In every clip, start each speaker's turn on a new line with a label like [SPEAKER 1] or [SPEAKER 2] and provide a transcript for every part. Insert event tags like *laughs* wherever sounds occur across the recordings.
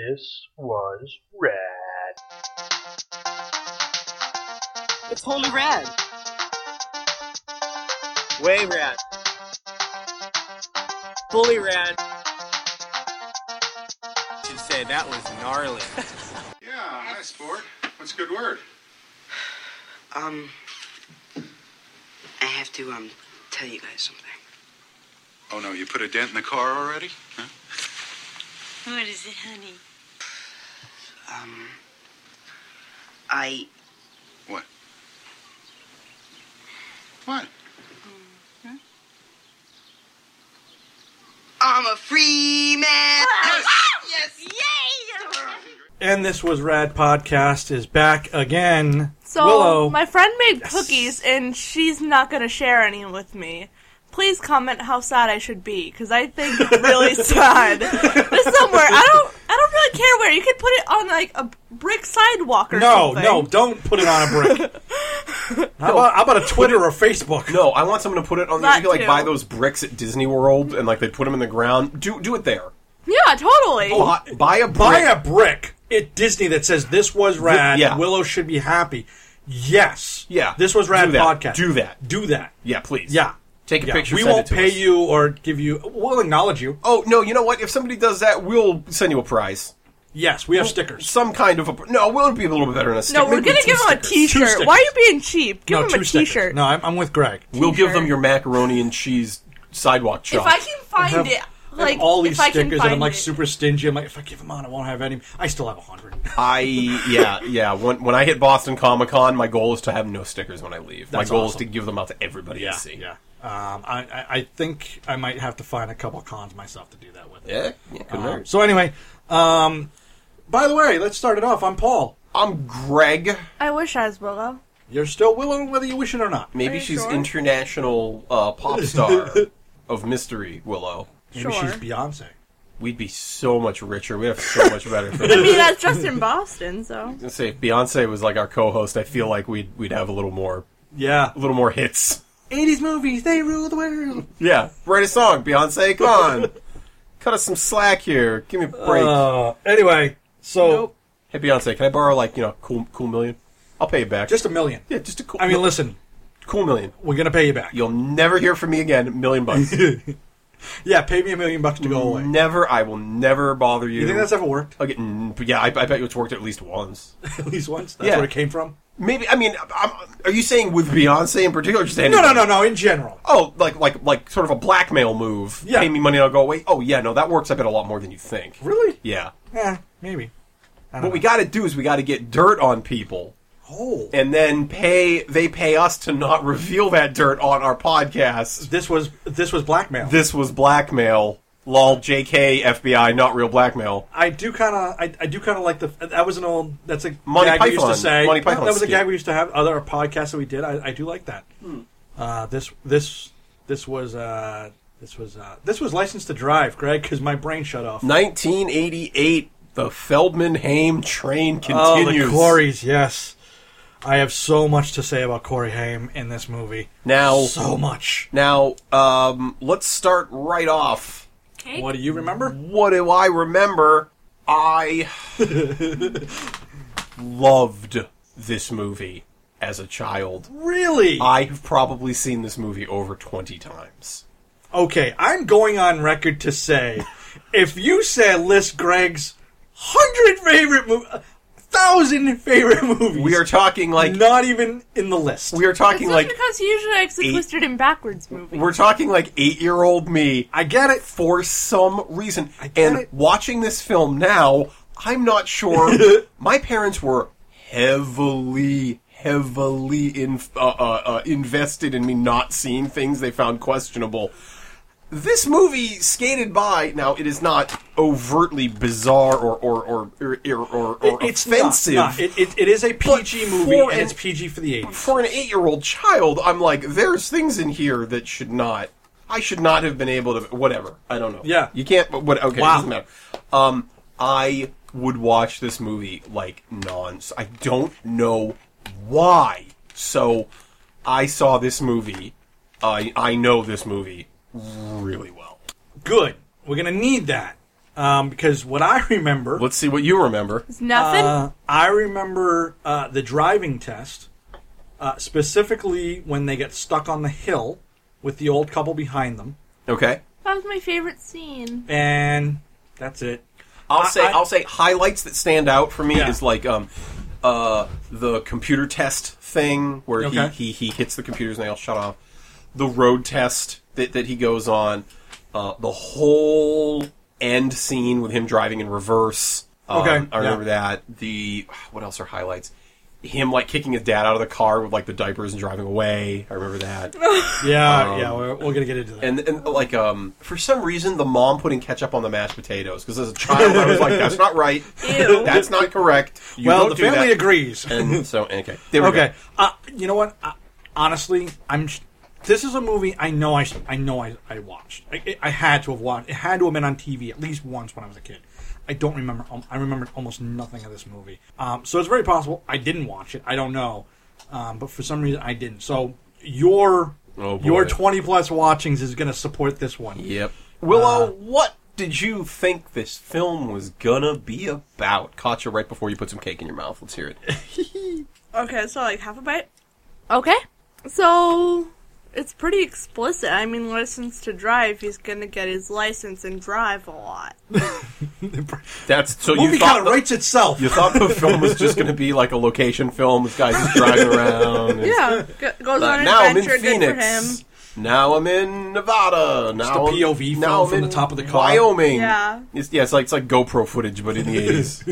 [SPEAKER 1] This was rad.
[SPEAKER 2] It's totally rad. Way rad. Fully rad. Should say that was gnarly.
[SPEAKER 3] Yeah, hi, sport. What's a good word?
[SPEAKER 4] Um, I have to um tell you guys something.
[SPEAKER 3] Oh, no, you put a dent in the car already? Huh?
[SPEAKER 5] What is it, honey?
[SPEAKER 4] Um, I
[SPEAKER 3] What? What?
[SPEAKER 4] I'm a free man.
[SPEAKER 5] Yes! Yay!
[SPEAKER 6] And this was Rad Podcast is back again.
[SPEAKER 7] So
[SPEAKER 6] Willow,
[SPEAKER 7] my friend made
[SPEAKER 6] Yes.
[SPEAKER 7] cookies, and she's not going to share any with me. Please comment how sad I should be, because I think
[SPEAKER 6] *laughs*
[SPEAKER 7] it's really sad. There's somewhere I don't, I don't really care where. You could put it on like a brick sidewalk or
[SPEAKER 6] no,
[SPEAKER 7] something.
[SPEAKER 6] no, don't put it on a
[SPEAKER 7] *laughs*
[SPEAKER 6] brick. how, about, how about a Twitter or Facebook?
[SPEAKER 8] No, I want someone to put it on.
[SPEAKER 7] That
[SPEAKER 8] you can like
[SPEAKER 7] too.
[SPEAKER 8] buy those bricks at Disney World and like they put them in the ground. Do do it there.
[SPEAKER 7] yeah, totally.
[SPEAKER 6] Oh,
[SPEAKER 8] Buy, buy a brick.
[SPEAKER 6] Buy a brick at Disney that says this was rad.
[SPEAKER 8] yeah.
[SPEAKER 6] Willow should be happy. Yes.
[SPEAKER 8] Yeah.
[SPEAKER 6] This was rad
[SPEAKER 8] Do that.
[SPEAKER 6] podcast.
[SPEAKER 8] Do that.
[SPEAKER 6] Do that.
[SPEAKER 8] yeah, please.
[SPEAKER 6] Yeah.
[SPEAKER 8] Take a
[SPEAKER 6] Yeah.
[SPEAKER 8] picture.
[SPEAKER 6] We
[SPEAKER 8] send
[SPEAKER 6] won't
[SPEAKER 8] it to
[SPEAKER 6] pay
[SPEAKER 8] us.
[SPEAKER 6] you or give you. We'll acknowledge you.
[SPEAKER 8] Oh no! You know what? If somebody does that, we'll send you a prize.
[SPEAKER 6] Yes, we have stickers.
[SPEAKER 8] Some kind of a. No, we'll be a little bit better than a sticker.
[SPEAKER 7] no, we're
[SPEAKER 8] Maybe
[SPEAKER 7] gonna
[SPEAKER 8] two
[SPEAKER 7] give him a
[SPEAKER 8] stickers.
[SPEAKER 6] Two
[SPEAKER 7] T-shirt. Why are you
[SPEAKER 6] stickers.
[SPEAKER 7] being cheap? Give
[SPEAKER 6] no,
[SPEAKER 7] him
[SPEAKER 6] two
[SPEAKER 7] a
[SPEAKER 6] stickers.
[SPEAKER 7] T-shirt.
[SPEAKER 6] No, I'm, I'm with Greg.
[SPEAKER 8] We'll give them
[SPEAKER 7] T-shirt.
[SPEAKER 8] your macaroni and cheese sidewalk
[SPEAKER 7] If
[SPEAKER 8] chop.
[SPEAKER 7] I can
[SPEAKER 6] I
[SPEAKER 7] find
[SPEAKER 6] have-
[SPEAKER 7] it,
[SPEAKER 6] I have
[SPEAKER 7] like
[SPEAKER 6] all these
[SPEAKER 7] if I can
[SPEAKER 6] stickers,
[SPEAKER 7] find
[SPEAKER 6] and I'm like
[SPEAKER 7] it.
[SPEAKER 6] super stingy. I'm like, if I give them on, I won't have any. I still have a hundred.
[SPEAKER 8] I yeah yeah. When when I hit Boston Comic Con, my goal is to have no stickers when I leave.
[SPEAKER 6] That's
[SPEAKER 8] my goal
[SPEAKER 6] awesome.
[SPEAKER 8] is to give them out to everybody I
[SPEAKER 6] *laughs*
[SPEAKER 8] see.
[SPEAKER 6] yeah. Um, I, I, I think I might have to find a couple cons myself to do that with.
[SPEAKER 8] yeah, yeah. good
[SPEAKER 6] Um,
[SPEAKER 8] nerves.
[SPEAKER 6] so anyway, um, by the way, let's start it off. I'm Paul.
[SPEAKER 8] I'm Greg.
[SPEAKER 7] I wish I was Willow.
[SPEAKER 6] You're still Willow, whether you wish it or not.
[SPEAKER 8] Maybe
[SPEAKER 7] you
[SPEAKER 8] she's
[SPEAKER 7] sure?
[SPEAKER 8] international uh,
[SPEAKER 7] *laughs*
[SPEAKER 8] pop star of mystery. Willow,
[SPEAKER 6] Maybe
[SPEAKER 7] Sure.
[SPEAKER 6] she's Beyonce.
[SPEAKER 8] we'd be so much richer. We'd have so much better. For
[SPEAKER 7] I mean, that's just in
[SPEAKER 6] *laughs*
[SPEAKER 7] Boston, so
[SPEAKER 8] Let's say if Beyonce was like our co-host, I feel like we'd we'd have a little more
[SPEAKER 6] Yeah.
[SPEAKER 8] a little more hits.
[SPEAKER 6] 80s movies, they rule the world.
[SPEAKER 8] Yeah, write a song, Beyonce. Come on, cut us some slack here. Give me a break.
[SPEAKER 6] Uh, anyway, so
[SPEAKER 8] hey Beyonce, can I borrow like you know cool cool million? I'll pay you back.
[SPEAKER 6] just a million.
[SPEAKER 8] yeah, just a cool.
[SPEAKER 6] I mean, listen,
[SPEAKER 8] cool million.
[SPEAKER 6] we're gonna pay you back.
[SPEAKER 8] You'll never hear from me again. Million bucks.
[SPEAKER 6] *laughs* Yeah, pay me a million bucks to go away.
[SPEAKER 8] never. I will never bother you.
[SPEAKER 6] You think that's ever worked? *laughs*
[SPEAKER 8] Okay, mm, yeah, I, I bet you it's worked at least once.
[SPEAKER 6] At least once. That's
[SPEAKER 8] Yeah.
[SPEAKER 6] where it came from.
[SPEAKER 8] Maybe I mean, I'm, are you saying with Beyonce in particular? Or just
[SPEAKER 6] No, no, no, no. In general,
[SPEAKER 8] Oh, like like like sort of a blackmail move.
[SPEAKER 6] Yeah.
[SPEAKER 8] Pay me money and I'll go away. Oh yeah, no, that works. I bet a lot more than you think.
[SPEAKER 6] really?
[SPEAKER 8] Yeah.
[SPEAKER 6] Yeah, maybe.
[SPEAKER 8] What we got to do is we got to get dirt on people,
[SPEAKER 6] Oh,
[SPEAKER 8] and then pay they pay us to not *laughs* reveal that dirt on our podcast.
[SPEAKER 6] this was this was blackmail.
[SPEAKER 8] This was blackmail. Lol. Jk. FBI. Not real blackmail.
[SPEAKER 6] I do kind of, I, I do kind of like the. That was an old. That's a
[SPEAKER 8] Monty
[SPEAKER 6] gag we used
[SPEAKER 8] Python-
[SPEAKER 6] to say.
[SPEAKER 8] Monty Python
[SPEAKER 6] that was a
[SPEAKER 8] skit.
[SPEAKER 6] gag we used to have. Other podcasts that we did. I, I do like that. Uh, this this this was uh, this was uh, this was License to Drive, Greg, because my brain shut off.
[SPEAKER 8] 1988. The Feldman Haim train
[SPEAKER 6] oh,
[SPEAKER 8] continues.
[SPEAKER 6] the Corys, yes. I have so much to say about Corey Haim in this movie.
[SPEAKER 8] Now-
[SPEAKER 6] so much.
[SPEAKER 8] Now, um, let's start right off.
[SPEAKER 5] Cake?
[SPEAKER 6] What do you remember?
[SPEAKER 8] What do I remember? I *laughs* loved this movie as a child.
[SPEAKER 6] Really?
[SPEAKER 8] I have probably seen this movie over 20 times.
[SPEAKER 6] Okay, I'm going on record to say, if you say list Greg's hundred favorite movie, thousand favorite movies,
[SPEAKER 8] We are talking like
[SPEAKER 6] not even in the list.
[SPEAKER 8] we are
[SPEAKER 7] It's
[SPEAKER 8] talking
[SPEAKER 7] just
[SPEAKER 8] like
[SPEAKER 7] because usually it's a
[SPEAKER 8] eight-
[SPEAKER 7] twisted and backwards movie.
[SPEAKER 8] we're talking like 8-year-old me
[SPEAKER 6] I get it.
[SPEAKER 8] for some reason.
[SPEAKER 6] get
[SPEAKER 8] And
[SPEAKER 6] it.
[SPEAKER 8] watching this film now, I'm
[SPEAKER 6] *laughs*
[SPEAKER 8] not sure. My parents were heavily, heavily in, uh, uh, uh, invested in me not seeing things they found questionable. This movie skated by. Now, it is not overtly bizarre or or or or, or, or, or
[SPEAKER 6] It's not-
[SPEAKER 8] offensive.
[SPEAKER 6] not- it, it, it is a PG
[SPEAKER 8] for
[SPEAKER 6] movie, and
[SPEAKER 8] an-
[SPEAKER 6] it's PG for the '80s.
[SPEAKER 8] for an eight-year-old child, I'm like, there's things in here that should not. I should not have been able to. Whatever. I don't know.
[SPEAKER 6] Yeah.
[SPEAKER 8] You can't. But what? Okay.
[SPEAKER 6] Wow.
[SPEAKER 8] It doesn't matter. Um, I would watch this movie like non. I don't know why. So, I saw this movie. I I know this movie really well.
[SPEAKER 6] Good. We're gonna need that. Um, because what I remember,
[SPEAKER 8] Let's see what you remember.
[SPEAKER 7] It's nothing.
[SPEAKER 6] uh, I remember uh, the driving test, uh, specifically when they get stuck on the hill with the old couple behind them,
[SPEAKER 8] Okay.
[SPEAKER 7] that was my favorite scene.
[SPEAKER 6] and that's it.
[SPEAKER 8] I'll say
[SPEAKER 6] I-
[SPEAKER 8] I, will say highlights that stand out for me
[SPEAKER 6] Yeah.
[SPEAKER 8] is like um uh the computer test thing where
[SPEAKER 6] Okay.
[SPEAKER 8] he, he he hits the computers and they all shut off. The road test that, that he goes on, uh, the whole end scene with him driving in reverse. Um,
[SPEAKER 6] Okay,
[SPEAKER 8] I remember that. The what else are highlights? Him like kicking his dad out of the car with like the diapers and driving away. I remember that.
[SPEAKER 6] Yeah, yeah, we're, we're gonna get into that.
[SPEAKER 8] and and like um for some reason the mom putting ketchup on the mashed potatoes because as a child I was like that's not right
[SPEAKER 7] Ew.
[SPEAKER 8] that's not correct You
[SPEAKER 6] well,
[SPEAKER 8] don't
[SPEAKER 6] the
[SPEAKER 8] do
[SPEAKER 6] family
[SPEAKER 8] that.
[SPEAKER 6] agrees.
[SPEAKER 8] and so okay there we
[SPEAKER 6] okay,
[SPEAKER 8] go.
[SPEAKER 6] uh, you know what? Uh, honestly, I'm. sh- This is a movie I know. I s- I know I I watched. I, it- I had to have watched. It had to have been on TV at least once when I was a kid. I don't remember. Um, I remember almost nothing of this movie. Um, so it's very possible I didn't watch it. I don't know, um, but for some reason I didn't. So your
[SPEAKER 8] Oh, boy.
[SPEAKER 6] your twenty plus watchings is going to support this one. *laughs*
[SPEAKER 8] yep Uh, Willow what did you think this film was gonna be about caught you right before you put some cake in your mouth let's hear it
[SPEAKER 7] Okay, so like half a bite. Okay, so it's pretty explicit. I mean, license to drive. He's gonna get his license and drive a
[SPEAKER 8] *laughs*
[SPEAKER 7] lot.
[SPEAKER 8] that's so you
[SPEAKER 6] movie kind
[SPEAKER 8] thought
[SPEAKER 6] of
[SPEAKER 8] the,
[SPEAKER 6] writes itself. *laughs*
[SPEAKER 8] you thought the film was just gonna be like a location film this guy's just driving around and-
[SPEAKER 7] Yeah, go- goes
[SPEAKER 8] Uh,
[SPEAKER 7] on an
[SPEAKER 8] now I'm in
[SPEAKER 7] adventure. Good for
[SPEAKER 8] Phoenix.
[SPEAKER 7] him.
[SPEAKER 8] Now I'm in Nevada. Now
[SPEAKER 6] the POV film
[SPEAKER 8] now I'm
[SPEAKER 6] from the
[SPEAKER 8] in
[SPEAKER 6] top of the car.
[SPEAKER 8] Wyoming.
[SPEAKER 7] Yeah.
[SPEAKER 8] It's, yeah, it's like it's like GoPro footage,
[SPEAKER 6] *laughs*
[SPEAKER 8] but in the eighties.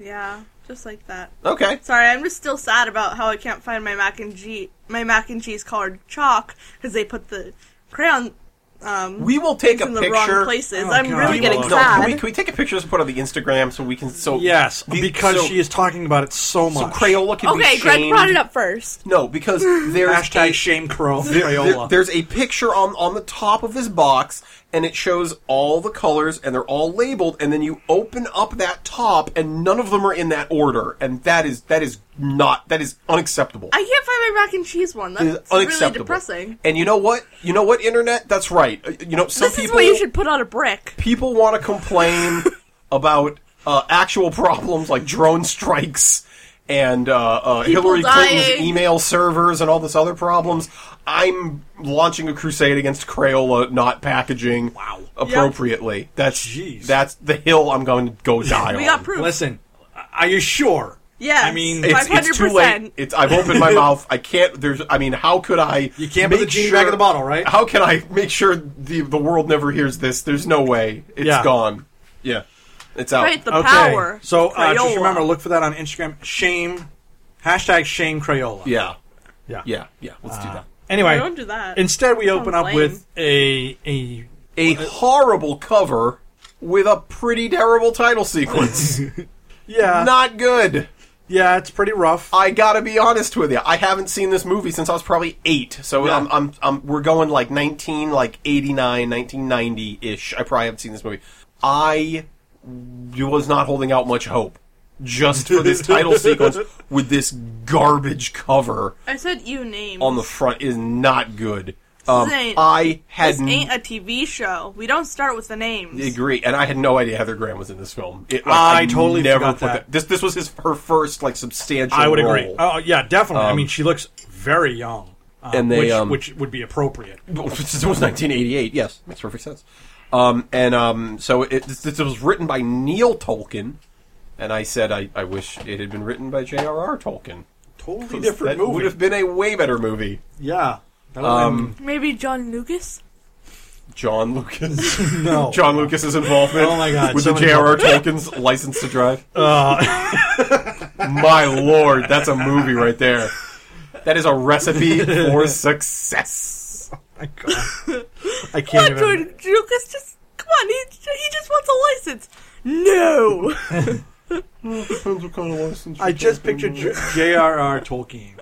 [SPEAKER 7] Yeah, just like that.
[SPEAKER 8] okay.
[SPEAKER 7] Sorry, I'm just still sad about how I can't find my mac and cheese. My mac and cheese colored chalk because they put the crayon um,
[SPEAKER 8] We will take a
[SPEAKER 7] in the
[SPEAKER 8] picture.
[SPEAKER 7] wrong places.
[SPEAKER 6] Oh,
[SPEAKER 7] I'm
[SPEAKER 6] God. Well,
[SPEAKER 7] really
[SPEAKER 8] We
[SPEAKER 7] getting
[SPEAKER 8] will- no,
[SPEAKER 7] sad.
[SPEAKER 8] can, we, can we take a picture and put on the Instagram so we can so
[SPEAKER 6] yes,
[SPEAKER 8] the-
[SPEAKER 6] because
[SPEAKER 8] so-
[SPEAKER 6] she is talking about it so
[SPEAKER 8] so
[SPEAKER 6] much.
[SPEAKER 8] Crayola can be
[SPEAKER 7] okay, Greg
[SPEAKER 8] shamed.
[SPEAKER 7] brought it up first.
[SPEAKER 8] No, because there's
[SPEAKER 6] *laughs* Hashtag
[SPEAKER 8] a-
[SPEAKER 6] shame Crow
[SPEAKER 8] There- there-
[SPEAKER 6] Crayola.
[SPEAKER 8] there's a picture on on the top of this box, and it shows all the colors, and they're all labeled. And then you open up that top, and none of them are in that order, and that is that is not that is unacceptable.
[SPEAKER 7] I can't find my mac and cheese one.
[SPEAKER 8] It is
[SPEAKER 7] That's really
[SPEAKER 8] unacceptable.
[SPEAKER 7] depressing.
[SPEAKER 8] And you know what? You know what? Internet, that's right. Uh, You know, some
[SPEAKER 7] This is
[SPEAKER 8] people
[SPEAKER 7] what you should put on a brick.
[SPEAKER 8] people want to
[SPEAKER 6] *laughs*
[SPEAKER 8] complain about uh, actual problems like drone strikes and uh, uh, Hillary Clinton's
[SPEAKER 7] dying.
[SPEAKER 8] email servers and all this other problems. I'm launching a crusade against Crayola not packaging
[SPEAKER 6] Wow.
[SPEAKER 8] appropriately. That's
[SPEAKER 6] Jeez.
[SPEAKER 8] that's the hill I'm going to go die
[SPEAKER 7] We
[SPEAKER 8] on.
[SPEAKER 7] got proof.
[SPEAKER 6] Listen, are you sure?
[SPEAKER 7] Yes.
[SPEAKER 6] I mean,
[SPEAKER 8] it's, it's too
[SPEAKER 7] 500%.
[SPEAKER 8] late. It's I've
[SPEAKER 6] *laughs*
[SPEAKER 8] opened my mouth. I can't. There's. I mean, how could I?
[SPEAKER 6] You can't put the
[SPEAKER 8] make
[SPEAKER 6] genie back in the bottle, right?
[SPEAKER 8] How can I make sure the the world never hears this? There's no way. It's
[SPEAKER 6] Yeah.
[SPEAKER 8] gone. Yeah, it's out.
[SPEAKER 7] Right, the power.
[SPEAKER 6] So uh, just
[SPEAKER 7] Crayola.
[SPEAKER 6] remember, look for that on Instagram. Shame. Hashtag shame Crayola.
[SPEAKER 8] yeah,
[SPEAKER 6] Yeah.
[SPEAKER 8] yeah, yeah. Let's do that.
[SPEAKER 6] Anyway,
[SPEAKER 7] Don't do that.
[SPEAKER 6] instead we open up
[SPEAKER 7] lame.
[SPEAKER 6] with a a
[SPEAKER 8] A horrible cover with a pretty terrible title sequence.
[SPEAKER 6] yeah
[SPEAKER 8] Not good.
[SPEAKER 6] yeah it's pretty rough.
[SPEAKER 8] I gotta be honest with you. I haven't seen this movie since I was probably eight. So I'm, I'm, I'm, we're going like 19, like 89, 1990 ish. I probably haven't seen this movie. I was not holding out much hope just for this title sequence with this garbage cover
[SPEAKER 7] I said you name.
[SPEAKER 8] on the front is not good. Um,
[SPEAKER 7] ain't-
[SPEAKER 8] I had
[SPEAKER 7] This ain't a TV show. We don't start with the names.
[SPEAKER 8] agree, and I had no idea Heather Graham was in this film. It,
[SPEAKER 6] I totally forgot that.
[SPEAKER 8] This this was his her first like substantial.
[SPEAKER 6] I would
[SPEAKER 8] role. Um,
[SPEAKER 6] agree.
[SPEAKER 8] *laughs*
[SPEAKER 6] Oh yeah, definitely. I mean, she looks very young, uh,
[SPEAKER 8] and they,
[SPEAKER 6] which,
[SPEAKER 8] um,
[SPEAKER 6] which would be appropriate.
[SPEAKER 8] Well, since it was 1988, yes, makes perfect sense. Um, and um, so it, this, this was written by Neil Tolkien, and I said I, I wish it had been written by J.R.R. Tolkien.
[SPEAKER 6] Totally different
[SPEAKER 8] that would
[SPEAKER 6] movie.
[SPEAKER 8] have been a way better movie.
[SPEAKER 6] yeah. That
[SPEAKER 8] Um,
[SPEAKER 7] Maybe John Lucas?
[SPEAKER 8] John Lucas,
[SPEAKER 6] *laughs* no.
[SPEAKER 8] John Lucas's involvement.
[SPEAKER 6] Oh my God,
[SPEAKER 8] with
[SPEAKER 6] so
[SPEAKER 8] the
[SPEAKER 6] many
[SPEAKER 8] J.R.R. Tolkien's License
[SPEAKER 6] *laughs*
[SPEAKER 8] to Drive.
[SPEAKER 6] Uh.
[SPEAKER 8] my lord, that's a movie right there. That is a recipe
[SPEAKER 6] *laughs*
[SPEAKER 8] for success.
[SPEAKER 6] My God.
[SPEAKER 8] *laughs*
[SPEAKER 6] I can't
[SPEAKER 7] What,
[SPEAKER 6] even.
[SPEAKER 7] John Lucas just. Come on, he, he just wants a license. No!
[SPEAKER 8] Depends what kind of license.
[SPEAKER 6] I just pictured
[SPEAKER 8] *laughs*
[SPEAKER 6] J- J.R.R. Tolkien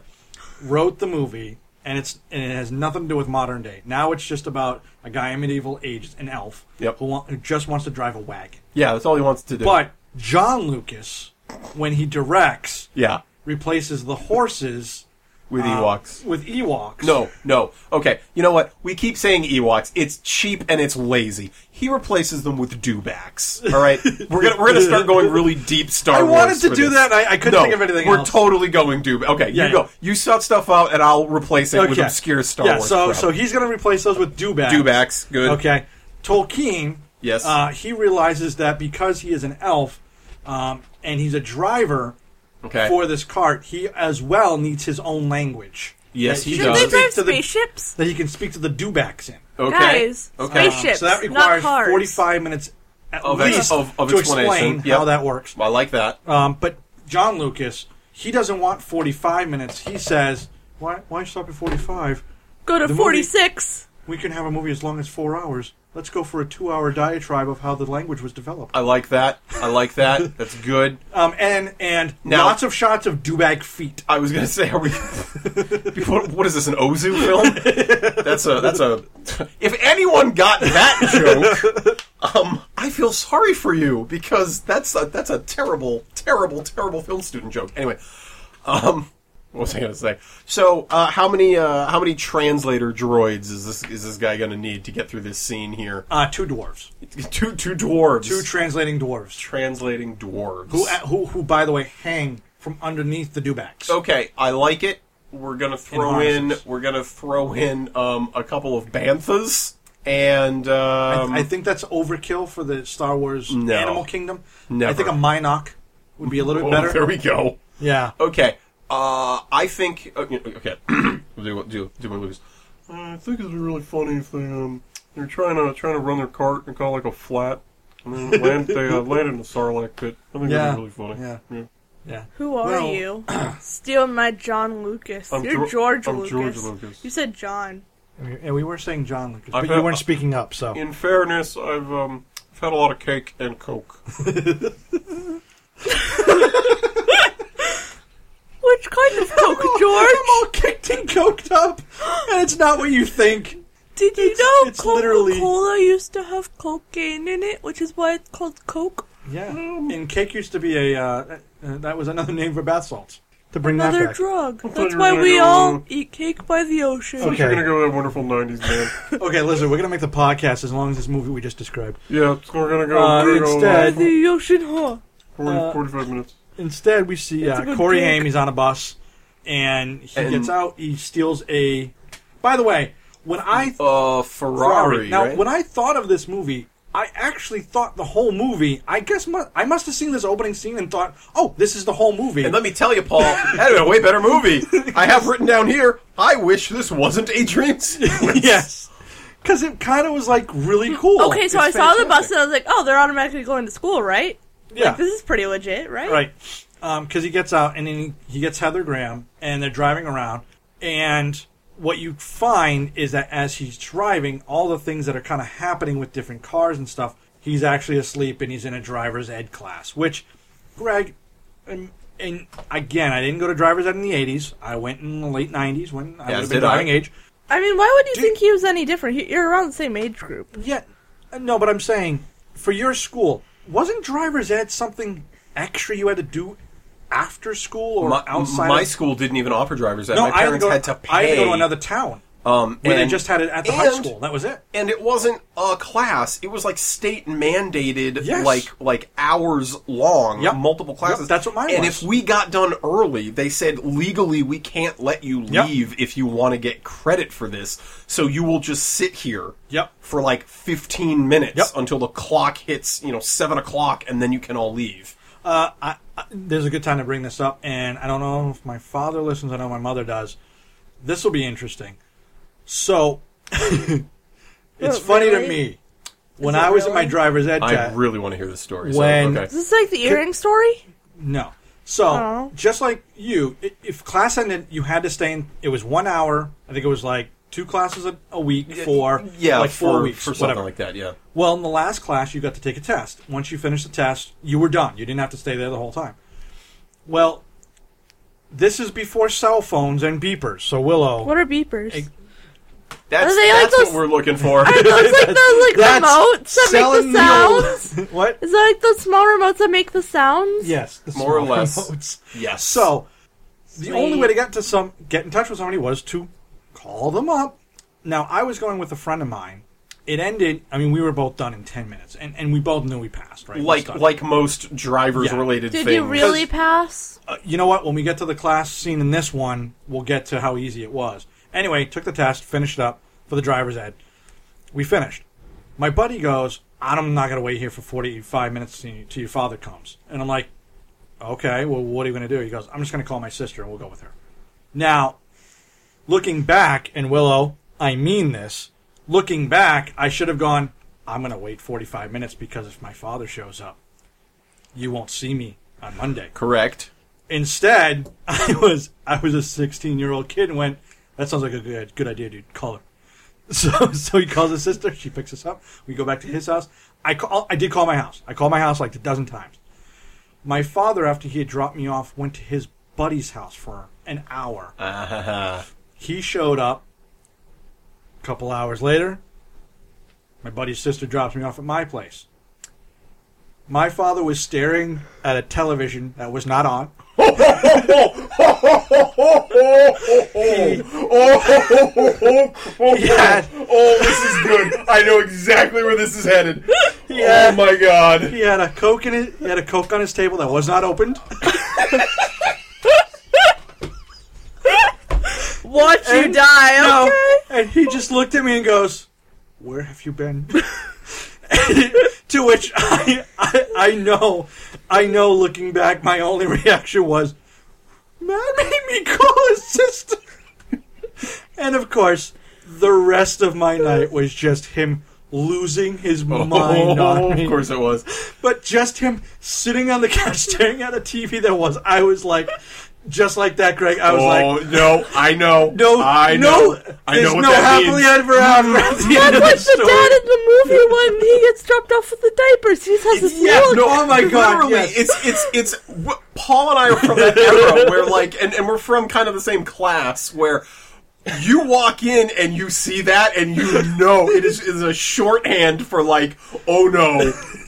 [SPEAKER 6] wrote the movie, and it's and it has nothing to do with modern day. Now it's just about a guy in medieval age, an elf,
[SPEAKER 8] Yep.
[SPEAKER 6] who, wa- who just wants to drive a wagon.
[SPEAKER 8] Yeah, that's all he wants to do.
[SPEAKER 6] But John Lucas, when he directs,
[SPEAKER 8] yeah.
[SPEAKER 6] replaces the horses
[SPEAKER 8] with Ewoks.
[SPEAKER 6] with Ewoks.
[SPEAKER 8] No, no. Okay, you know what? We keep saying Ewoks. It's cheap and it's lazy. He replaces them with dewbacks. All right, we're gonna we're gonna start going really deep Star
[SPEAKER 6] I
[SPEAKER 8] Wars.
[SPEAKER 6] wanted to
[SPEAKER 8] for
[SPEAKER 6] do
[SPEAKER 8] this.
[SPEAKER 6] that, and I- I couldn't
[SPEAKER 8] No,
[SPEAKER 6] think of anything
[SPEAKER 8] We're
[SPEAKER 6] else.
[SPEAKER 8] totally going dewback. Okay,
[SPEAKER 6] Yeah,
[SPEAKER 8] you go.
[SPEAKER 6] yeah.
[SPEAKER 8] You sort stuff out, and I'll replace it with
[SPEAKER 6] Okay.
[SPEAKER 8] obscure Star
[SPEAKER 6] yeah,
[SPEAKER 8] Wars.
[SPEAKER 6] so
[SPEAKER 8] crap.
[SPEAKER 6] so he's going to replace those with dewbacks.
[SPEAKER 8] dewbacks, good.
[SPEAKER 6] Okay. Tolkien.
[SPEAKER 8] Yes.
[SPEAKER 6] Uh, he realizes that because he is an elf, um, and he's a driver
[SPEAKER 8] Okay.
[SPEAKER 6] for this cart, he as well needs his own language.
[SPEAKER 8] Yes,
[SPEAKER 6] That
[SPEAKER 8] he
[SPEAKER 6] can
[SPEAKER 8] does.
[SPEAKER 7] They
[SPEAKER 8] Does
[SPEAKER 6] speak
[SPEAKER 7] drive
[SPEAKER 6] to the-
[SPEAKER 7] spaceships?
[SPEAKER 6] that he can speak to the dewbacks in. Um,
[SPEAKER 8] okay.
[SPEAKER 7] Guys,
[SPEAKER 8] Okay.
[SPEAKER 7] spaceships,
[SPEAKER 6] so that
[SPEAKER 7] not
[SPEAKER 6] requires
[SPEAKER 7] cars.
[SPEAKER 6] 45 minutes at
[SPEAKER 8] Of ex-
[SPEAKER 6] least
[SPEAKER 8] of- of
[SPEAKER 6] to
[SPEAKER 8] explanation.
[SPEAKER 6] explain
[SPEAKER 8] Yep.
[SPEAKER 6] how that works.
[SPEAKER 8] I like that.
[SPEAKER 6] Um, but John Lucas, he doesn't want 45 minutes. He says, why, why stop at 45?
[SPEAKER 7] Go to
[SPEAKER 6] The movie-
[SPEAKER 7] 46.
[SPEAKER 6] We can have a movie as long as four hours. Let's go for a two hour diatribe of how the language was developed.
[SPEAKER 8] I like that. I like that. That's good.
[SPEAKER 6] Um, and and
[SPEAKER 8] Now-
[SPEAKER 6] lots of shots of dubag feet.
[SPEAKER 8] I was gonna say, are we? *laughs* Before, what is this? An Ozu film? That's a. That's a. If anyone got that joke, um, I feel sorry for you because that's a that's a terrible, terrible, terrible film student joke. Anyway, um, what was I gonna say? So, uh, how many uh, how many translator droids is this is this guy gonna need to get through this scene here?
[SPEAKER 6] Uh, two dwarves,
[SPEAKER 8] Two two dwarves,
[SPEAKER 6] two translating dwarves,
[SPEAKER 8] translating dwarves.
[SPEAKER 6] who, uh, who who by the way hang from underneath the dubacks.
[SPEAKER 8] Okay, I like it. We're gonna throw in.
[SPEAKER 6] harnesses.
[SPEAKER 8] We're gonna throw in um, a couple of banthas and um,
[SPEAKER 6] I think that's overkill for the Star Wars
[SPEAKER 8] No.
[SPEAKER 6] Animal Kingdom.
[SPEAKER 8] Never.
[SPEAKER 6] I think a Minoc would be a little bit
[SPEAKER 8] oh,
[SPEAKER 6] better.
[SPEAKER 8] There we go.
[SPEAKER 6] Yeah.
[SPEAKER 8] Okay. Uh, I think. uh, you- Okay. *clears throat* we'll do do do my Lucas. Uh, I think it's really funny if they um they're trying to trying to run their cart and call like a flat. And then it land, they *laughs* uh, landed in the Sarlacc pit. I think
[SPEAKER 6] Yeah.
[SPEAKER 8] that'd be really funny.
[SPEAKER 6] Yeah. Yeah.
[SPEAKER 7] Who are
[SPEAKER 6] Well- *clears throat*
[SPEAKER 7] you? Stealing my John Lucas.
[SPEAKER 8] I'm
[SPEAKER 7] You're
[SPEAKER 8] Geor-
[SPEAKER 7] George
[SPEAKER 8] I'm
[SPEAKER 7] Lucas.
[SPEAKER 8] George Lucas.
[SPEAKER 7] You said John.
[SPEAKER 6] And we- And we were saying John Lucas,
[SPEAKER 8] I've
[SPEAKER 6] but
[SPEAKER 8] had-
[SPEAKER 6] you weren't speaking up, so.
[SPEAKER 8] In fairness, I've um I've had a lot of cake and coke.
[SPEAKER 7] Which kind of Coke,
[SPEAKER 6] *laughs* I'm all
[SPEAKER 7] George?
[SPEAKER 6] kicked and coked up, and it's not what you think.
[SPEAKER 7] Did you know
[SPEAKER 6] it's
[SPEAKER 7] Coca
[SPEAKER 6] literally-
[SPEAKER 7] Cola used to have cocaine in it, which is why it's called Coke?
[SPEAKER 6] Yeah. Um, and cake used to be a, uh, uh, that was another name for bath salts. To bring that
[SPEAKER 7] Another
[SPEAKER 6] back.
[SPEAKER 7] drug. That's
[SPEAKER 8] you
[SPEAKER 7] why
[SPEAKER 8] were
[SPEAKER 7] we
[SPEAKER 8] gonna
[SPEAKER 7] all
[SPEAKER 8] go-
[SPEAKER 7] eat cake by the ocean.
[SPEAKER 6] Okay.
[SPEAKER 8] You're gonna go to that wonderful '90s man.
[SPEAKER 6] okay, listen, we're going to make the podcast as long as this movie we just described.
[SPEAKER 8] Yeah, it's- we're gonna go.
[SPEAKER 6] Uh,
[SPEAKER 8] we're gonna
[SPEAKER 6] instead- uh,
[SPEAKER 7] By the ocean, huh?
[SPEAKER 8] go 40, 45 minutes.
[SPEAKER 6] Instead, we see
[SPEAKER 7] It's a
[SPEAKER 6] uh,
[SPEAKER 7] good
[SPEAKER 6] Corey
[SPEAKER 7] gig.
[SPEAKER 6] Haim. He's on a bus, and he
[SPEAKER 8] And-
[SPEAKER 6] gets out. He steals a. By the way, when I
[SPEAKER 8] Uh, Ferrari.
[SPEAKER 6] now
[SPEAKER 8] right?
[SPEAKER 6] when I thought of this movie, I actually thought the whole movie. I guess mu- I must have seen this opening scene and thought, "Oh, this is the whole movie."
[SPEAKER 8] and let me tell you, Paul, that'd been a way better movie. I have written down here. I wish this wasn't a dream
[SPEAKER 6] *laughs*
[SPEAKER 8] sequence.
[SPEAKER 6] yes, because it kind of was like really cool.
[SPEAKER 7] Mm, Okay, so I
[SPEAKER 6] Oh, It's
[SPEAKER 7] saw the
[SPEAKER 6] fantastic.
[SPEAKER 7] bus and I was like, oh, they're automatically going to school, right?
[SPEAKER 6] Yeah,
[SPEAKER 7] This is pretty legit, right?
[SPEAKER 6] right. Because he gets out and then he, he gets Heather Graham, and they're driving around. And what you find is that as he's driving, all the things that are kind of happening with different cars and stuff, he's actually asleep and he's in a driver's ed class. Which, Greg, and, and again, I didn't go to driver's ed in the '80s. I went in the late '90s when I
[SPEAKER 8] As
[SPEAKER 6] was been
[SPEAKER 8] did I.
[SPEAKER 6] driving age.
[SPEAKER 7] I mean, why would you
[SPEAKER 6] Do-
[SPEAKER 7] think he was any different? He, you're around the same age group.
[SPEAKER 6] Yeah, uh, no, but I'm saying for your school, wasn't driver's ed something extra you had to do after school or
[SPEAKER 8] My,
[SPEAKER 6] outside?
[SPEAKER 8] my
[SPEAKER 6] of-
[SPEAKER 8] school didn't even offer driver's ed.
[SPEAKER 6] No,
[SPEAKER 8] my
[SPEAKER 6] I had to
[SPEAKER 8] parents
[SPEAKER 6] go,
[SPEAKER 8] had to, pay.
[SPEAKER 6] I had to go to another town
[SPEAKER 8] um,
[SPEAKER 6] where
[SPEAKER 8] and-
[SPEAKER 6] they just had it at the high
[SPEAKER 8] and-
[SPEAKER 6] school. That was it.
[SPEAKER 8] and it wasn't a class. It was like state mandated,
[SPEAKER 6] Yes.
[SPEAKER 8] like like hours long,
[SPEAKER 6] Yep.
[SPEAKER 8] multiple classes.
[SPEAKER 6] Yep, that's what mine
[SPEAKER 8] And
[SPEAKER 6] was.
[SPEAKER 8] if we got done early, they said legally we can't let you
[SPEAKER 6] Yep.
[SPEAKER 8] leave if you want to get credit for this. So you will just sit here
[SPEAKER 6] Yep.
[SPEAKER 8] for like fifteen minutes
[SPEAKER 6] Yep.
[SPEAKER 8] until the clock hits, you know, seven o'clock, and then you can all leave.
[SPEAKER 6] Uh, I, I, there's a good time to bring this up, and I don't know if my father listens. I know my mother does. This will be interesting. So, *laughs* it's
[SPEAKER 7] Wait,
[SPEAKER 6] funny
[SPEAKER 7] Oh, really?
[SPEAKER 6] to me when
[SPEAKER 7] it
[SPEAKER 6] I was in my
[SPEAKER 7] really?
[SPEAKER 6] driver's ed
[SPEAKER 8] I
[SPEAKER 6] chat.
[SPEAKER 8] really want to hear this story.
[SPEAKER 6] When-
[SPEAKER 8] so, okay.
[SPEAKER 7] Is this like the earring story?
[SPEAKER 6] No. So
[SPEAKER 7] Oh.
[SPEAKER 6] just like you, i- if class ended, you had to stay in. It was one hour. I think it was like two classes a, a week for
[SPEAKER 8] yeah,
[SPEAKER 6] like
[SPEAKER 8] for,
[SPEAKER 6] four weeks,
[SPEAKER 8] for something
[SPEAKER 6] whatever.
[SPEAKER 8] like that. Yeah.
[SPEAKER 6] Well, in the last class, you got to take a test. Once you finished the test, you were done. You didn't have to stay there the whole time. Well, this is before cell phones and beepers. So Willow,
[SPEAKER 7] What are beepers? *laughs*
[SPEAKER 6] Ex-
[SPEAKER 8] That's,
[SPEAKER 7] Are they like
[SPEAKER 8] that's
[SPEAKER 7] those-
[SPEAKER 8] what we're
[SPEAKER 7] *laughs*
[SPEAKER 8] looking for.
[SPEAKER 7] are those like those like
[SPEAKER 6] That's
[SPEAKER 7] remotes that
[SPEAKER 6] selling
[SPEAKER 7] make
[SPEAKER 6] me
[SPEAKER 7] the
[SPEAKER 6] on-
[SPEAKER 7] sounds?
[SPEAKER 6] *laughs* what?
[SPEAKER 7] Is that like those small remotes that make the sounds?
[SPEAKER 6] Yes, the
[SPEAKER 8] More or
[SPEAKER 6] small
[SPEAKER 8] less.
[SPEAKER 6] remotes.
[SPEAKER 8] yes.
[SPEAKER 6] So, The only way to get to some get in touch with somebody was to call them up. Now I was going with a friend of mine. It ended. I mean, we were both done in ten minutes, and, and we both knew we passed. Right? We
[SPEAKER 8] Like
[SPEAKER 6] stuck.
[SPEAKER 8] like most drivers
[SPEAKER 6] Yeah.
[SPEAKER 8] related
[SPEAKER 7] Did
[SPEAKER 8] things.
[SPEAKER 7] you really pass?
[SPEAKER 6] Uh, you know what? When we get to the class scene in this one, we'll get to how easy it was. Anyway, took the test, finished up for the driver's ed. We finished. My buddy goes, "I'm not gonna wait here for 45 minutes till till your father comes," and I'm like, "Okay, well, what are you gonna do?" He goes, "I'm just gonna call my sister and we'll go with her." Now, looking back, and Willow, I mean this. Looking back, I should have gone. I'm gonna wait 45 minutes because if my father shows up, you won't see me on Monday.
[SPEAKER 8] Correct.
[SPEAKER 6] Instead, *laughs* I was I was a 16 year old kid and went, that sounds like a good good idea, dude. Call her. *laughs* So so he calls his sister. She picks us up. We go back to his house. I call I did call my house. I called my house like a dozen times. My father, after he had dropped me off, went to his buddy's house for an hour. He showed up. A couple hours later, my buddy's sister drops me off at my place. My father was staring at a television that was not on. he had
[SPEAKER 8] Oh, this is good. I know exactly where this is headed.
[SPEAKER 7] *laughs*
[SPEAKER 6] Yeah.
[SPEAKER 8] Oh my god.
[SPEAKER 6] he had a coke in it. He had a coke on his table that was not opened.
[SPEAKER 7] Watch you die.
[SPEAKER 6] No.
[SPEAKER 7] Okay.
[SPEAKER 6] And he just looked at me and goes, "Where have you been?" *laughs* to which I, I, I know, I know. Looking back, my only reaction was, "Man made me call his sister." and of course, the rest of my night was just him losing his
[SPEAKER 8] Oh.
[SPEAKER 6] mind on me.
[SPEAKER 8] *laughs* of course it was.
[SPEAKER 6] But just him sitting on the couch *laughs* staring at a TV that was, I was like, just like that, Greg. I was
[SPEAKER 8] oh
[SPEAKER 6] like,
[SPEAKER 8] no, I know.
[SPEAKER 6] no,
[SPEAKER 8] I
[SPEAKER 6] no,
[SPEAKER 8] know. I
[SPEAKER 6] there's
[SPEAKER 8] know what
[SPEAKER 6] no
[SPEAKER 8] that
[SPEAKER 6] happily
[SPEAKER 8] means.
[SPEAKER 6] ever after at the end of
[SPEAKER 7] Like
[SPEAKER 6] this
[SPEAKER 7] the
[SPEAKER 6] story.
[SPEAKER 7] dad in the movie when he gets dropped off with the diapers. He just has this
[SPEAKER 6] Yeah,
[SPEAKER 7] look.
[SPEAKER 6] no, oh my god,
[SPEAKER 8] Literally,
[SPEAKER 6] yes.
[SPEAKER 8] it's it's it's w- Paul and I are from *laughs* that era where like, and, and we're from kind of the same class where you walk in and you see that and you know it is, is a shorthand for like, oh no,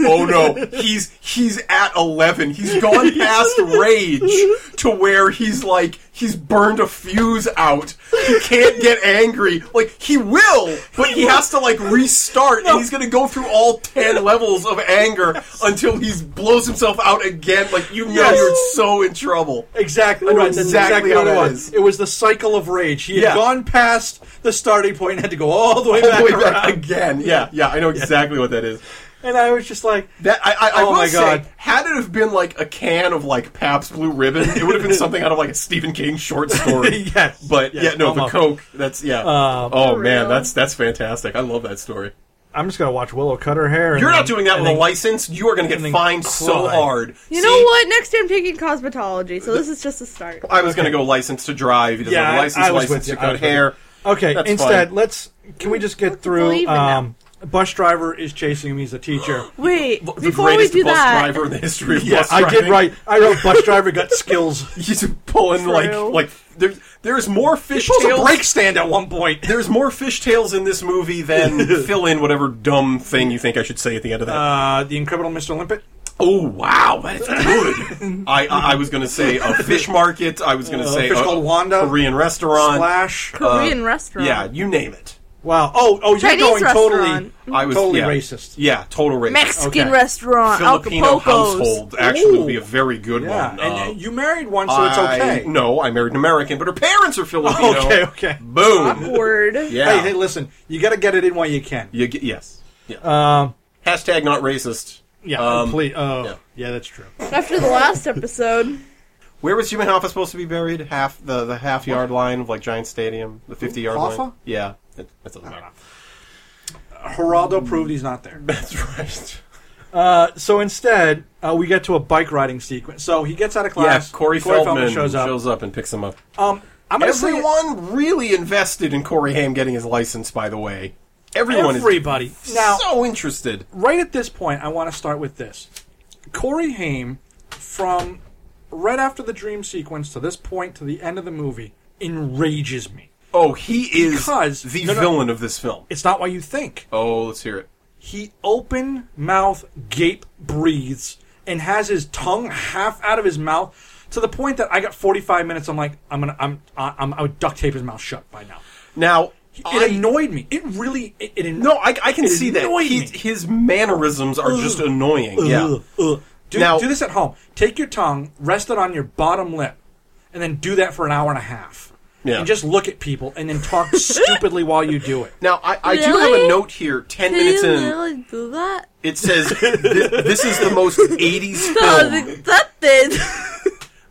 [SPEAKER 8] oh no, he's he's at eleven, he's gone *laughs* past rage to where he's like he's burned a fuse out, he can't get angry, like he will, but he has to like restart and he's gonna go through all ten levels of anger until he blows himself out again. Like you know,
[SPEAKER 6] Yes.
[SPEAKER 8] you're so in trouble.
[SPEAKER 6] Exactly
[SPEAKER 8] I know
[SPEAKER 6] right. That's exactly,
[SPEAKER 8] exactly
[SPEAKER 6] what it
[SPEAKER 8] how that
[SPEAKER 6] was.
[SPEAKER 8] is.
[SPEAKER 6] It was the cycle of rage. He had
[SPEAKER 8] Yeah.
[SPEAKER 6] gone past the starting point and had to go all the way back
[SPEAKER 8] all the way back
[SPEAKER 6] around.
[SPEAKER 8] again. Yeah, yeah, I know exactly what that is.
[SPEAKER 6] And I was just like,
[SPEAKER 8] That I, I, I
[SPEAKER 6] Oh
[SPEAKER 8] will
[SPEAKER 6] my God.
[SPEAKER 8] say, had it have been like a can of like Pabst Blue Ribbon, it would have been something out of like a Stephen King short story.
[SPEAKER 6] *laughs* Yes,
[SPEAKER 8] but
[SPEAKER 6] yes, Uh,
[SPEAKER 8] yeah, no, the
[SPEAKER 6] almost.
[SPEAKER 8] Coke. That's yeah. oh man, that's that's fantastic. I love that story.
[SPEAKER 6] I'm just gonna watch Willow cut her hair. and
[SPEAKER 8] You're not
[SPEAKER 6] then-
[SPEAKER 8] doing that
[SPEAKER 6] and
[SPEAKER 8] with a
[SPEAKER 6] then-
[SPEAKER 8] license. You are going to
[SPEAKER 6] and
[SPEAKER 8] get
[SPEAKER 6] then
[SPEAKER 8] fined so
[SPEAKER 6] cry.
[SPEAKER 8] hard.
[SPEAKER 7] You
[SPEAKER 8] See,
[SPEAKER 7] know what? Next year I'm taking cosmetology, so this is just a start.
[SPEAKER 8] I was going to go license to drive. He doesn't
[SPEAKER 6] Yeah,
[SPEAKER 8] have a
[SPEAKER 6] I-
[SPEAKER 8] license,
[SPEAKER 6] I was
[SPEAKER 8] license
[SPEAKER 6] with you.
[SPEAKER 8] to
[SPEAKER 6] I was
[SPEAKER 8] cut
[SPEAKER 6] with you.
[SPEAKER 8] hair.
[SPEAKER 6] Okay,
[SPEAKER 8] That's
[SPEAKER 6] instead,
[SPEAKER 8] fine.
[SPEAKER 6] let's can we just get
[SPEAKER 7] believe
[SPEAKER 6] through?
[SPEAKER 7] in them.
[SPEAKER 6] Um, bus driver is chasing me. He's a teacher.
[SPEAKER 7] Wait,
[SPEAKER 8] The
[SPEAKER 7] before we
[SPEAKER 8] greatest
[SPEAKER 7] do
[SPEAKER 8] bus
[SPEAKER 7] that,
[SPEAKER 8] driver in the history of
[SPEAKER 6] Yeah, *laughs*
[SPEAKER 8] bus
[SPEAKER 6] I
[SPEAKER 8] driving.
[SPEAKER 6] did right. I wrote bus driver got
[SPEAKER 8] *laughs*
[SPEAKER 6] skills.
[SPEAKER 8] He's pulling like
[SPEAKER 7] True.
[SPEAKER 8] like there's there's more fish
[SPEAKER 6] Pulls a
[SPEAKER 8] tails.
[SPEAKER 6] brake stand at one point.
[SPEAKER 8] There's more fishtails in this
[SPEAKER 6] *laughs*
[SPEAKER 8] movie than fill in whatever dumb thing you think I should say at the end of that.
[SPEAKER 6] Uh, the Incredible Mr. Limpet.
[SPEAKER 8] oh wow,
[SPEAKER 6] *laughs*
[SPEAKER 8] that's good. I, I I was gonna say a fish market. I was gonna say
[SPEAKER 6] Uh, fish
[SPEAKER 8] a
[SPEAKER 6] called Wanda.
[SPEAKER 8] Korean restaurant.
[SPEAKER 6] Flash.
[SPEAKER 7] Korean restaurant.
[SPEAKER 8] uh, Yeah, you name it.
[SPEAKER 6] Wow. Oh, oh, you're
[SPEAKER 7] Chinese
[SPEAKER 6] going totally.
[SPEAKER 7] restaurant.
[SPEAKER 8] Mm-hmm. I was
[SPEAKER 6] Mm-hmm. Totally
[SPEAKER 8] yeah.
[SPEAKER 6] racist.
[SPEAKER 8] Yeah, total racist.
[SPEAKER 7] Mexican
[SPEAKER 6] Okay.
[SPEAKER 7] restaurant,
[SPEAKER 8] Filipino
[SPEAKER 7] Acapulco's.
[SPEAKER 8] household actually would be
[SPEAKER 6] Ooh.
[SPEAKER 8] a very good
[SPEAKER 6] Yeah,
[SPEAKER 8] one.
[SPEAKER 6] and
[SPEAKER 8] Uh,
[SPEAKER 6] and you married one, so it's okay.
[SPEAKER 8] I, no, I married an American, but her parents are Filipino.
[SPEAKER 6] *laughs* Okay, okay.
[SPEAKER 8] Boom.
[SPEAKER 7] Awkward.
[SPEAKER 8] *laughs* Yeah.
[SPEAKER 6] Hey, hey, listen. You got to get it in while you can.
[SPEAKER 8] You get, yes. Yeah.
[SPEAKER 6] Um,
[SPEAKER 8] Hashtag not racist.
[SPEAKER 6] yeah.
[SPEAKER 8] Um,
[SPEAKER 6] please. Oh,
[SPEAKER 8] yeah.
[SPEAKER 6] yeah. that's true.
[SPEAKER 7] After the last
[SPEAKER 8] *laughs*
[SPEAKER 7] episode,
[SPEAKER 8] Where was Human Hoffa supposed to be buried? Half the, the half yard line of like Giant Stadium, the fifty yard
[SPEAKER 6] Hoffa?
[SPEAKER 8] line. Yeah, it, that doesn't matter.
[SPEAKER 6] Geraldo proved he's not there.
[SPEAKER 8] That's right.
[SPEAKER 6] Uh, *laughs* so instead, uh, we get to a bike riding sequence. So he gets out of
[SPEAKER 8] Yeah,
[SPEAKER 6] class.
[SPEAKER 8] Uh, Corey, Feldman, shows, up. and picks him up.
[SPEAKER 6] Um, I'm gonna say it-
[SPEAKER 8] Everyone really invested in Corey Haim getting his license. By the way, everyone
[SPEAKER 6] everybody.
[SPEAKER 8] is
[SPEAKER 6] Now,
[SPEAKER 8] so interested.
[SPEAKER 6] right at this point, I want to start with this. Corey Haim, from right after the dream sequence to this point to the end of the movie, enrages me.
[SPEAKER 8] Oh, he is
[SPEAKER 6] Because-
[SPEAKER 8] the
[SPEAKER 6] no, no.
[SPEAKER 8] villain of this film.
[SPEAKER 6] It's not what you think.
[SPEAKER 8] Oh, let's hear it.
[SPEAKER 6] He open mouth gape breathes and has his tongue half out of his mouth to the point that I got 45 minutes. I'm like, I'm gonna, I'm, I- I'm, I would duct tape his mouth shut by now.
[SPEAKER 8] Now,
[SPEAKER 6] It
[SPEAKER 8] I-
[SPEAKER 6] annoyed me. It really, it, it annoyed
[SPEAKER 8] no, I, I can
[SPEAKER 6] it
[SPEAKER 8] see that
[SPEAKER 6] annoyed
[SPEAKER 8] he,
[SPEAKER 6] me.
[SPEAKER 8] his mannerisms are just annoying. Yeah,
[SPEAKER 6] Ugh, ugh. Do,
[SPEAKER 8] Now-
[SPEAKER 6] do this at home. Take your tongue, rest it on your bottom lip, and then do that for an hour and a half.
[SPEAKER 8] Yeah.
[SPEAKER 6] And just look at people and then
[SPEAKER 8] *laughs*
[SPEAKER 6] talk stupidly while you do it.
[SPEAKER 8] Now, I, I do have
[SPEAKER 7] Really?
[SPEAKER 8] a note here. Ten
[SPEAKER 7] Can
[SPEAKER 8] minutes
[SPEAKER 7] you
[SPEAKER 8] in,
[SPEAKER 7] really do
[SPEAKER 8] *laughs*
[SPEAKER 7] that?
[SPEAKER 8] it says this, this is the most '80s
[SPEAKER 7] *laughs* No,
[SPEAKER 8] film.
[SPEAKER 7] that did.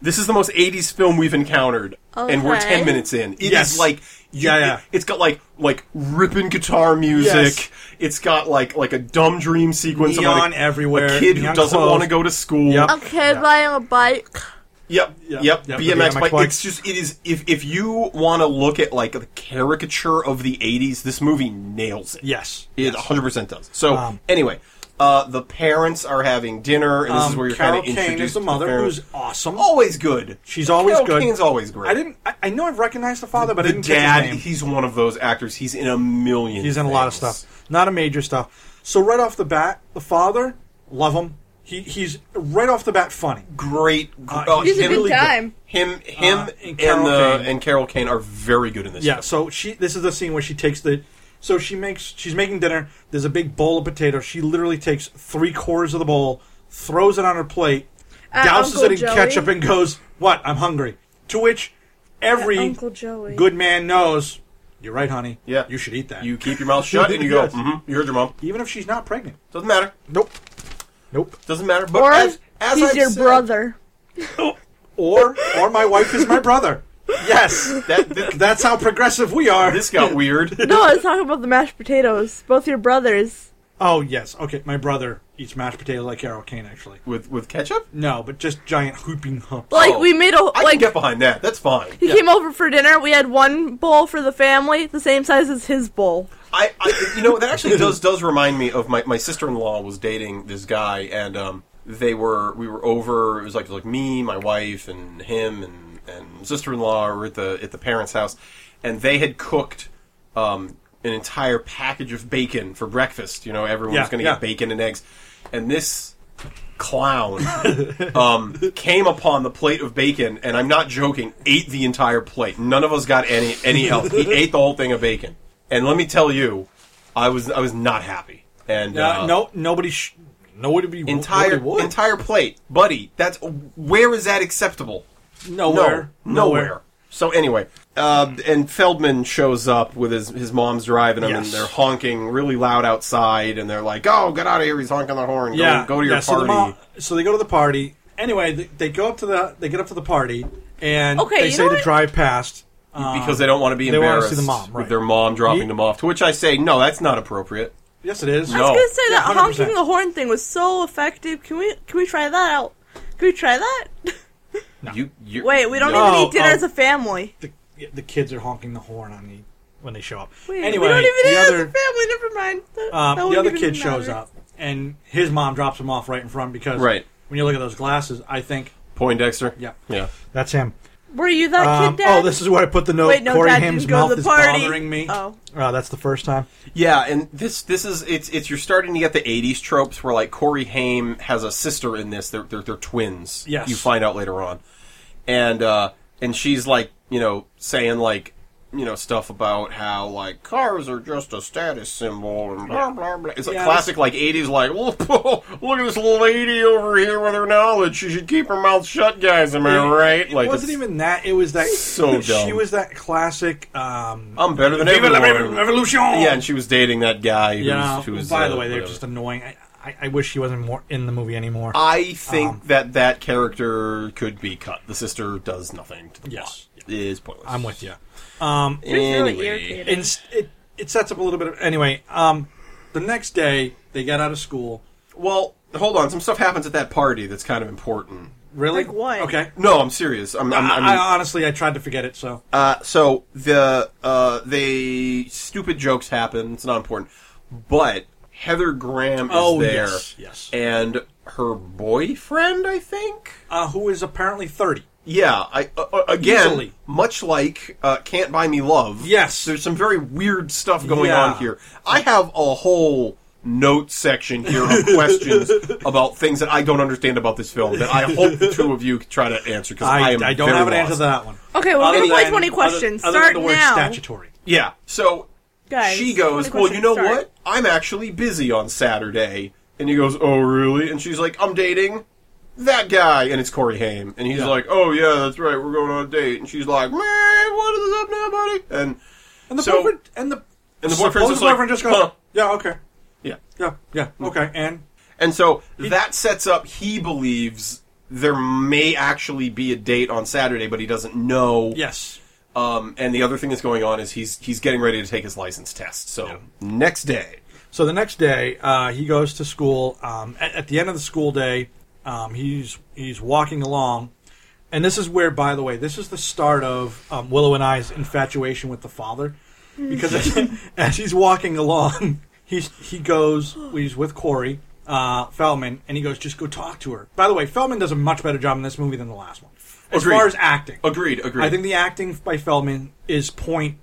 [SPEAKER 8] This is the most '80s film we've encountered, and we're ten
[SPEAKER 7] Okay.
[SPEAKER 8] minutes in. It is
[SPEAKER 6] Yes.
[SPEAKER 8] like you-
[SPEAKER 6] Yeah, yeah.
[SPEAKER 8] It, has got like like ripping guitar music.
[SPEAKER 6] Yes.
[SPEAKER 8] It's got like like a dumb dream sequence. of,
[SPEAKER 6] Neon
[SPEAKER 8] like,
[SPEAKER 6] everywhere,
[SPEAKER 8] A kid who
[SPEAKER 6] neon
[SPEAKER 8] doesn't
[SPEAKER 6] clothes.
[SPEAKER 8] want to go to school.
[SPEAKER 6] Yep.
[SPEAKER 7] A kid riding a bike.
[SPEAKER 8] Yep,
[SPEAKER 6] Yep,
[SPEAKER 8] yep,
[SPEAKER 6] yep, the BMX
[SPEAKER 8] BMX, bike.
[SPEAKER 6] bike.
[SPEAKER 8] It's just it is if if you want to look at like the caricature of the '80s, this movie nails it.
[SPEAKER 6] Yes.
[SPEAKER 8] It 100% does. So,
[SPEAKER 6] Um,
[SPEAKER 8] anyway, uh, the parents are having dinner, and this is
[SPEAKER 6] Um,
[SPEAKER 8] where you're kind
[SPEAKER 6] Carol
[SPEAKER 8] of
[SPEAKER 6] Kane
[SPEAKER 8] introduced
[SPEAKER 6] is
[SPEAKER 8] to
[SPEAKER 6] the mother,
[SPEAKER 8] parents.
[SPEAKER 6] who's awesome.
[SPEAKER 8] always good.
[SPEAKER 6] She's always
[SPEAKER 8] Carol
[SPEAKER 6] good.
[SPEAKER 8] Kane's always great.
[SPEAKER 6] I didn't. I, I know I've recognized the father, but I
[SPEAKER 8] The
[SPEAKER 6] didn't
[SPEAKER 8] dad,
[SPEAKER 6] catch his name.
[SPEAKER 8] he's one of those actors. He's in a million.
[SPEAKER 6] He's in a lot of
[SPEAKER 8] things.
[SPEAKER 6] stuff. Not a major stuff. So right off the bat, the father, love him. He he's right off the bat funny.
[SPEAKER 8] Great. gr-
[SPEAKER 6] Uh,
[SPEAKER 8] oh,
[SPEAKER 6] he's a
[SPEAKER 8] him-
[SPEAKER 6] good
[SPEAKER 7] time.
[SPEAKER 8] Him, him,
[SPEAKER 6] Uh, and
[SPEAKER 8] and,
[SPEAKER 6] Carol
[SPEAKER 8] the,
[SPEAKER 6] Kane.
[SPEAKER 8] and Carol Kane are very good in this.
[SPEAKER 6] Yeah.
[SPEAKER 8] film.
[SPEAKER 6] So she. This is the scene where she takes the. So she makes. She's making dinner. There's a big bowl of potatoes. She literally takes three quarters of the bowl, throws it on her plate, douses
[SPEAKER 7] Uh, Uncle
[SPEAKER 6] it in
[SPEAKER 7] Joey?
[SPEAKER 6] ketchup, and goes, "What? I'm hungry." To which every
[SPEAKER 7] Uh, Uncle Joey.
[SPEAKER 6] good man knows. You're right, honey.
[SPEAKER 8] Yeah.
[SPEAKER 6] You should eat that.
[SPEAKER 8] You keep your mouth shut and you
[SPEAKER 6] *laughs*
[SPEAKER 8] go.
[SPEAKER 6] Yes.
[SPEAKER 8] mm You heard your mom.
[SPEAKER 6] even if she's not pregnant.
[SPEAKER 8] Doesn't matter.
[SPEAKER 6] Nope. Nope.
[SPEAKER 8] Doesn't matter. But
[SPEAKER 7] Or
[SPEAKER 8] Oh, as, as
[SPEAKER 7] he's
[SPEAKER 8] I've
[SPEAKER 7] your
[SPEAKER 8] said-
[SPEAKER 7] brother.
[SPEAKER 6] Or or my wife is my brother. Yes.
[SPEAKER 8] That, that,
[SPEAKER 6] That's how progressive we are.
[SPEAKER 8] this got weird.
[SPEAKER 7] No, I was talking about the mashed potatoes. Both your brothers.
[SPEAKER 6] Oh yes, okay. My brother eats mashed potato like Carol Kane, actually.
[SPEAKER 8] with with ketchup.
[SPEAKER 6] No, but just giant hooping hump.
[SPEAKER 7] Like
[SPEAKER 8] Oh,
[SPEAKER 7] we made a
[SPEAKER 8] I
[SPEAKER 7] like.
[SPEAKER 8] can get behind that. That's fine.
[SPEAKER 7] He came over for dinner. We had one bowl for the family, the same size as his bowl.
[SPEAKER 8] I, I you know that actually does does remind me of my my sister in law was dating this guy and um they were we were over it was like like me my wife and him and and sister in law were at the at the parents house and they had cooked um an entire package of bacon for breakfast you know everyone
[SPEAKER 6] Yeah,
[SPEAKER 8] was going to
[SPEAKER 6] yeah.
[SPEAKER 8] get bacon and eggs and this clown um, came upon the plate of bacon and I'm not joking ate the entire plate none of us got any any
[SPEAKER 6] *laughs*
[SPEAKER 8] help he ate the whole thing of bacon and let me tell you I was I was not happy and
[SPEAKER 6] Uh,
[SPEAKER 8] uh,
[SPEAKER 6] no, nobody. Sh- nobody. w-
[SPEAKER 8] entire
[SPEAKER 6] Nobody would.
[SPEAKER 8] entire plate buddy that's where is that acceptable
[SPEAKER 6] nowhere.
[SPEAKER 8] no, nowhere. So anyway, uh, and Feldman shows up with his his mom's driving him,
[SPEAKER 6] Yes.
[SPEAKER 8] and they're honking really loud outside, and they're like, "Oh, get out of here! He's honking the horn. Go,
[SPEAKER 6] Yeah.
[SPEAKER 8] go to your
[SPEAKER 6] yeah, So,
[SPEAKER 8] party."
[SPEAKER 6] the mom- so they go to the party. Anyway, they, they go up to the. They get up to the party, and
[SPEAKER 7] Okay,
[SPEAKER 6] they
[SPEAKER 7] you
[SPEAKER 6] say
[SPEAKER 7] know
[SPEAKER 6] to
[SPEAKER 7] what?
[SPEAKER 6] drive past. Uh,
[SPEAKER 8] because they don't want to be
[SPEAKER 6] they wanna
[SPEAKER 8] embarrassed
[SPEAKER 6] see the mom, right.
[SPEAKER 8] with their mom dropping them off. To which I say, no, that's not appropriate.
[SPEAKER 6] yes, it is.
[SPEAKER 8] No.
[SPEAKER 7] I was gonna say
[SPEAKER 6] Yeah,
[SPEAKER 7] that
[SPEAKER 6] 100%.
[SPEAKER 7] honking the horn thing was so effective. Can we can we try that out? Can we try that?
[SPEAKER 8] You, you
[SPEAKER 7] *laughs* Wait, we don't
[SPEAKER 8] no. um,
[SPEAKER 7] even eat dinner
[SPEAKER 6] oh.
[SPEAKER 7] as a family.
[SPEAKER 6] The, the kids are honking the horn on the when they show up.
[SPEAKER 7] Wait,
[SPEAKER 6] anyway,
[SPEAKER 7] we don't even eat
[SPEAKER 6] the
[SPEAKER 7] as a
[SPEAKER 6] other
[SPEAKER 7] family. Never mind. That-
[SPEAKER 6] Um,
[SPEAKER 7] that
[SPEAKER 6] the
[SPEAKER 7] wouldn't
[SPEAKER 6] other
[SPEAKER 7] even
[SPEAKER 6] kid shows
[SPEAKER 7] matter.
[SPEAKER 6] up, and his mom drops him off right in front because
[SPEAKER 8] Right.
[SPEAKER 6] when you look at those glasses, I think
[SPEAKER 8] Poindexter.
[SPEAKER 6] Yeah.
[SPEAKER 8] yeah.
[SPEAKER 6] that's him.
[SPEAKER 7] Were you that
[SPEAKER 8] Uh,
[SPEAKER 6] Um,
[SPEAKER 7] kid, Dad?
[SPEAKER 6] oh, this is where I put the note.
[SPEAKER 7] Wait, no,
[SPEAKER 6] Corey
[SPEAKER 7] Dad
[SPEAKER 6] Haim's
[SPEAKER 7] didn't go
[SPEAKER 6] mouth
[SPEAKER 7] to the
[SPEAKER 6] is
[SPEAKER 7] party.
[SPEAKER 6] bothering me.
[SPEAKER 7] Oh.
[SPEAKER 6] Uh, that's the first time.
[SPEAKER 8] Yeah, and this this is it's it's you're starting to get the '80s tropes where like Corey Haim has a sister in this. They're they're, they're twins.
[SPEAKER 6] Yes.
[SPEAKER 8] you find out later on, and uh, and she's like you know saying like you know stuff about how like cars are just a status symbol and blah blah blah. It's like
[SPEAKER 6] Yeah,
[SPEAKER 8] classic like '80s like *laughs* look at this lady over here with her knowledge. She should keep her mouth shut, guys. Am I right?
[SPEAKER 6] It
[SPEAKER 8] like
[SPEAKER 6] wasn't
[SPEAKER 8] it's-
[SPEAKER 6] even that. It was that.
[SPEAKER 8] *laughs*
[SPEAKER 6] *laughs*
[SPEAKER 8] So
[SPEAKER 6] She
[SPEAKER 8] dumb.
[SPEAKER 6] was that classic. Um,
[SPEAKER 8] I'm better than
[SPEAKER 6] Viva la
[SPEAKER 8] everyone.
[SPEAKER 6] revolution!
[SPEAKER 8] Yeah, and she was dating that guy. Who's,
[SPEAKER 6] yeah.
[SPEAKER 8] who's,
[SPEAKER 6] by
[SPEAKER 8] uh,
[SPEAKER 6] the way, they're
[SPEAKER 8] whatever. Uh,
[SPEAKER 6] just annoying. I, I, I wish she wasn't more in the movie anymore.
[SPEAKER 8] I think
[SPEAKER 6] Um,
[SPEAKER 8] that that character could be cut. The sister does nothing to the
[SPEAKER 6] Yes.
[SPEAKER 8] plot. It is pointless.
[SPEAKER 6] I'm with you.
[SPEAKER 8] Anyway.
[SPEAKER 6] And it it sets up a little bit of anyway. Um, the next day they got out of school.
[SPEAKER 8] Well, hold on. Some stuff happens at that party that's kind of important.
[SPEAKER 6] Really?
[SPEAKER 7] Like what?
[SPEAKER 6] Okay.
[SPEAKER 8] No, I'm serious. I'm. I'm,
[SPEAKER 6] I,
[SPEAKER 8] I'm
[SPEAKER 6] I honestly, I tried to forget it. So
[SPEAKER 8] uh, so the uh, they stupid jokes happen. It's not important, but Heather Graham is
[SPEAKER 6] Oh,
[SPEAKER 8] there,
[SPEAKER 6] yes, yes.
[SPEAKER 8] and her boyfriend, I think.
[SPEAKER 6] uh, who is apparently 30.
[SPEAKER 8] Yeah, I uh, uh, again,
[SPEAKER 6] Easily.
[SPEAKER 8] much like uh, "Can't Buy Me Love."
[SPEAKER 6] Yes.
[SPEAKER 8] there's some very weird stuff going
[SPEAKER 6] Yeah.
[SPEAKER 8] on here. I have a whole note section here
[SPEAKER 6] *laughs*
[SPEAKER 8] of questions about things that I don't understand about this film that I hope the two of you can try to answer because I,
[SPEAKER 6] I,
[SPEAKER 8] am
[SPEAKER 6] I don't
[SPEAKER 8] very
[SPEAKER 6] have an
[SPEAKER 8] lost.
[SPEAKER 6] answer to that one.
[SPEAKER 7] Okay, we're
[SPEAKER 8] Other
[SPEAKER 7] gonna play
[SPEAKER 8] than-
[SPEAKER 7] twenty questions.
[SPEAKER 6] Other,
[SPEAKER 7] Start
[SPEAKER 6] other than the word
[SPEAKER 7] now,
[SPEAKER 6] statutory.
[SPEAKER 8] Yeah. So
[SPEAKER 7] guys.
[SPEAKER 8] she goes,
[SPEAKER 7] 20
[SPEAKER 8] Well, you
[SPEAKER 7] questions,
[SPEAKER 8] know
[SPEAKER 7] start.
[SPEAKER 8] what? I'm actually busy on Saturday. And he goes, Oh, really? And she's like, I'm dating that guy. And it's Corey Haim. And he's
[SPEAKER 6] Yeah.
[SPEAKER 8] like, Oh, yeah, that's right. We're going on a date. And she's like, Man, what is up now, buddy? And
[SPEAKER 6] And the
[SPEAKER 8] So-
[SPEAKER 6] boyfriend and the
[SPEAKER 8] And the boyfriend's
[SPEAKER 6] supposed
[SPEAKER 8] just like,
[SPEAKER 6] boyfriend just goes,
[SPEAKER 8] "Huh."
[SPEAKER 6] yeah, okay,
[SPEAKER 8] yeah.
[SPEAKER 6] yeah, yeah, okay, and
[SPEAKER 8] And so that sets up, he believes there may actually be a date on Saturday, but he doesn't know.
[SPEAKER 6] yes,
[SPEAKER 8] Um, and the other thing that's going on is he's he's getting ready to take his license test. So next day.
[SPEAKER 6] So the next day, uh, he goes to school. Um, at, at the end of the school day, um, he's he's walking along, and this is where, by the way, this is the start of um, Willow and I's infatuation with the father, because as, as he's walking along, he's he goes, he's with Corey uh, Feldman, and he goes, just go talk to her. By the way, Feldman does a much better job in this movie than the last one, as
[SPEAKER 8] Agreed.
[SPEAKER 6] far as acting.
[SPEAKER 8] Agreed, agreed.
[SPEAKER 6] I think the acting by Feldman is point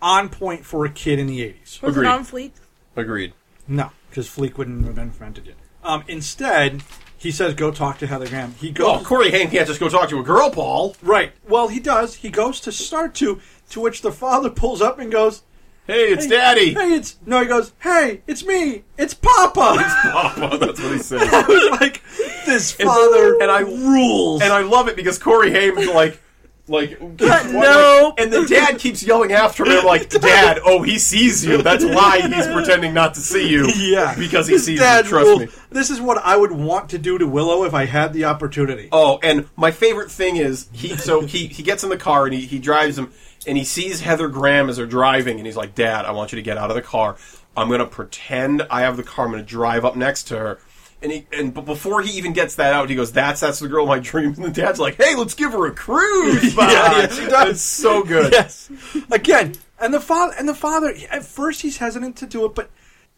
[SPEAKER 6] on point for a kid in the eighties.
[SPEAKER 7] Was
[SPEAKER 8] Agreed.
[SPEAKER 7] it on fleek?
[SPEAKER 8] Agreed.
[SPEAKER 6] No, because Fleek wouldn't have invented it. Um, instead, he says, "Go talk to Heather Graham." He goes
[SPEAKER 8] Well, Oh, Corey Haim can't just go talk to a girl, Paul.
[SPEAKER 6] right. Well, he does. He goes to start to, to which the father pulls up and goes,
[SPEAKER 8] Hey, it's Daddy.
[SPEAKER 6] "Hey, it's no." He goes, "Hey, it's me. It's Papa." *laughs*
[SPEAKER 8] Papa, Oh, that's what he says.
[SPEAKER 6] I was like, "This father
[SPEAKER 8] and I-
[SPEAKER 6] rules."
[SPEAKER 8] and I love it because Corey Haim is like, like,
[SPEAKER 6] no.
[SPEAKER 8] and the dad keeps yelling after
[SPEAKER 6] *laughs*
[SPEAKER 8] him, like, Dad, oh, he sees you. That's why he's pretending not to see you.
[SPEAKER 6] yeah,
[SPEAKER 8] because he
[SPEAKER 6] His
[SPEAKER 8] sees you.
[SPEAKER 6] dad
[SPEAKER 8] Trust
[SPEAKER 6] rules.
[SPEAKER 8] me.
[SPEAKER 6] This is what I would want to do to Willow if I had the opportunity.
[SPEAKER 8] Oh, and my favorite thing is he. So he he gets in the car and he, he drives him, and he sees Heather Graham as they're driving, and he's like, "Dad, I want you to get out of the car. I'm gonna pretend I have the car. I'm gonna drive up next to her." And he and but before he even gets that out, he goes, "That's that's the girl of my dreams." And the dad's like, "Hey, let's give her a cruise."
[SPEAKER 6] *laughs* Yeah, yeah,
[SPEAKER 8] she does. It's so good.
[SPEAKER 6] yes. Again, and the father and the father at first he's hesitant to do it, but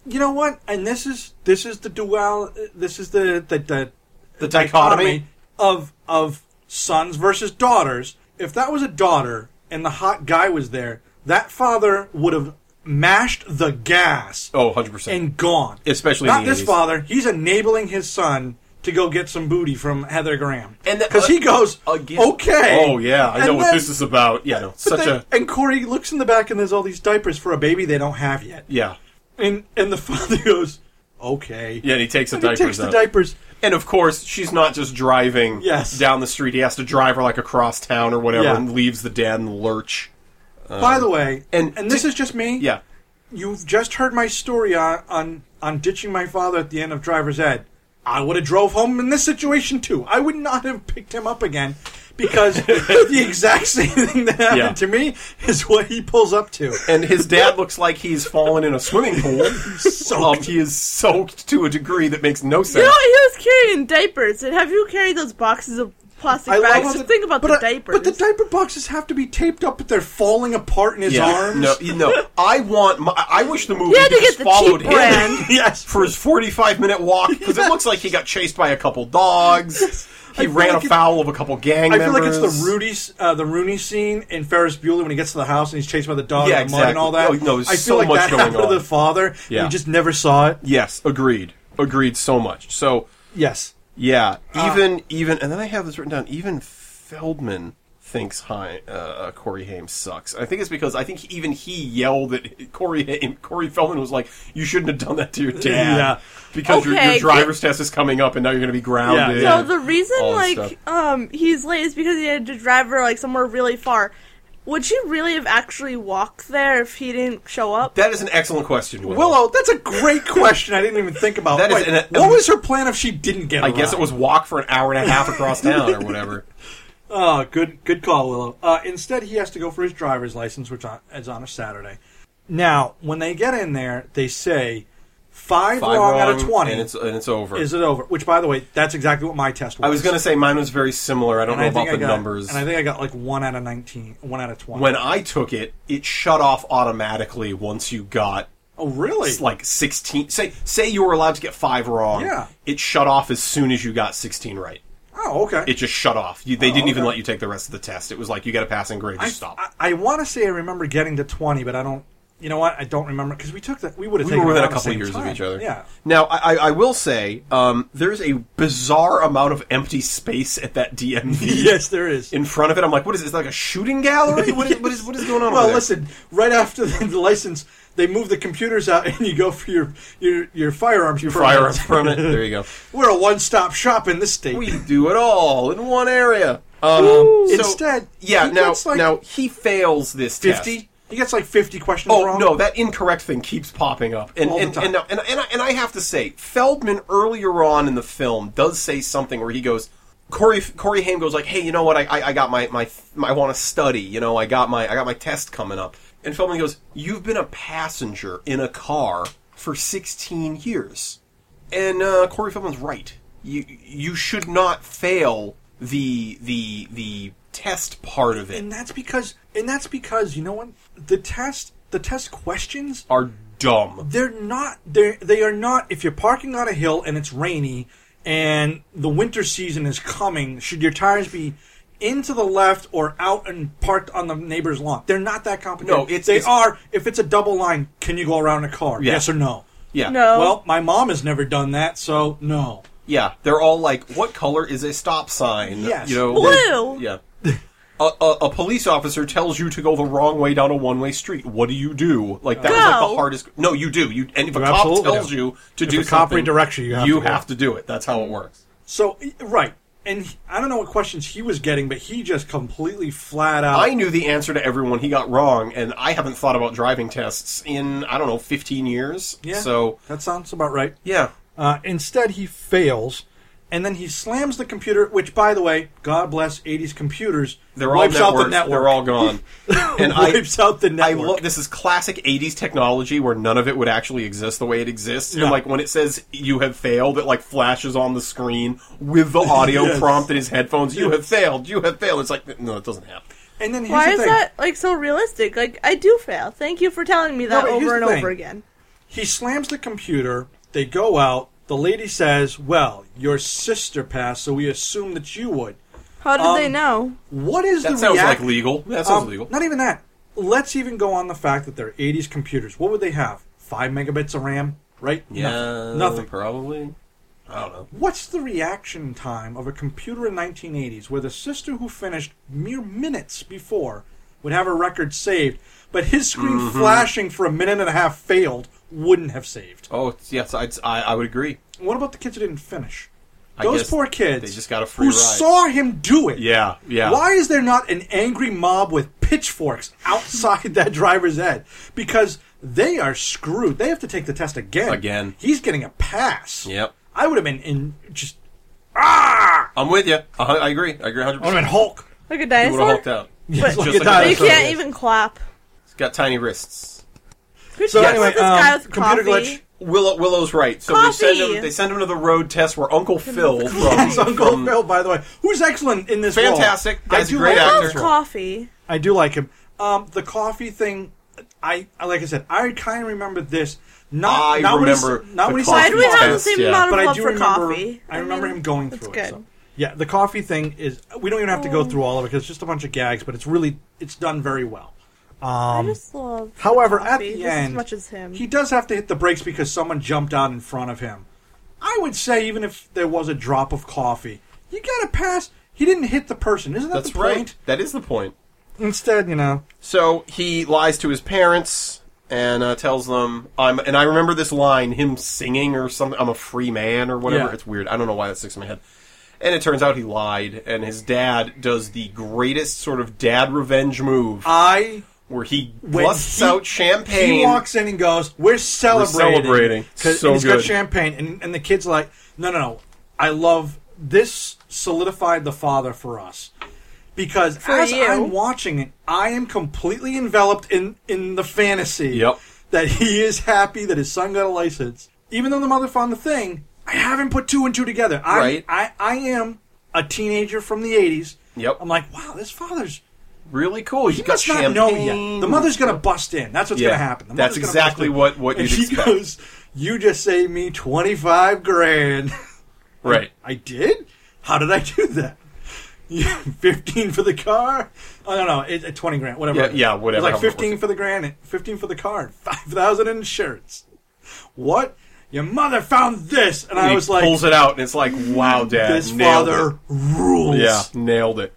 [SPEAKER 6] you know what? And this is this is the dual this is the the, the
[SPEAKER 8] The dichotomy.
[SPEAKER 6] of of sons versus daughters. If that was a daughter and the hot guy was there, that father would have mashed the gas
[SPEAKER 8] Oh, 100 percent.
[SPEAKER 6] and gone.
[SPEAKER 8] Especially in
[SPEAKER 6] not
[SPEAKER 8] the
[SPEAKER 6] this
[SPEAKER 8] 80s.
[SPEAKER 6] father. He's enabling his son to go get some booty from Heather Graham.
[SPEAKER 8] And the-
[SPEAKER 6] because he goes,
[SPEAKER 8] Again.
[SPEAKER 6] okay,
[SPEAKER 8] Oh yeah, I know
[SPEAKER 6] And
[SPEAKER 8] what
[SPEAKER 6] then-
[SPEAKER 8] this is about. Yeah, no,
[SPEAKER 6] but
[SPEAKER 8] such
[SPEAKER 6] they-
[SPEAKER 8] a
[SPEAKER 6] and Corey looks in the back and there's all these diapers for a baby they don't have yet.
[SPEAKER 8] yeah.
[SPEAKER 6] And and the *laughs* father goes, okay.
[SPEAKER 8] Yeah, and he takes the
[SPEAKER 6] And he
[SPEAKER 8] diapers
[SPEAKER 6] takes the
[SPEAKER 8] out.
[SPEAKER 6] diapers.
[SPEAKER 8] And of course, she's not just driving
[SPEAKER 6] Yes.
[SPEAKER 8] down the street. He has to drive her like across town or whatever
[SPEAKER 6] Yeah.
[SPEAKER 8] and leaves the dad in the lurch.
[SPEAKER 6] By the way,
[SPEAKER 8] Uh, and
[SPEAKER 6] and, this
[SPEAKER 8] to-
[SPEAKER 6] is just me.
[SPEAKER 8] Yeah.
[SPEAKER 6] You've just heard my story on on, on ditching my father at the end of driver's ed. I would have drove home in this situation too. I would not have picked him up again because
[SPEAKER 8] *laughs*
[SPEAKER 6] the exact same thing that happened
[SPEAKER 8] Yeah.
[SPEAKER 6] to me is what he pulls up to.
[SPEAKER 7] *laughs*
[SPEAKER 8] And his
[SPEAKER 6] *laughs*
[SPEAKER 8] dad looks like he's fallen in a swimming pool.
[SPEAKER 6] Soaked.
[SPEAKER 8] Um, he is soaked to a degree that makes no
[SPEAKER 7] You
[SPEAKER 8] sense.
[SPEAKER 7] know, he was carrying diapers. And have you carried those boxes of plastic bags?
[SPEAKER 6] how
[SPEAKER 7] Just
[SPEAKER 6] the-
[SPEAKER 7] think about
[SPEAKER 6] but
[SPEAKER 7] the
[SPEAKER 6] I-
[SPEAKER 7] diapers.
[SPEAKER 6] But the diaper boxes have to be taped up, but they're falling apart in his arms.
[SPEAKER 8] No, you know, I want. My, I wish the movie
[SPEAKER 7] You had to get
[SPEAKER 8] just
[SPEAKER 7] the
[SPEAKER 8] followed
[SPEAKER 7] cheap
[SPEAKER 8] him
[SPEAKER 7] brand.
[SPEAKER 6] *laughs* Yes.
[SPEAKER 8] for his forty-five minute walk because it looks like he got chased by a couple dogs. He
[SPEAKER 6] feel
[SPEAKER 8] ran
[SPEAKER 6] like it-
[SPEAKER 8] afoul of a couple gang
[SPEAKER 6] I feel
[SPEAKER 8] members.
[SPEAKER 6] like it's the Rudy, uh, the Rooney scene in Ferris Bueller when he gets to the house and he's chased by the dog
[SPEAKER 8] Yeah,
[SPEAKER 6] and the mud and all that.
[SPEAKER 8] exactly. Oh, no,
[SPEAKER 6] I
[SPEAKER 8] there's
[SPEAKER 6] feel
[SPEAKER 8] so
[SPEAKER 6] like
[SPEAKER 8] much
[SPEAKER 6] that
[SPEAKER 8] going
[SPEAKER 6] happened
[SPEAKER 8] on.
[SPEAKER 6] to the father.
[SPEAKER 8] Yeah.
[SPEAKER 6] and you just never saw it.
[SPEAKER 8] Yes, agreed. Agreed so much. So
[SPEAKER 6] Yes,
[SPEAKER 8] Yeah, even even, and then I have this written down. Even Feldman thinks hi, uh, uh, Corey Haim sucks. I think it's because I think even he yelled at Corey Haim. Corey Feldman was like, "You shouldn't have done that to your dad."
[SPEAKER 6] Yeah.
[SPEAKER 8] because your, your
[SPEAKER 7] Okay,
[SPEAKER 8] driver's test is coming up, and now you're going to be grounded.
[SPEAKER 6] Yeah.
[SPEAKER 7] So the reason
[SPEAKER 8] All this
[SPEAKER 7] like
[SPEAKER 8] stuff.
[SPEAKER 7] um he's late is because he had to drive her like somewhere really far. Would she really have actually walked there if he didn't show up?
[SPEAKER 8] that is an excellent question, Will.
[SPEAKER 6] Willow. That's a great
[SPEAKER 8] *laughs*
[SPEAKER 6] question. I didn't even think about.
[SPEAKER 8] That is
[SPEAKER 6] Wait,
[SPEAKER 8] an-
[SPEAKER 6] what was her plan if she didn't get?
[SPEAKER 8] I guess it
[SPEAKER 6] around?
[SPEAKER 8] was walk for an hour and a half *laughs* across town or whatever.
[SPEAKER 6] Oh, good, good call, Willow. Uh, instead, he has to go for his driver's license, which on, is on a Saturday. Now, when they get in there, they say five,
[SPEAKER 8] Five
[SPEAKER 6] wrong, out of
[SPEAKER 8] wrong,
[SPEAKER 6] twenty
[SPEAKER 8] and it's and it's over.
[SPEAKER 6] is it over. Which, by the way, that's exactly what my test was.
[SPEAKER 8] I was going to say mine was very similar. I
[SPEAKER 6] And
[SPEAKER 8] don't know
[SPEAKER 6] I
[SPEAKER 8] about
[SPEAKER 6] think
[SPEAKER 8] the
[SPEAKER 6] I got,
[SPEAKER 8] numbers.
[SPEAKER 6] And I think I got like one out of 19, one out of 20.
[SPEAKER 8] when I took it, it shut off automatically once you got
[SPEAKER 6] oh, really?
[SPEAKER 8] It's like 16 say say you were allowed to get 5 wrong
[SPEAKER 6] Yeah.
[SPEAKER 8] it shut off as soon as you got 16 right
[SPEAKER 6] oh, okay.
[SPEAKER 8] it just shut off you, they didn't even
[SPEAKER 6] Oh, okay.
[SPEAKER 8] let you take the rest of the test it was like you got a passing grade
[SPEAKER 6] I,
[SPEAKER 8] just stop
[SPEAKER 6] I, I want to say I remember getting to 20, but I don't. You know what? I don't remember because we took that. We would have.
[SPEAKER 8] we were within a couple years of each other.
[SPEAKER 6] Yeah.
[SPEAKER 8] Now, I, I- I will say, um, there's a bizarre amount of empty space at that DMV.
[SPEAKER 6] *laughs* Yes, there is.
[SPEAKER 8] In front of it, I'm like, what is this? Like a shooting gallery? *laughs* What is, what is, what is going on?
[SPEAKER 6] well,
[SPEAKER 8] over there?
[SPEAKER 6] listen. Right after the license, they move the computers out, and you go for your your your firearms. Your
[SPEAKER 8] Firearms permit. *laughs* There you go.
[SPEAKER 6] *laughs* We're a one stop shop in this state.
[SPEAKER 8] We do it all in one area. Um, so-
[SPEAKER 6] Instead,
[SPEAKER 8] yeah.
[SPEAKER 6] he
[SPEAKER 8] Now,
[SPEAKER 6] gets, like,
[SPEAKER 8] now he fails this
[SPEAKER 6] fifty.
[SPEAKER 8] test.
[SPEAKER 6] He gets like fifty questions
[SPEAKER 8] Oh
[SPEAKER 6] wrong.
[SPEAKER 8] no, that incorrect thing keeps popping up, and
[SPEAKER 6] All the
[SPEAKER 8] and
[SPEAKER 6] time.
[SPEAKER 8] and, now- and, and, I, and I have to say, Feldman earlier on in the film does say something where he goes, Corey Corey Haim goes like, hey, you know what? I I, I got my, my my I want to study. You know, I got my I got my test coming up, and Feldman goes, you've been a passenger in a car for 16 years, and uh, Corey Feldman's right. You you should not fail the the the test part of
[SPEAKER 6] and
[SPEAKER 8] it.
[SPEAKER 6] that's because and that's because you know what the test the test questions
[SPEAKER 8] Are dumb.
[SPEAKER 6] they're not they they are not if you're parking on a hill and it's rainy and the winter season is coming should your tires be into the left or out and parked on the neighbor's lawn they're not that complicated
[SPEAKER 8] No, it's-
[SPEAKER 6] they
[SPEAKER 8] it's-
[SPEAKER 6] are if it's a double line can you go around a car
[SPEAKER 8] Yeah.
[SPEAKER 6] yes or no
[SPEAKER 8] Yeah.
[SPEAKER 7] No.
[SPEAKER 6] well my mom has never done that so no
[SPEAKER 8] Yeah, they're all like, "What color is a stop sign?"
[SPEAKER 6] Yes.
[SPEAKER 8] you know,
[SPEAKER 7] Blue.
[SPEAKER 8] Yeah. A, a, a police officer tells you to go the wrong way down a one-way street. What do you do? Like that was like
[SPEAKER 7] Go.
[SPEAKER 8] the hardest. No, you do. You and if a
[SPEAKER 6] You
[SPEAKER 8] cop
[SPEAKER 6] absolutely
[SPEAKER 8] tells
[SPEAKER 6] do.
[SPEAKER 8] you to
[SPEAKER 6] If
[SPEAKER 8] do
[SPEAKER 6] a cop
[SPEAKER 8] something,
[SPEAKER 6] redirects you, you have to do it.
[SPEAKER 8] do it. That's how it works.
[SPEAKER 6] so i- right and he- i don't know what questions he was getting but he just completely flat out
[SPEAKER 8] I knew the answer to everyone he got wrong, and I haven't thought about driving tests in I don't know fifteen years.
[SPEAKER 6] yeah
[SPEAKER 8] So
[SPEAKER 6] that sounds about right
[SPEAKER 8] yeah,
[SPEAKER 6] Uh, instead, he fails, and then he slams the computer. Which, by the way, God bless '80s computers.
[SPEAKER 8] they're all
[SPEAKER 6] wipes out the
[SPEAKER 8] networks,
[SPEAKER 6] network.
[SPEAKER 8] They're all gone.
[SPEAKER 6] *laughs*
[SPEAKER 8] and I-
[SPEAKER 6] wipes out the
[SPEAKER 8] I
[SPEAKER 6] network.
[SPEAKER 8] love this is classic '80s technology where none of it would actually exist the way it exists.
[SPEAKER 6] Yeah.
[SPEAKER 8] And like when it says "you have failed," it like flashes on the screen with the audio
[SPEAKER 6] Yes.
[SPEAKER 8] prompt in his headphones. You have failed. You have failed. It's like no, it doesn't happen.
[SPEAKER 6] and then here's
[SPEAKER 7] Why
[SPEAKER 6] the
[SPEAKER 7] is
[SPEAKER 6] thing.
[SPEAKER 7] that like so realistic? Like I do fail. Thank you for telling me that
[SPEAKER 6] but here's
[SPEAKER 7] over and
[SPEAKER 6] the
[SPEAKER 7] over
[SPEAKER 6] thing.
[SPEAKER 7] again.
[SPEAKER 6] He slams the computer. They go out. The lady says, "Well, your sister passed, so we assume that you would."
[SPEAKER 7] How did
[SPEAKER 6] Um,
[SPEAKER 7] they know?
[SPEAKER 6] What is
[SPEAKER 8] That
[SPEAKER 6] the
[SPEAKER 8] sounds
[SPEAKER 6] react-
[SPEAKER 8] like legal. That sounds
[SPEAKER 6] Um,
[SPEAKER 8] legal.
[SPEAKER 6] Not even that. Let's even go on the fact that they're '80s computers. What would they have? Five megabits of RAM, right?
[SPEAKER 8] yeah,
[SPEAKER 6] nothing. nothing.
[SPEAKER 8] Probably. I don't know.
[SPEAKER 6] What's the reaction time of a computer in 1980s where the sister who finished mere minutes before would have her record saved, but his screen
[SPEAKER 8] Mm-hmm.
[SPEAKER 6] flashing for a minute and a half failed wouldn't have saved?
[SPEAKER 8] Oh it's- yes, I'd, I I would agree.
[SPEAKER 6] What about the kids who didn't finish?
[SPEAKER 8] I
[SPEAKER 6] Those
[SPEAKER 8] guess
[SPEAKER 6] poor kids.
[SPEAKER 8] they just got a free
[SPEAKER 6] who
[SPEAKER 8] ride.
[SPEAKER 6] saw him do it.
[SPEAKER 8] Yeah, yeah.
[SPEAKER 6] Why is there not an angry mob with pitchforks outside that driver's head? Because they are screwed. They have to take the test again.
[SPEAKER 8] Again.
[SPEAKER 6] He's getting a pass.
[SPEAKER 8] Yep.
[SPEAKER 6] I would have been in just
[SPEAKER 8] I'm with you. I, I agree. I
[SPEAKER 6] I would
[SPEAKER 8] agree 100.
[SPEAKER 6] have
[SPEAKER 8] percent
[SPEAKER 6] been Hulk.
[SPEAKER 7] Like a
[SPEAKER 8] You would have
[SPEAKER 7] dinosaur?
[SPEAKER 8] hulked out.
[SPEAKER 6] *laughs* Yes,
[SPEAKER 8] Just
[SPEAKER 6] like a
[SPEAKER 7] But
[SPEAKER 8] like a
[SPEAKER 7] you
[SPEAKER 8] dinosaur.
[SPEAKER 6] dinosaur.
[SPEAKER 7] can't even clap.
[SPEAKER 8] It's got tiny wrists.
[SPEAKER 7] Who
[SPEAKER 6] So
[SPEAKER 7] so
[SPEAKER 6] anyway,
[SPEAKER 7] this
[SPEAKER 6] um,
[SPEAKER 7] guy with
[SPEAKER 6] computer
[SPEAKER 7] coffee?
[SPEAKER 6] glitch.
[SPEAKER 8] Willow, Willow's right. So
[SPEAKER 7] Coffee!
[SPEAKER 8] they send him. They send him to the road test where Uncle Phil from,
[SPEAKER 6] Yes, Uncle
[SPEAKER 8] from-
[SPEAKER 6] Phil, by the way, who's excellent in this role.
[SPEAKER 8] Fantastic. Guy's
[SPEAKER 6] I do
[SPEAKER 8] a
[SPEAKER 6] like
[SPEAKER 8] great actor.
[SPEAKER 7] Loves
[SPEAKER 6] this role.
[SPEAKER 7] coffee.
[SPEAKER 6] I do like him. Um, the coffee thing, I I- like I said, I kind of remember this. Not
[SPEAKER 8] I
[SPEAKER 6] not
[SPEAKER 8] remember
[SPEAKER 6] when he, not
[SPEAKER 8] the
[SPEAKER 6] when he
[SPEAKER 8] coffee
[SPEAKER 7] Why do we
[SPEAKER 6] says-
[SPEAKER 7] have the
[SPEAKER 8] test,
[SPEAKER 7] same
[SPEAKER 8] yeah.
[SPEAKER 7] amount of
[SPEAKER 6] but I
[SPEAKER 7] love
[SPEAKER 6] do
[SPEAKER 7] for
[SPEAKER 6] remember.
[SPEAKER 7] coffee?
[SPEAKER 6] I remember
[SPEAKER 7] mean,
[SPEAKER 6] him going
[SPEAKER 7] that's
[SPEAKER 6] through it.
[SPEAKER 7] good.
[SPEAKER 6] so. Yeah, the coffee thing is we don't even have to go
[SPEAKER 8] Oh.
[SPEAKER 6] through all of it because it's just a bunch of gags, but it's really it's done very well.
[SPEAKER 7] I just love.
[SPEAKER 6] However, at
[SPEAKER 7] coffee,
[SPEAKER 6] the
[SPEAKER 7] just
[SPEAKER 6] end,
[SPEAKER 7] as much as him.
[SPEAKER 6] he does have to hit the brakes because someone jumped out in front of him. I would say even if there was a drop of coffee, you gotta pass. He didn't hit the person, isn't that
[SPEAKER 8] That's
[SPEAKER 6] the
[SPEAKER 8] right.
[SPEAKER 6] point?
[SPEAKER 8] That is the point.
[SPEAKER 6] Instead, you know,
[SPEAKER 8] So he lies to his parents and uh, tells them, "I'm." And I remember this line, him singing or something. I'm a free man or whatever.
[SPEAKER 6] Yeah.
[SPEAKER 8] It's weird. I don't know why that sticks in my head. And it turns out he lied, and his dad does the greatest sort of dad revenge move,
[SPEAKER 6] I
[SPEAKER 8] where he
[SPEAKER 6] Uh, when
[SPEAKER 8] busts
[SPEAKER 6] he-
[SPEAKER 8] out champagne.
[SPEAKER 6] He walks in and goes, "We're celebrating,
[SPEAKER 8] celebrating.
[SPEAKER 6] 'Cause-
[SPEAKER 8] So
[SPEAKER 6] and he's got
[SPEAKER 8] good.
[SPEAKER 6] champagne, and, and the kid's like, "No, no, no! I love this. Solidified the father for us." Because as
[SPEAKER 7] you.
[SPEAKER 6] I'm watching it, I am completely enveloped in in the fantasy
[SPEAKER 8] Yep.
[SPEAKER 6] that he is happy that his son got a license, even though the mother found the thing. I haven't put two and two together. I,
[SPEAKER 8] Right.
[SPEAKER 6] I, I am a teenager from the '80s.
[SPEAKER 8] Yep.
[SPEAKER 6] I'm like, wow, this father's
[SPEAKER 8] really cool. He's
[SPEAKER 6] he
[SPEAKER 8] got
[SPEAKER 6] must
[SPEAKER 8] champagne.
[SPEAKER 6] not know yet. The mother's gonna bust in. That's what's
[SPEAKER 8] Yeah.
[SPEAKER 6] gonna happen. The
[SPEAKER 8] That's
[SPEAKER 6] mother's gonna
[SPEAKER 8] exactly
[SPEAKER 6] bust in.
[SPEAKER 8] what- what
[SPEAKER 6] and
[SPEAKER 8] you'd
[SPEAKER 6] he
[SPEAKER 8] expect.
[SPEAKER 6] goes, "You just saved me twenty five grand." *laughs*
[SPEAKER 8] right.
[SPEAKER 6] I did. How did I do that? *laughs* Yeah, fifteen for the car. I don't know. It, it- twenty grand, whatever.
[SPEAKER 8] Yeah, yeah, whatever,
[SPEAKER 6] It's
[SPEAKER 8] how
[SPEAKER 6] like
[SPEAKER 8] much was
[SPEAKER 6] fifteen
[SPEAKER 8] it?
[SPEAKER 6] for the grand, fifteen for the car, five thousand in shirts. What? Your mother found this, and I
[SPEAKER 8] he
[SPEAKER 6] was like,
[SPEAKER 8] pulls it out and it's like, wow, Dad,
[SPEAKER 6] this
[SPEAKER 8] nailed
[SPEAKER 6] father rules.
[SPEAKER 8] It. Yeah, nailed it.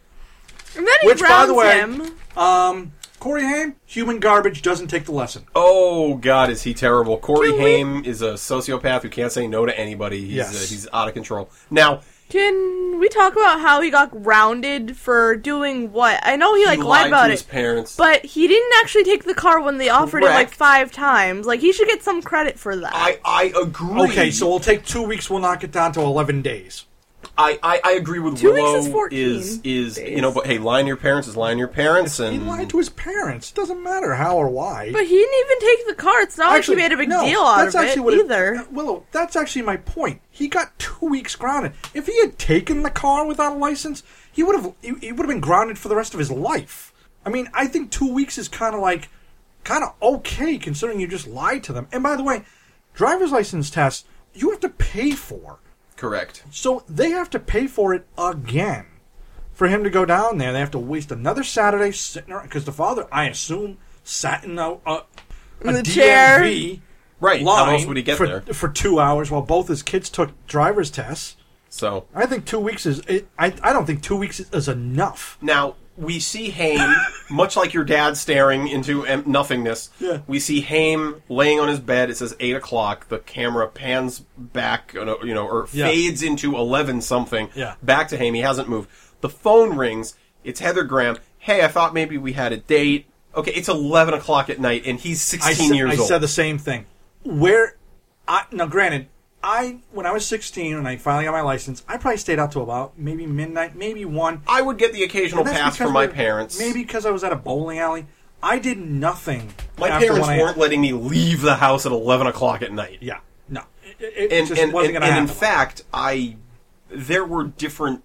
[SPEAKER 7] And then he
[SPEAKER 6] Which, by the
[SPEAKER 7] grounds
[SPEAKER 6] way-
[SPEAKER 7] him.
[SPEAKER 6] Um, Corey Haim, human garbage doesn't take the lesson.
[SPEAKER 8] Oh God, is he terrible? Corey
[SPEAKER 7] Can we-
[SPEAKER 8] Haim is a sociopath who can't say no to anybody. He's
[SPEAKER 6] Yes.
[SPEAKER 8] uh, he's out of control. Now
[SPEAKER 7] Can we talk about how he got grounded for doing what? I know he, like
[SPEAKER 8] he
[SPEAKER 7] lied
[SPEAKER 8] lied
[SPEAKER 7] about
[SPEAKER 8] to
[SPEAKER 7] it,
[SPEAKER 8] his parents.
[SPEAKER 7] but he didn't actually take the car when they offered it like
[SPEAKER 8] Correct.
[SPEAKER 7] five times. Like he should get some credit for that.
[SPEAKER 8] I I agree.
[SPEAKER 6] Okay, so we'll take two weeks. We'll knock it down to eleven days.
[SPEAKER 8] I, I, I agree with
[SPEAKER 7] Two weeks
[SPEAKER 8] Willow.
[SPEAKER 7] is 14
[SPEAKER 8] is is
[SPEAKER 7] days.
[SPEAKER 8] you know, but hey, lying to your parents is lying to your parents,
[SPEAKER 6] He
[SPEAKER 8] and
[SPEAKER 6] lied to his parents. Doesn't matter how or why.
[SPEAKER 7] but he didn't even take the car. It's not like he made a big
[SPEAKER 6] no,
[SPEAKER 7] deal out
[SPEAKER 6] that's
[SPEAKER 7] of
[SPEAKER 6] actually
[SPEAKER 7] it
[SPEAKER 6] what
[SPEAKER 7] either.
[SPEAKER 6] Willow, that's actually my point. He got two weeks grounded. If he had taken the car without a license, he would have he, he would have been grounded for the rest of his life. I mean, I think two weeks is kind of like kind of okay considering you just lied to them. And by the way, driver's license tests you have to pay for,
[SPEAKER 8] correct.
[SPEAKER 6] so they have to pay for it again. For him to go down there, they have to waste another Saturday sitting around because the father, I assume, sat in a, a, a
[SPEAKER 7] the chair.
[SPEAKER 6] DMV
[SPEAKER 8] Right?
[SPEAKER 6] line
[SPEAKER 8] How else would he get
[SPEAKER 6] for,
[SPEAKER 8] there?
[SPEAKER 6] for two hours while both his kids took driver's tests.
[SPEAKER 8] So
[SPEAKER 6] I think two weeks is. It, I I don't think two weeks is, is enough.
[SPEAKER 8] now we see
[SPEAKER 6] *laughs*
[SPEAKER 8] Haim, much like your dad staring into em- nothingness.
[SPEAKER 6] Yeah.
[SPEAKER 8] We see Haim laying on his bed. It says eight o'clock. The camera pans back, you know, you know, or
[SPEAKER 6] Yeah.
[SPEAKER 8] fades into eleven something.
[SPEAKER 6] Yeah.
[SPEAKER 8] Back to Haim. He hasn't moved. The phone rings. It's Heather Graham. Hey, I thought maybe we had a date. Okay, it's eleven o'clock at night, and he's
[SPEAKER 6] I
[SPEAKER 8] sixteen
[SPEAKER 6] said,
[SPEAKER 8] years
[SPEAKER 6] I
[SPEAKER 8] old.
[SPEAKER 6] said the same thing. Where, I now granted, I when I was sixteen and I finally got my license, I probably stayed out till about maybe midnight, maybe one.
[SPEAKER 8] I would get the occasional
[SPEAKER 6] And that's
[SPEAKER 8] pass
[SPEAKER 6] because
[SPEAKER 8] from my
[SPEAKER 6] we're-
[SPEAKER 8] parents.
[SPEAKER 6] Maybe because I was at a bowling alley. I did nothing.
[SPEAKER 8] my
[SPEAKER 6] after
[SPEAKER 8] parents
[SPEAKER 6] when I-
[SPEAKER 8] weren't letting me leave the house at eleven o'clock at night.
[SPEAKER 6] Yeah, no, it, it
[SPEAKER 8] and
[SPEAKER 6] just
[SPEAKER 8] and,
[SPEAKER 6] wasn't
[SPEAKER 8] and,
[SPEAKER 6] gonna
[SPEAKER 8] and
[SPEAKER 6] happen.
[SPEAKER 8] in fact, I there were different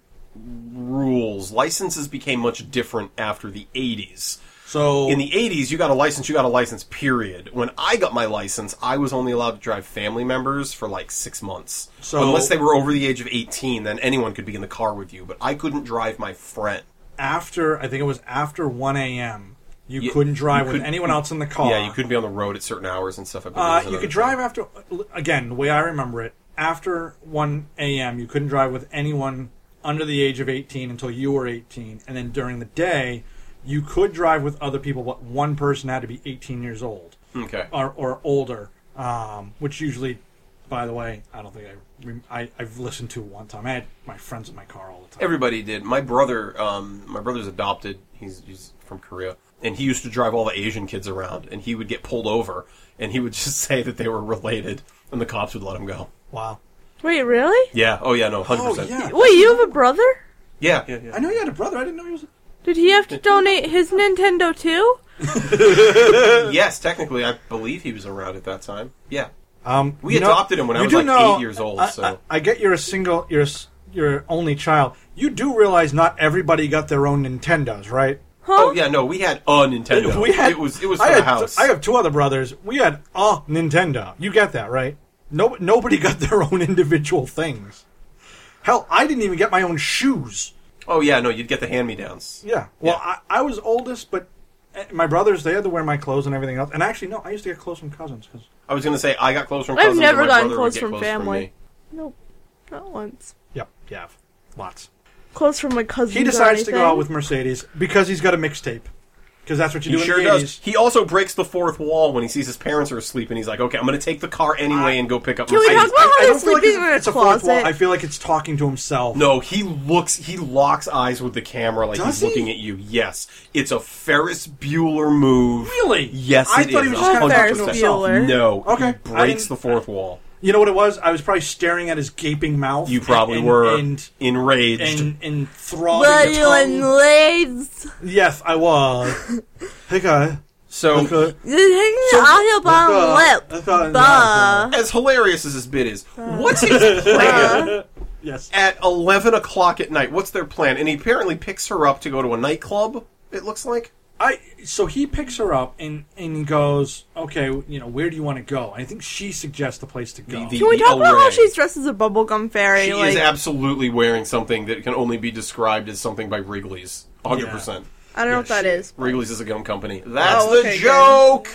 [SPEAKER 8] rules. Licenses became much different after the eighties.
[SPEAKER 6] so
[SPEAKER 8] In the eighties, you got a license. You got a license. Period. When I got my license, I was only allowed to drive family members for like six months,
[SPEAKER 6] So-
[SPEAKER 8] unless they were over the age of eighteen. Then anyone could be in the car with you, but I couldn't drive my friend.
[SPEAKER 6] after I think it was after one a.m. You
[SPEAKER 8] You-
[SPEAKER 6] couldn't drive
[SPEAKER 8] you
[SPEAKER 6] with
[SPEAKER 8] couldn't-
[SPEAKER 6] anyone else in the car.
[SPEAKER 8] Yeah, you couldn't be on the road at certain hours and stuff. I
[SPEAKER 6] Uh,
[SPEAKER 8] believe is
[SPEAKER 6] you
[SPEAKER 8] another
[SPEAKER 6] could
[SPEAKER 8] thing.
[SPEAKER 6] drive after again the way I remember it. After one a.m., you couldn't drive with anyone under the age of eighteen until you were eighteen, and then during the day, you could drive with other people, but one person had to be eighteen years old
[SPEAKER 8] Okay.
[SPEAKER 6] or, or older, um, which usually, by the way, I don't think I, rem- I I've listened to one time. I had my friends in my car all the time.
[SPEAKER 8] Everybody did. My brother, um, my brother's adopted. He's, he's from Korea, and he used to drive all the Asian kids around, and he would get pulled over, and he would *laughs* just say that they were related, and the cops would let him go.
[SPEAKER 6] Wow,
[SPEAKER 7] Wait, really?
[SPEAKER 8] Yeah. Oh yeah. No. Hundred
[SPEAKER 6] Oh,
[SPEAKER 8] percent.
[SPEAKER 6] yeah.
[SPEAKER 7] Wait, you have a brother?
[SPEAKER 8] Yeah. Yeah. yeah.
[SPEAKER 6] I know you had a brother. I didn't know he was.
[SPEAKER 7] Did he have to donate his Nintendo too?
[SPEAKER 8] yes. Technically, I believe he was around at that time. Yeah.
[SPEAKER 6] Um,
[SPEAKER 8] We
[SPEAKER 6] you know-
[SPEAKER 8] adopted him when I
[SPEAKER 6] you
[SPEAKER 8] was,
[SPEAKER 6] do
[SPEAKER 8] like,
[SPEAKER 6] know-
[SPEAKER 8] eight years old,
[SPEAKER 6] I,
[SPEAKER 8] so-
[SPEAKER 6] I, I get you're a single, you're a s- you're only child. You do realize not everybody got their own Nintendos, right?
[SPEAKER 7] Huh?
[SPEAKER 8] Oh yeah. No, we had a Nintendo. it was it was for
[SPEAKER 6] I
[SPEAKER 8] the
[SPEAKER 6] had,
[SPEAKER 8] house.
[SPEAKER 6] I have two other brothers. We had a Nintendo. You get that right? No, nobody *laughs* got their own individual things. Hell, I didn't even get my own shoes.
[SPEAKER 8] oh yeah. No, you'd get the hand me downs.
[SPEAKER 6] Yeah. Well,
[SPEAKER 8] Yeah.
[SPEAKER 6] I, I was oldest, but uh, my brothers they had to wear my clothes and everything else. And actually, no, I used to get clothes from cousins because
[SPEAKER 8] I was gonna say I got clothes from.
[SPEAKER 7] I've
[SPEAKER 8] cousins, and
[SPEAKER 7] never
[SPEAKER 8] my
[SPEAKER 7] gotten
[SPEAKER 8] brother would
[SPEAKER 7] clothes
[SPEAKER 8] get
[SPEAKER 7] from family.
[SPEAKER 8] me.
[SPEAKER 7] Nope, not once.
[SPEAKER 6] yep, yeah, lots.
[SPEAKER 7] Close from my cousin.
[SPEAKER 6] He decides to go out with Mercedes because he's got a mixtape. Because that's what you
[SPEAKER 8] He
[SPEAKER 6] do in
[SPEAKER 8] sure
[SPEAKER 6] the 80s.
[SPEAKER 8] does. He also breaks the fourth wall when he sees his parents are asleep, and he's like, "Okay, I'm going to take the car anyway and go pick up."
[SPEAKER 7] Can we
[SPEAKER 8] Mercedes."
[SPEAKER 7] talk about how
[SPEAKER 6] I
[SPEAKER 7] they're
[SPEAKER 6] don't feel like
[SPEAKER 7] sleeping in a
[SPEAKER 6] it's, it's a fourth wall.
[SPEAKER 7] closet?
[SPEAKER 6] I feel like it's talking to himself.
[SPEAKER 8] no, he looks. He locks eyes with the camera like
[SPEAKER 6] Does
[SPEAKER 8] he's
[SPEAKER 6] he?
[SPEAKER 8] looking at you. Yes, it's a Ferris Bueller move.
[SPEAKER 6] Really?
[SPEAKER 8] Yes,
[SPEAKER 6] I
[SPEAKER 8] it
[SPEAKER 6] thought
[SPEAKER 8] is,
[SPEAKER 6] he was just kinda talking to
[SPEAKER 8] 100%.
[SPEAKER 6] himself.
[SPEAKER 7] Ferris Bueller.
[SPEAKER 8] No,
[SPEAKER 6] Okay,
[SPEAKER 8] he
[SPEAKER 6] I
[SPEAKER 8] breaks
[SPEAKER 6] didn't-
[SPEAKER 8] the fourth wall.
[SPEAKER 6] You know what it was? I was probably staring at his gaping mouth.
[SPEAKER 8] You probably
[SPEAKER 6] and,
[SPEAKER 8] were
[SPEAKER 6] And,
[SPEAKER 8] enraged.
[SPEAKER 6] and, and throbbing
[SPEAKER 7] But
[SPEAKER 6] your
[SPEAKER 7] you and
[SPEAKER 6] tongue.
[SPEAKER 7] *laughs* ladies,
[SPEAKER 6] Yes, I
[SPEAKER 7] *laughs*
[SPEAKER 6] was. hey, guy.
[SPEAKER 8] so,
[SPEAKER 6] *laughs* Okay.
[SPEAKER 7] you're hanging out your bottom
[SPEAKER 6] Look,
[SPEAKER 7] lip.
[SPEAKER 6] uh, uh,
[SPEAKER 7] Bah.
[SPEAKER 8] as hilarious as this bit is, what's
[SPEAKER 6] *laughs*
[SPEAKER 8] his plan?
[SPEAKER 7] *laughs*
[SPEAKER 6] Yes.
[SPEAKER 8] at 11 o'clock at night. What's their plan? And he apparently picks her up to go to a nightclub, it looks like.
[SPEAKER 6] I so he picks her up and and he goes, okay, you know, where do you want to go? And I think she suggests the place to go.
[SPEAKER 8] The-
[SPEAKER 7] Can we
[SPEAKER 8] the
[SPEAKER 7] talk about how
[SPEAKER 8] array.
[SPEAKER 7] she's dressed as a bubblegum fairy?
[SPEAKER 8] She
[SPEAKER 7] like,
[SPEAKER 8] is absolutely wearing something that can only be described as something by Wrigley's. 100%.
[SPEAKER 7] I don't know what
[SPEAKER 6] Yeah,
[SPEAKER 7] that is.
[SPEAKER 8] Wrigley's is a gum company. That's
[SPEAKER 7] Oh, okay,
[SPEAKER 8] the
[SPEAKER 7] good.
[SPEAKER 8] joke!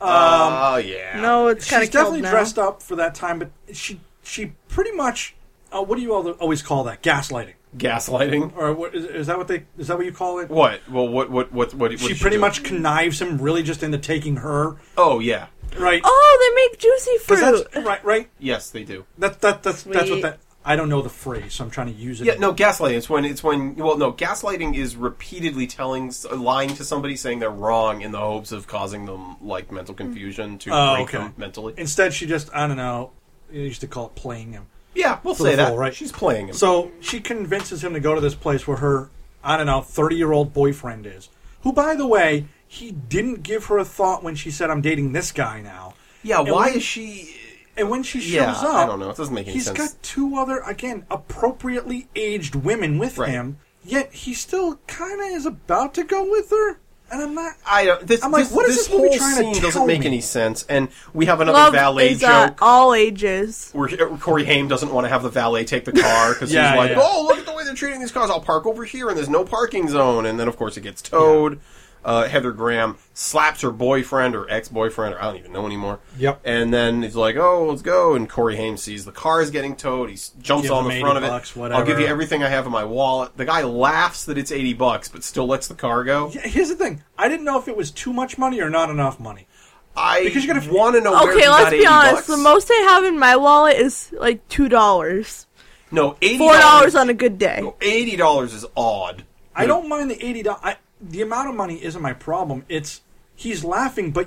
[SPEAKER 8] Oh, yeah.
[SPEAKER 7] Um, No, it's kind
[SPEAKER 6] She's
[SPEAKER 7] of killed
[SPEAKER 6] definitely
[SPEAKER 7] now.
[SPEAKER 6] dressed up for that time, but she she pretty much uh, what do you all always call that? Gaslighting,
[SPEAKER 8] Gaslighting?
[SPEAKER 6] or what, is, is that what they is that what you call it?
[SPEAKER 8] What? Well, what, what, what, what, what
[SPEAKER 6] she
[SPEAKER 8] did
[SPEAKER 6] pretty
[SPEAKER 8] do?
[SPEAKER 6] much connives him, really just into taking her,
[SPEAKER 8] Oh, yeah.
[SPEAKER 6] right?
[SPEAKER 7] Oh, they make juicy
[SPEAKER 6] 'Cause
[SPEAKER 7] fruit.
[SPEAKER 6] that's right, right.
[SPEAKER 8] Yes, they do.
[SPEAKER 6] That that that's that's what
[SPEAKER 7] Sweet.
[SPEAKER 6] that. I don't know the phrase, so I'm trying to use it.
[SPEAKER 8] Yeah, no, gaslighting. It's when it's when well, no, gaslighting is repeatedly telling, lying to somebody, saying they're wrong in the hopes of causing them like mental confusion to
[SPEAKER 6] Oh,
[SPEAKER 8] break
[SPEAKER 6] okay.
[SPEAKER 8] them mentally.
[SPEAKER 6] Instead, she just I don't know. You used to call it playing him.
[SPEAKER 8] yeah, we'll
[SPEAKER 6] For the
[SPEAKER 8] say that.
[SPEAKER 6] full, right.
[SPEAKER 8] She's playing him.
[SPEAKER 6] So she convinces him to go to this place where her, I don't know, 30 year old boyfriend is. Who, by the way, he didn't give her a thought when she said, I'm dating this guy now.
[SPEAKER 8] yeah,
[SPEAKER 6] and
[SPEAKER 8] why
[SPEAKER 6] when-
[SPEAKER 8] is she?
[SPEAKER 6] And when she shows
[SPEAKER 8] Yeah,
[SPEAKER 6] up.
[SPEAKER 8] I don't know. It doesn't make any sense.
[SPEAKER 6] He's got two other, again, appropriately aged women with
[SPEAKER 8] Right.
[SPEAKER 6] him, yet he still kind of is about to go with her. And I'm not.
[SPEAKER 8] I don't. This,
[SPEAKER 6] I'm like,
[SPEAKER 8] this,
[SPEAKER 6] what is
[SPEAKER 8] this
[SPEAKER 6] this movie
[SPEAKER 8] whole
[SPEAKER 6] trying to
[SPEAKER 8] scene
[SPEAKER 6] tell
[SPEAKER 8] doesn't make
[SPEAKER 6] me?
[SPEAKER 8] any sense, and we have another
[SPEAKER 7] Love
[SPEAKER 8] valet
[SPEAKER 7] is uh,
[SPEAKER 8] joke.
[SPEAKER 7] all ages.
[SPEAKER 8] where uh, Corey Haim doesn't want to have the valet take the
[SPEAKER 6] *laughs*
[SPEAKER 8] car because
[SPEAKER 6] Yeah,
[SPEAKER 8] he's like,
[SPEAKER 6] yeah, yeah.
[SPEAKER 8] "Oh, look at the way they're treating these cars. I'll park over here, and there's no parking zone." And then, of course, it gets towed. Uh, Heather Graham slaps her boyfriend or ex-boyfriend, or I don't even know anymore.
[SPEAKER 6] Yep.
[SPEAKER 8] And then he's like, "Oh, let's go." And Corey Haim sees the car is getting towed. He s- jumps
[SPEAKER 6] Give
[SPEAKER 8] on
[SPEAKER 6] him
[SPEAKER 8] the
[SPEAKER 6] 80
[SPEAKER 8] front of
[SPEAKER 6] bucks,
[SPEAKER 8] it. I'll give
[SPEAKER 6] whatever.
[SPEAKER 8] you everything I have in my wallet. The guy laughs that it's eighty bucks, but still lets the car go.
[SPEAKER 6] Yeah, Here's the thing I didn't know if it was too much money or not enough money.
[SPEAKER 8] I
[SPEAKER 6] Because you gotta-
[SPEAKER 8] want to know. where he
[SPEAKER 7] Okay,
[SPEAKER 8] got
[SPEAKER 7] let's be
[SPEAKER 8] 80
[SPEAKER 7] honest.
[SPEAKER 8] bucks.
[SPEAKER 7] The most I have in my wallet is like two dollars,
[SPEAKER 8] no eighty
[SPEAKER 7] four dollars on a good day.
[SPEAKER 8] eighty dollars is odd.
[SPEAKER 6] I don't mind the eighty dollars. The amount of money isn't my problem. It's he's laughing, but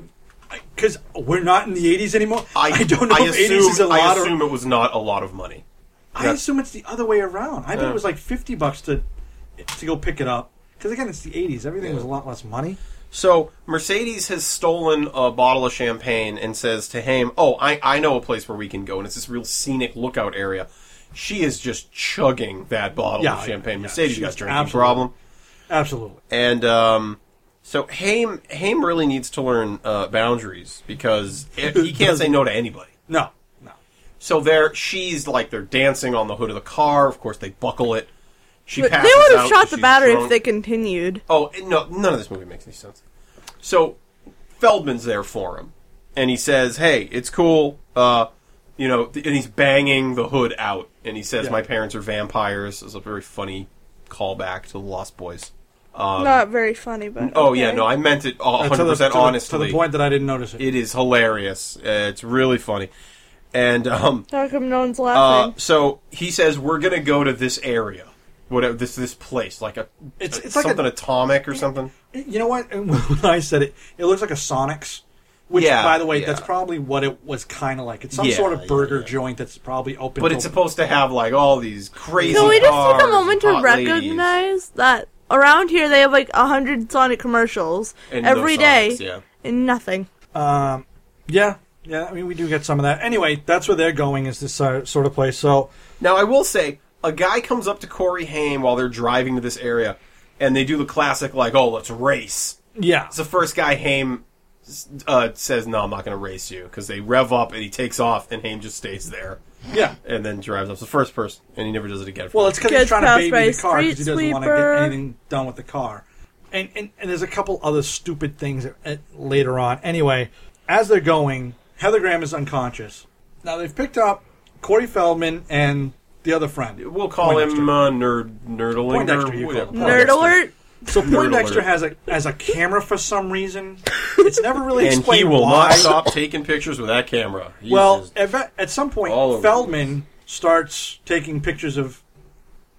[SPEAKER 6] because we're not in the eighties anymore, I, don't know if eighties is a lot.
[SPEAKER 8] I
[SPEAKER 6] Or,
[SPEAKER 8] assume it was not a lot of money.
[SPEAKER 6] I assume it's the other way around. I think it was like fifty bucks to to go pick it up. Because again, it's the eighties. Everything was a lot less money.
[SPEAKER 8] So Mercedes has stolen a bottle of champagne and says to Haim, "Oh, I, I know a place where we can go, and it's this real scenic lookout area." She is just chugging that bottle
[SPEAKER 6] Yeah,
[SPEAKER 8] of champagne.
[SPEAKER 6] yeah,
[SPEAKER 8] Mercedes
[SPEAKER 6] she's
[SPEAKER 8] got a drinking
[SPEAKER 6] absolutely-
[SPEAKER 8] problem,
[SPEAKER 6] Absolutely.
[SPEAKER 8] and um, so Haim Haim really needs to learn uh, boundaries
[SPEAKER 6] *laughs*
[SPEAKER 8] because he can't say no to anybody.
[SPEAKER 6] No. No.
[SPEAKER 8] So there, she's like they're dancing on the hood of the car. Of course, they buckle it. She
[SPEAKER 7] But they
[SPEAKER 8] passes
[SPEAKER 7] would
[SPEAKER 8] out
[SPEAKER 7] have shot the
[SPEAKER 8] she's
[SPEAKER 7] battery
[SPEAKER 8] drunk.
[SPEAKER 7] if they continued.
[SPEAKER 8] Oh no, none of this movie makes any sense. So Feldman's there for him, and he says, "Hey, it's cool." Uh, you know, th- and he's banging the hood out, and he says,
[SPEAKER 6] Yeah.
[SPEAKER 8] "My parents are vampires." Is a very funny callback to the Lost Boys.
[SPEAKER 7] Not very funny, but
[SPEAKER 8] Um, Oh yeah,
[SPEAKER 7] okay.
[SPEAKER 8] no, I meant it
[SPEAKER 6] Uh, to
[SPEAKER 8] hundred
[SPEAKER 6] the- to the-
[SPEAKER 8] percent honestly.
[SPEAKER 6] to the point that I didn't notice it.
[SPEAKER 8] It is hilarious. Uh, it's really funny, and um,
[SPEAKER 7] How come no one's
[SPEAKER 8] uh,
[SPEAKER 7] laughing?
[SPEAKER 8] so he says, "We're gonna go to this area." Whatever this this place like a
[SPEAKER 6] It's- it's like a-
[SPEAKER 8] something atomic or something
[SPEAKER 6] you know what? *laughs* When I said it, it looks like a Sonic's. Which,
[SPEAKER 8] Yeah,
[SPEAKER 6] by the way,
[SPEAKER 8] yeah.
[SPEAKER 6] that's probably what it was kind of like. It's some
[SPEAKER 8] Yeah,
[SPEAKER 6] sort of
[SPEAKER 8] yeah,
[SPEAKER 6] burger
[SPEAKER 8] yeah.
[SPEAKER 6] joint that's probably open.
[SPEAKER 8] But
[SPEAKER 6] till-
[SPEAKER 8] it's supposed to have like all these crazy.
[SPEAKER 7] Can we just take a
[SPEAKER 8] cars,
[SPEAKER 7] moment to
[SPEAKER 8] hot ladies.
[SPEAKER 7] recognize that around here they have like a hundred Sonic commercials
[SPEAKER 8] And
[SPEAKER 7] every
[SPEAKER 8] no
[SPEAKER 7] day
[SPEAKER 8] Sonics, yeah.
[SPEAKER 7] and nothing.
[SPEAKER 6] Yeah, yeah. I mean, we do get some of that. Anyway, that's where they're going is this uh, sort of place. So
[SPEAKER 8] Now I will say, a guy comes up to Corey Haim while they're driving to this area, and they do the classic like, "Oh, let's race."
[SPEAKER 6] yeah,
[SPEAKER 8] It's the first guy Haim uh, says, "No, I'm not going to race you," because they rev up and he takes off, and Haim just stays there
[SPEAKER 6] yeah.
[SPEAKER 8] and then drives up. It's the first person, and he never does it again.
[SPEAKER 6] Well, it's because he's
[SPEAKER 7] Gets
[SPEAKER 6] trying to
[SPEAKER 7] passed by
[SPEAKER 6] baby
[SPEAKER 7] a
[SPEAKER 6] the car because he
[SPEAKER 7] street
[SPEAKER 6] doesn't want to
[SPEAKER 7] sweeper.
[SPEAKER 6] get anything done with the car. And, and and there's a couple other stupid things that- uh, later on. Anyway, as they're going, Heather Graham is unconscious. Now they've picked up Corey Feldman and the other friend.
[SPEAKER 8] *laughs* we'll call him
[SPEAKER 6] Poindexter.
[SPEAKER 8] uh, nerd nerdling.
[SPEAKER 6] Poindexter, you call him.
[SPEAKER 8] Oh,
[SPEAKER 7] Nerd alert!
[SPEAKER 6] So Poindexter
[SPEAKER 8] alert.
[SPEAKER 6] has a has a camera for some
[SPEAKER 8] *laughs*
[SPEAKER 6] reason. It's never really
[SPEAKER 8] And
[SPEAKER 6] explained
[SPEAKER 8] he will
[SPEAKER 6] why.
[SPEAKER 8] not stop taking pictures with that camera. He's
[SPEAKER 6] Well,
[SPEAKER 8] just-
[SPEAKER 6] at, at some point,
[SPEAKER 8] all over the
[SPEAKER 6] Feldman starts taking pictures of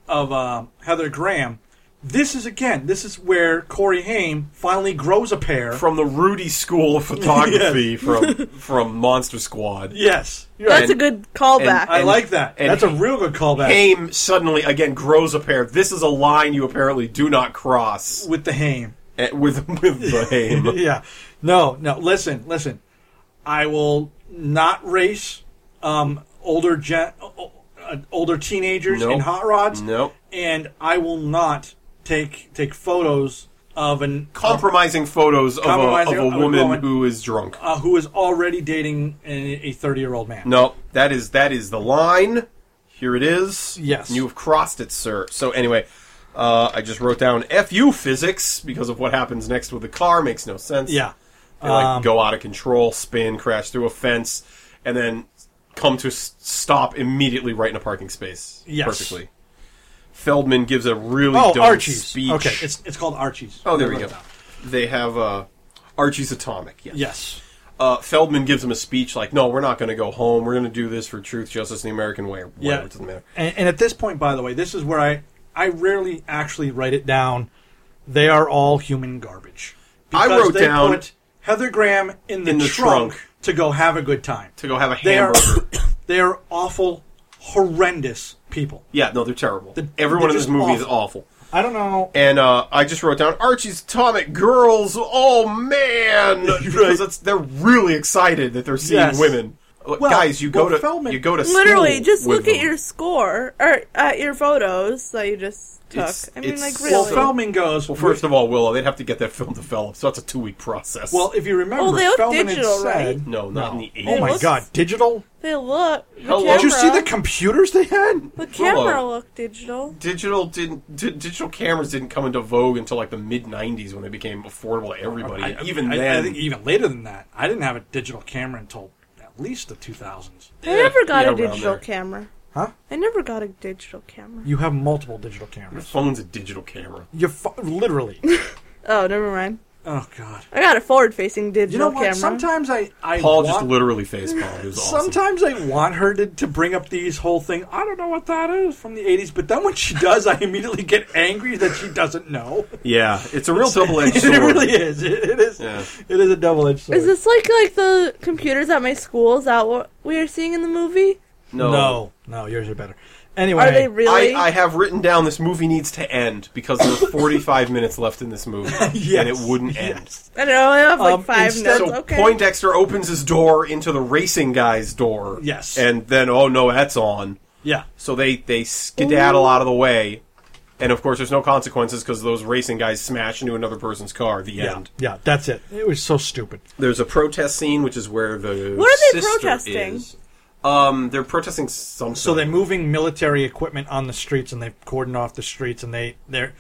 [SPEAKER 6] of um, Heather Graham. This is again. This is where Corey Haim finally grows a pair.
[SPEAKER 8] from the Rudy School of
[SPEAKER 6] *laughs*
[SPEAKER 8] Photography from from Monster Squad.
[SPEAKER 6] yes, you're right.
[SPEAKER 7] That's a good callback.
[SPEAKER 6] I
[SPEAKER 8] and-
[SPEAKER 6] like that.
[SPEAKER 8] and
[SPEAKER 6] That's a real good callback
[SPEAKER 8] Haim suddenly again grows a pair. This is a line you apparently do not cross
[SPEAKER 6] with the Haim.
[SPEAKER 8] eh, with with
[SPEAKER 6] *laughs*
[SPEAKER 8] the Haim.
[SPEAKER 6] yeah. No, no. Listen, listen. I will not race um, older gen, o- uh, older teenagers in
[SPEAKER 8] Nope.
[SPEAKER 6] hot rods.
[SPEAKER 8] Nope.
[SPEAKER 6] And I will not take take photos of an
[SPEAKER 8] Compromising photos of,
[SPEAKER 6] Compromising
[SPEAKER 8] a, of a woman,
[SPEAKER 6] woman.
[SPEAKER 8] who is drunk.
[SPEAKER 6] uh, who is already dating a thirty-year-old man.
[SPEAKER 8] No, that is that is the line. Here it is.
[SPEAKER 6] Yes.
[SPEAKER 8] you have crossed it, sir. So anyway, uh, I just wrote down "fu physics" because of what happens next with the car makes no sense.
[SPEAKER 6] Yeah. um,
[SPEAKER 8] They like go out of control, spin, crash through a fence, and then come to s- stop immediately right in a parking space.
[SPEAKER 6] Yes.
[SPEAKER 8] Perfectly. Feldman gives a really
[SPEAKER 6] Oh,
[SPEAKER 8] dumb
[SPEAKER 6] Archie's.
[SPEAKER 8] speech.
[SPEAKER 6] Okay, it's it's called Archie's.
[SPEAKER 8] oh, there we
[SPEAKER 6] I wrote it
[SPEAKER 8] go.
[SPEAKER 6] down.
[SPEAKER 8] They have uh, Archie's Atomic. Yes.
[SPEAKER 6] Yes.
[SPEAKER 8] Uh, Feldman gives him a speech like, "No, we're not going to go home. We're going to do this for truth, justice, and the American way." Or whatever,
[SPEAKER 6] Yeah.
[SPEAKER 8] it doesn't matter.
[SPEAKER 6] And, and at this point, by the way, this is where I I rarely actually write it down. They are all human garbage.
[SPEAKER 8] I wrote down-
[SPEAKER 6] Heather Graham in the,
[SPEAKER 8] In the
[SPEAKER 6] trunk,
[SPEAKER 8] trunk.
[SPEAKER 6] to go have a good time.
[SPEAKER 8] To go have a
[SPEAKER 6] They are
[SPEAKER 8] hamburger.
[SPEAKER 6] *coughs* they are awful, horrendous people.
[SPEAKER 8] yeah, no, they're terrible.
[SPEAKER 6] The-
[SPEAKER 8] Everyone
[SPEAKER 6] they're
[SPEAKER 8] in this
[SPEAKER 6] just
[SPEAKER 8] movie is
[SPEAKER 6] awful.
[SPEAKER 8] awful.
[SPEAKER 6] I don't know.
[SPEAKER 8] And uh, I just wrote down Archie's Atomic Girls.
[SPEAKER 6] *laughs*
[SPEAKER 8] Oh man, because it's, they're really excited that they're seeing
[SPEAKER 6] Yes.
[SPEAKER 8] women. Look,
[SPEAKER 6] Well-
[SPEAKER 8] guys, you go
[SPEAKER 6] well,
[SPEAKER 8] to
[SPEAKER 6] Feldman-
[SPEAKER 8] you go to
[SPEAKER 7] Literally,
[SPEAKER 8] school
[SPEAKER 7] just
[SPEAKER 8] with
[SPEAKER 7] look at
[SPEAKER 8] them.
[SPEAKER 7] your score or at your photos that you just took.
[SPEAKER 8] It's-
[SPEAKER 7] I mean,
[SPEAKER 8] it's
[SPEAKER 7] like
[SPEAKER 8] so-
[SPEAKER 7] really.
[SPEAKER 6] Well, Feldman goes.
[SPEAKER 8] Well, first of all, Willow, they'd have to get that film developed, so that's a two week process.
[SPEAKER 6] well, if you remember,
[SPEAKER 7] Well, Oh, they look
[SPEAKER 6] Feldman
[SPEAKER 7] digital,
[SPEAKER 6] had said,
[SPEAKER 7] right?
[SPEAKER 8] no, not in the eighties.
[SPEAKER 6] Oh my
[SPEAKER 7] looks-
[SPEAKER 6] god, digital!
[SPEAKER 7] they look. The
[SPEAKER 8] Hello.
[SPEAKER 7] camera,
[SPEAKER 6] Did you see the computers they had?
[SPEAKER 7] the camera
[SPEAKER 8] Hello.
[SPEAKER 7] looked digital.
[SPEAKER 8] Digital didn't di- digital cameras didn't come into vogue until like the mid '90s when they became affordable to everybody.
[SPEAKER 6] I-
[SPEAKER 8] And even
[SPEAKER 6] I,
[SPEAKER 8] then,
[SPEAKER 6] I think even later than that. I didn't have a digital camera until at least the 2000s.
[SPEAKER 7] I never got
[SPEAKER 8] yeah,
[SPEAKER 7] a
[SPEAKER 8] around
[SPEAKER 7] digital
[SPEAKER 8] there.
[SPEAKER 7] camera.
[SPEAKER 6] Huh?
[SPEAKER 7] I never got a digital camera.
[SPEAKER 6] You have multiple digital
[SPEAKER 8] your
[SPEAKER 6] cameras.
[SPEAKER 8] phone's a digital camera.
[SPEAKER 6] You fu-
[SPEAKER 7] *laughs*
[SPEAKER 6] literally.
[SPEAKER 7] Oh, never mind.
[SPEAKER 6] oh god.
[SPEAKER 7] I got a forward-facing digital
[SPEAKER 6] You know what?
[SPEAKER 7] camera.
[SPEAKER 6] Sometimes I I
[SPEAKER 8] Paul
[SPEAKER 6] want,
[SPEAKER 8] just literally facepalmed. It was awesome.
[SPEAKER 6] Sometimes I want her to, to bring up these whole thing. I don't know what that is from the 80s, but then when she does, I immediately get angry that she doesn't know.
[SPEAKER 8] yeah, it's a real double
[SPEAKER 6] *laughs*
[SPEAKER 8] edged
[SPEAKER 6] It
[SPEAKER 8] sword.
[SPEAKER 6] really is. It, it is.
[SPEAKER 8] Yeah.
[SPEAKER 6] It is a double edged sword.
[SPEAKER 7] Is this like like the computers at my school? Is that what we are seeing in the movie?
[SPEAKER 8] No.
[SPEAKER 6] no, no, yours are better. Anyway,
[SPEAKER 7] Are they really?
[SPEAKER 8] I, I have written down this movie needs to end because
[SPEAKER 6] *laughs*
[SPEAKER 8] there's 45 minutes left in this movie, and it wouldn't end.
[SPEAKER 7] I don't know. I have like
[SPEAKER 6] Um,
[SPEAKER 7] five
[SPEAKER 6] instead-
[SPEAKER 7] notes.
[SPEAKER 8] So
[SPEAKER 7] okay.
[SPEAKER 8] Poindexter opens his door into the racing guy's door.
[SPEAKER 6] Yes.
[SPEAKER 8] and then oh no, that's on.
[SPEAKER 6] yeah,
[SPEAKER 8] So they they skedaddle out of the way, and of course there's no consequences because those racing guys smash into another person's car. The
[SPEAKER 6] yeah,
[SPEAKER 8] end.
[SPEAKER 6] yeah. That's it. It was so stupid.
[SPEAKER 8] There's a protest scene, which is where the
[SPEAKER 7] What are they
[SPEAKER 8] sister
[SPEAKER 7] protesting?
[SPEAKER 8] is. Um, they're protesting something.
[SPEAKER 6] So they're moving military equipment on the streets, and they've cordoned off the streets, and they they're.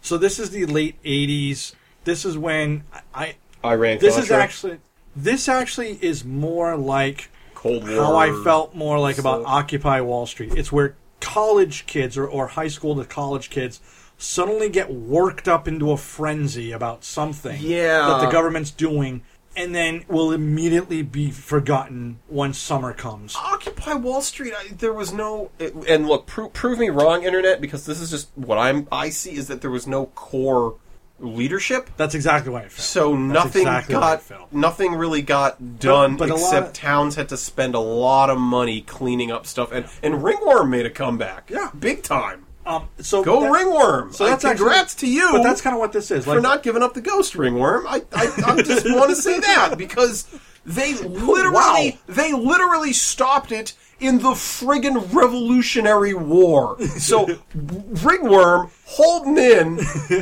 [SPEAKER 6] So this is the late '80s. This is when I.
[SPEAKER 8] Iran.
[SPEAKER 6] This is
[SPEAKER 8] Contra,
[SPEAKER 6] actually. This actually is more like
[SPEAKER 8] Cold War.
[SPEAKER 6] how I felt more like about Occupy Wall Street. It's where college kids or, or high school to college kids suddenly get worked up into a frenzy about something
[SPEAKER 8] Yeah.
[SPEAKER 6] that the government's doing and then will immediately be forgotten once summer comes.
[SPEAKER 8] Occupy Wall Street. I, there was no, it, and look, pro- prove me wrong, internet, because this is just what I'm. I see is that there was no core leadership,
[SPEAKER 6] That's exactly why it felt.
[SPEAKER 8] so nothing
[SPEAKER 6] exactly what I
[SPEAKER 8] got,
[SPEAKER 6] felt.
[SPEAKER 8] nothing really got done.
[SPEAKER 6] but a lot
[SPEAKER 8] except
[SPEAKER 6] of-
[SPEAKER 8] towns had to spend a lot of money cleaning up stuff, and and Ringworm made a comeback,
[SPEAKER 6] Yeah.
[SPEAKER 8] big time.
[SPEAKER 6] um, so
[SPEAKER 8] Go
[SPEAKER 6] that-
[SPEAKER 8] Ringworm! So that's
[SPEAKER 6] actually-
[SPEAKER 8] congrats to you.
[SPEAKER 6] But that's kind of what this is.
[SPEAKER 8] for
[SPEAKER 6] Like
[SPEAKER 8] not giving up the ghost ringworm. I, I,
[SPEAKER 6] *laughs*
[SPEAKER 8] I just want to say that because they literally
[SPEAKER 6] Wow.
[SPEAKER 8] they literally stopped it in the friggin' Revolutionary War.
[SPEAKER 6] *laughs*
[SPEAKER 8] So ringworm holding in,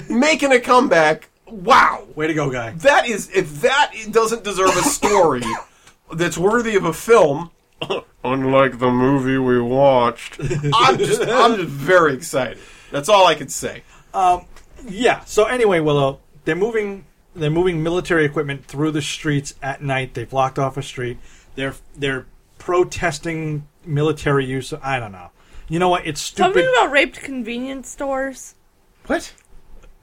[SPEAKER 8] making a comeback. Wow,
[SPEAKER 6] way to go, guy.
[SPEAKER 8] that is if that doesn't deserve a story that's worthy of a film. Unlike the movie we watched, I'm just I'm just very excited. That's all I can say.
[SPEAKER 6] Yeah. So anyway, Willow, they're moving they're moving military equipment through the streets at night. They blocked off a street. They're they're protesting military use. I don't know. You know what? It's stupid.
[SPEAKER 7] Something about raped convenience stores.
[SPEAKER 8] What?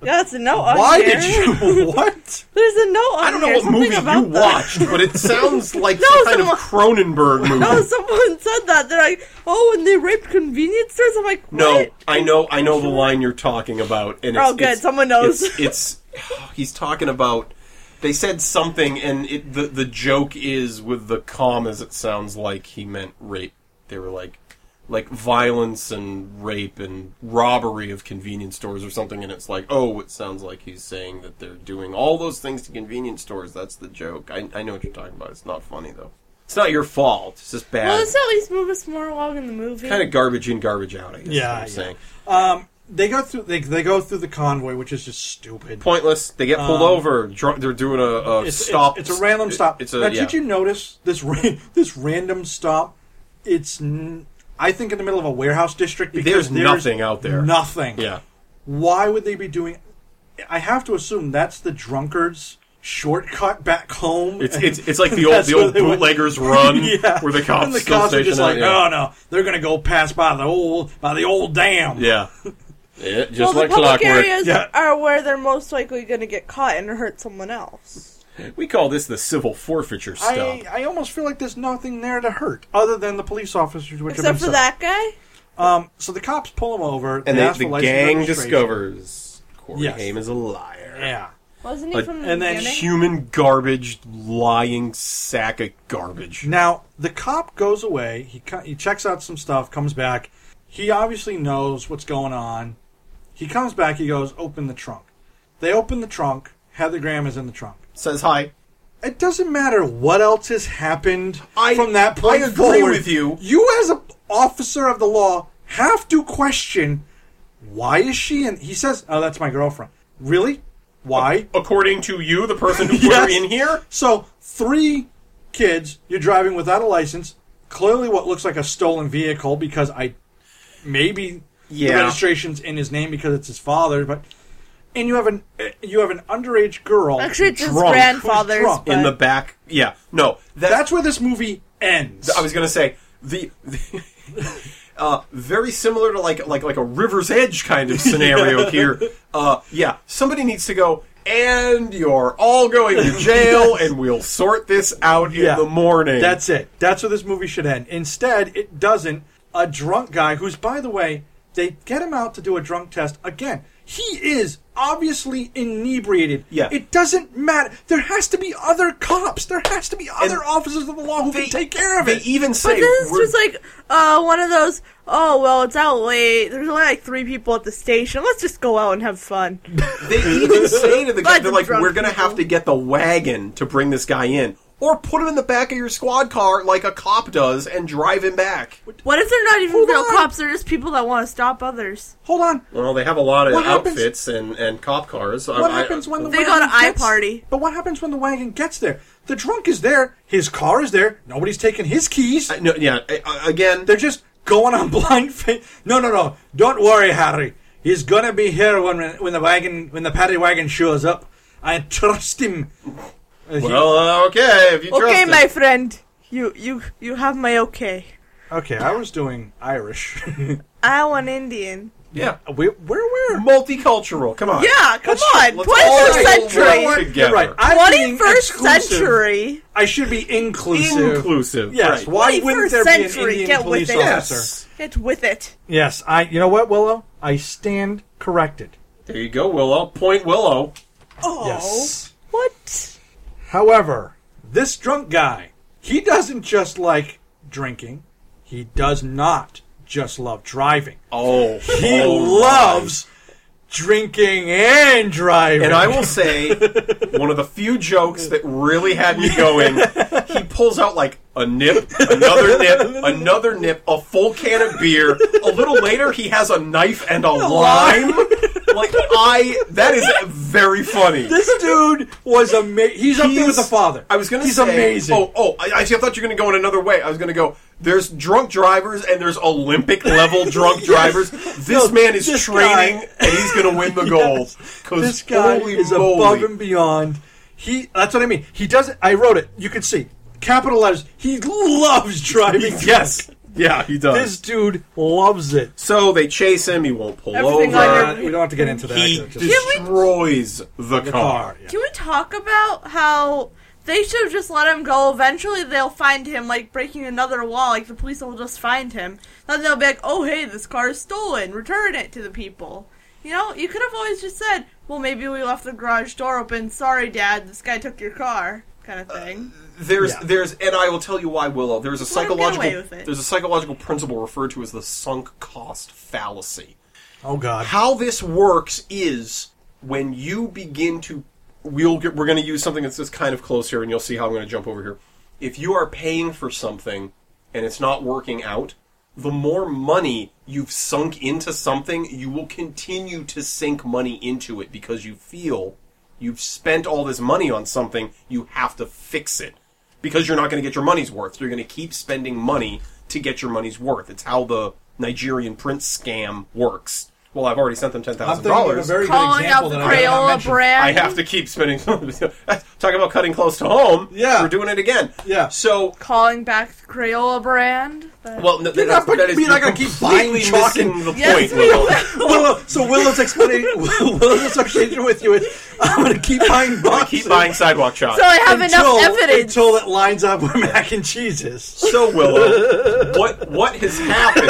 [SPEAKER 7] Yeah, that's a note on
[SPEAKER 6] Why
[SPEAKER 7] here.
[SPEAKER 6] did
[SPEAKER 8] *laughs*
[SPEAKER 6] you what?
[SPEAKER 7] There's a note on
[SPEAKER 8] I don't know
[SPEAKER 7] here,
[SPEAKER 8] what
[SPEAKER 7] something
[SPEAKER 8] movie
[SPEAKER 7] about
[SPEAKER 8] you
[SPEAKER 7] that.
[SPEAKER 8] watched, but it sounds like
[SPEAKER 7] *laughs* No,
[SPEAKER 8] some kind
[SPEAKER 7] someone-
[SPEAKER 8] of Cronenberg
[SPEAKER 7] *laughs*
[SPEAKER 8] movie.
[SPEAKER 7] No, someone said that. They're like, oh, and they raped convenience stores. I'm like,
[SPEAKER 8] No,
[SPEAKER 7] what?
[SPEAKER 8] I know, I know the line you're talking about, and it's,
[SPEAKER 7] Oh, good,
[SPEAKER 8] it's-
[SPEAKER 7] someone knows.
[SPEAKER 8] It's, *sighs* it's- he's talking about. They said something, and it, the the joke is with the commas. It sounds like he meant rape. They were like, like violence and rape and robbery of convenience stores or something, and it's like, oh, it sounds like he's saying that they're doing all those things to convenience stores. That's the joke. I, I know what you're talking about. It's not funny though. It's not your fault. It's just bad.
[SPEAKER 7] Well, let's at least move us more along in the movie.
[SPEAKER 8] kind of garbage in, garbage out. I guess is
[SPEAKER 6] Yeah,
[SPEAKER 8] what I'm
[SPEAKER 6] yeah.
[SPEAKER 8] saying.
[SPEAKER 6] they go through they, they go through the convoy, which is just stupid.
[SPEAKER 8] Pointless. They get pulled over. Dr- they're doing a, a
[SPEAKER 6] Um, It's,
[SPEAKER 8] stop.
[SPEAKER 6] It's, it's a random stop.
[SPEAKER 8] It's a,
[SPEAKER 6] now,
[SPEAKER 8] yeah.
[SPEAKER 6] did you notice this ra- *laughs* this random stop? It's n- I think in the middle of a warehouse district. Because
[SPEAKER 8] There's nothing out there.
[SPEAKER 6] Nothing. *laughs*
[SPEAKER 8] Yeah.
[SPEAKER 6] Why would they be doing? I have to assume that's the drunkards' shortcut back home. *laughs*
[SPEAKER 8] It's
[SPEAKER 6] and
[SPEAKER 8] it's it's like the old
[SPEAKER 6] that's
[SPEAKER 8] the
[SPEAKER 6] where
[SPEAKER 8] old
[SPEAKER 6] they went. *laughs*
[SPEAKER 8] bootleggers run
[SPEAKER 6] yeah.
[SPEAKER 8] where the cops
[SPEAKER 6] and the
[SPEAKER 8] still
[SPEAKER 6] cops are just
[SPEAKER 8] station out,
[SPEAKER 6] like,
[SPEAKER 8] yeah.
[SPEAKER 6] oh no, they're gonna go pass by the old by the old dam.
[SPEAKER 8] Yeah. Yeah, just
[SPEAKER 7] well,
[SPEAKER 8] like
[SPEAKER 7] the public
[SPEAKER 8] clockwork.
[SPEAKER 7] areas
[SPEAKER 6] Yeah.
[SPEAKER 7] are where they're most likely going to get caught and hurt someone else.
[SPEAKER 8] We call this the civil forfeiture stop.
[SPEAKER 6] I, I almost feel like there's nothing there to hurt other than the police officers, which have
[SPEAKER 7] Except
[SPEAKER 6] been
[SPEAKER 7] for
[SPEAKER 6] sent.
[SPEAKER 7] that guy.
[SPEAKER 6] So the cops pull him over,
[SPEAKER 8] and
[SPEAKER 6] they
[SPEAKER 8] they,
[SPEAKER 6] ask for
[SPEAKER 8] the
[SPEAKER 6] license
[SPEAKER 8] gang
[SPEAKER 6] registration.
[SPEAKER 8] discovers Corey
[SPEAKER 6] Yes.
[SPEAKER 8] Haim is a liar.
[SPEAKER 6] Yeah,
[SPEAKER 7] Wasn't
[SPEAKER 8] he
[SPEAKER 7] he
[SPEAKER 8] Uh, from
[SPEAKER 7] from
[SPEAKER 8] the
[SPEAKER 7] the
[SPEAKER 6] and then beginning?
[SPEAKER 8] Human garbage, lying sack of garbage.
[SPEAKER 6] Now the cop goes away. He co- he checks out some stuff, comes back. He obviously knows what's going on. He comes back. He goes, "Open the trunk." They open the trunk. Heather Graham is in the trunk.
[SPEAKER 8] Says hi.
[SPEAKER 6] It doesn't matter what else has happened
[SPEAKER 8] I-
[SPEAKER 6] from that
[SPEAKER 8] I
[SPEAKER 6] point
[SPEAKER 8] agree
[SPEAKER 6] forward.
[SPEAKER 8] with you.
[SPEAKER 6] You, as an officer of the law, have to question why is she in. He says, "Oh, that's my girlfriend." Really? Why?
[SPEAKER 8] According to you, the person who put
[SPEAKER 6] Yes.
[SPEAKER 8] her in here?
[SPEAKER 6] So three kids, you're driving without a license. Clearly, what looks like a stolen vehicle because I maybe
[SPEAKER 8] Yeah.
[SPEAKER 6] the registration's in his name because it's his father, but and you have an eh, you have an underage girl.
[SPEAKER 7] Actually, it's his
[SPEAKER 8] drunk.
[SPEAKER 7] grandfather's.
[SPEAKER 6] Who's drunk?
[SPEAKER 7] but-
[SPEAKER 8] In the back. Yeah. No. That,
[SPEAKER 6] That's where this movie ends.
[SPEAKER 8] I was gonna say the, *laughs* uh, very similar to like like like a River's Edge kind *laughs* of scenario here. Uh, yeah, somebody needs to go, and you're all going to jail, and we'll sort this out in
[SPEAKER 6] Yeah.
[SPEAKER 8] the morning.
[SPEAKER 6] That's it. That's where this movie should end. Instead, it doesn't. A drunk guy, who's by the way, they get him out to do a drunk test again. He is obviously inebriated.
[SPEAKER 8] Yeah.
[SPEAKER 6] It doesn't matter. There has to be other cops. There has to be other
[SPEAKER 8] And
[SPEAKER 6] officers of the law who
[SPEAKER 8] They
[SPEAKER 6] can take care of
[SPEAKER 8] they e-
[SPEAKER 6] it.
[SPEAKER 8] even
[SPEAKER 7] But
[SPEAKER 8] say
[SPEAKER 7] this is
[SPEAKER 8] we're-
[SPEAKER 7] just like uh, one of those. Oh well, it's out late. There's only like three people at the station. Let's just go out and have fun.
[SPEAKER 8] they even say to the guy,
[SPEAKER 7] Bunch
[SPEAKER 8] they're
[SPEAKER 7] of
[SPEAKER 8] like,
[SPEAKER 7] drunk
[SPEAKER 8] we're gonna
[SPEAKER 7] people.
[SPEAKER 8] have to get the wagon to bring this guy in. Or put him in the back of your squad car like a cop does and drive him back.
[SPEAKER 7] What if they're not even
[SPEAKER 6] Hold
[SPEAKER 7] real
[SPEAKER 6] on.
[SPEAKER 7] cops? They're just people that want to stop others.
[SPEAKER 6] Hold on.
[SPEAKER 8] Well, they have a lot of
[SPEAKER 6] What happens-
[SPEAKER 8] outfits and, and cop cars.
[SPEAKER 6] What happens when the
[SPEAKER 7] They go
[SPEAKER 6] wagon
[SPEAKER 7] to
[SPEAKER 6] gets-
[SPEAKER 7] iParty.
[SPEAKER 6] But what happens when the wagon gets there? The drunk is there. His car is there. Nobody's taking his keys.
[SPEAKER 8] I- no, yeah. I- I- Again,
[SPEAKER 6] They're just going on *laughs* blind faith. No, no, no. Don't worry, Harry. He's gonna be here when when the wagon when the paddy wagon shows up. I trust him.
[SPEAKER 8] well, uh, okay. If you
[SPEAKER 7] Okay,
[SPEAKER 8] trust
[SPEAKER 7] my
[SPEAKER 8] it.
[SPEAKER 7] friend. You you you have my okay.
[SPEAKER 6] Okay, I was doing Irish. *laughs*
[SPEAKER 7] I want Indian.
[SPEAKER 8] yeah,
[SPEAKER 6] we, we're where?
[SPEAKER 8] multicultural. Come on.
[SPEAKER 7] Yeah, come
[SPEAKER 8] Let's-
[SPEAKER 7] on.
[SPEAKER 8] let's
[SPEAKER 7] 21st
[SPEAKER 8] all
[SPEAKER 7] century.
[SPEAKER 8] work
[SPEAKER 6] You're
[SPEAKER 8] Together.
[SPEAKER 6] right. I'm being
[SPEAKER 7] 21st
[SPEAKER 6] exclusive.
[SPEAKER 7] century.
[SPEAKER 6] I should be inclusive.
[SPEAKER 8] Inclusive.
[SPEAKER 6] Yes.
[SPEAKER 8] Right.
[SPEAKER 6] Why wouldn't there
[SPEAKER 7] 21st
[SPEAKER 6] be an
[SPEAKER 7] century,
[SPEAKER 6] Indian
[SPEAKER 7] get with
[SPEAKER 6] police
[SPEAKER 7] it.
[SPEAKER 6] officer?
[SPEAKER 8] Yes.
[SPEAKER 7] Get with it.
[SPEAKER 6] Yes. I. You know what, Willow? I stand corrected.
[SPEAKER 8] There you go, Willow. Point Willow.
[SPEAKER 7] Oh,
[SPEAKER 6] Yes.
[SPEAKER 7] what?
[SPEAKER 6] However, this drunk guy, he doesn't just like drinking. He does not just love driving.
[SPEAKER 8] Oh,
[SPEAKER 6] He loves drinking and driving.
[SPEAKER 8] And I will say, *laughs* one of the few jokes that really had me going, he pulls out like a nip, another nip, another nip, a full can of beer. A little later, he has a knife and a lime. Like I, that is very funny.
[SPEAKER 6] This dude was amazing. He's up there with the father.
[SPEAKER 8] I was gonna
[SPEAKER 6] He's
[SPEAKER 8] say,
[SPEAKER 6] amazing.
[SPEAKER 8] Oh, oh! I, I see. I thought you were gonna go in another way. I was gonna go. There's drunk drivers and
[SPEAKER 6] *laughs*
[SPEAKER 8] there's Olympic level drunk drivers. This
[SPEAKER 6] No,
[SPEAKER 8] man is
[SPEAKER 6] this
[SPEAKER 8] training
[SPEAKER 6] guy-
[SPEAKER 8] and he's gonna
[SPEAKER 6] *laughs*
[SPEAKER 8] win the gold. Because
[SPEAKER 6] this guy
[SPEAKER 8] holy
[SPEAKER 6] is
[SPEAKER 8] moly.
[SPEAKER 6] above and beyond. He. That's what I mean. He doesn't. I wrote it. You can see capital letters. He loves driving.
[SPEAKER 8] Yes. Yeah, he does.
[SPEAKER 6] This dude loves it.
[SPEAKER 8] so they chase him. He won't pull
[SPEAKER 7] Everything
[SPEAKER 8] over.
[SPEAKER 7] on
[SPEAKER 6] Uh, we don't have to get into that.
[SPEAKER 8] he
[SPEAKER 6] Just-
[SPEAKER 8] destroys the,
[SPEAKER 6] the
[SPEAKER 8] car.
[SPEAKER 6] car. yeah.
[SPEAKER 7] Can we talk about how they should have just let him go? Eventually, they'll find him, like breaking another wall. Like the police will just find him. Then they'll be like, "Oh, hey, this car is stolen. Return it to the people." You know, you could have always just said, "Well, maybe we left the garage door open. Sorry, Dad. This guy took your car." Kind of
[SPEAKER 6] Uh,
[SPEAKER 7] thing.
[SPEAKER 8] There's,
[SPEAKER 6] Yeah.
[SPEAKER 8] there's, and I will tell you why, Willow. There's a
[SPEAKER 7] Let him get away
[SPEAKER 8] psychological,
[SPEAKER 7] with it.
[SPEAKER 8] there's a psychological principle referred to as the sunk cost fallacy.
[SPEAKER 6] Oh God.
[SPEAKER 8] how this works is when you begin to we'll get, we're going to use something that's just kind of close here and you'll see how i'm going to jump over here if you are paying for something and it's not working out the more money you've sunk into something, you will continue to sink money into it because you feel you've spent all this money on something, you have to fix it because you're not going to get your money's worth. So you're going to keep spending money to get your money's worth. It's how the Nigerian prince scam works. Well, I've already sent them ten
[SPEAKER 6] I'm
[SPEAKER 8] thousand
[SPEAKER 6] thinking of a
[SPEAKER 8] dollars.
[SPEAKER 6] very good
[SPEAKER 7] Calling
[SPEAKER 6] example
[SPEAKER 7] out the
[SPEAKER 6] that I did not
[SPEAKER 7] Crayola
[SPEAKER 6] mention.
[SPEAKER 8] I
[SPEAKER 7] brand.
[SPEAKER 8] have to keep spending. *laughs* Talk about cutting close to home.
[SPEAKER 6] Yeah.
[SPEAKER 8] we're doing it again.
[SPEAKER 6] Yeah.
[SPEAKER 8] So
[SPEAKER 7] Calling back the Crayola brand. That-
[SPEAKER 8] well, no,
[SPEAKER 6] You're not
[SPEAKER 8] that's,
[SPEAKER 6] putting
[SPEAKER 8] that is
[SPEAKER 6] me like I keep buying
[SPEAKER 8] completely
[SPEAKER 6] chalk and-
[SPEAKER 8] missing the
[SPEAKER 7] Yes,
[SPEAKER 8] point.
[SPEAKER 7] we
[SPEAKER 8] Will.
[SPEAKER 6] Willow, so Willow's explanation, Willow's association with you is I'm going to keep buying boxes.
[SPEAKER 8] keep buying sidewalk
[SPEAKER 7] *laughs*
[SPEAKER 8] chalk.
[SPEAKER 7] so I have enough evidence.
[SPEAKER 6] until it lines up with mac and
[SPEAKER 7] *laughs*
[SPEAKER 6] cheeses.
[SPEAKER 8] So Willow, what what has
[SPEAKER 6] *laughs*
[SPEAKER 8] happened?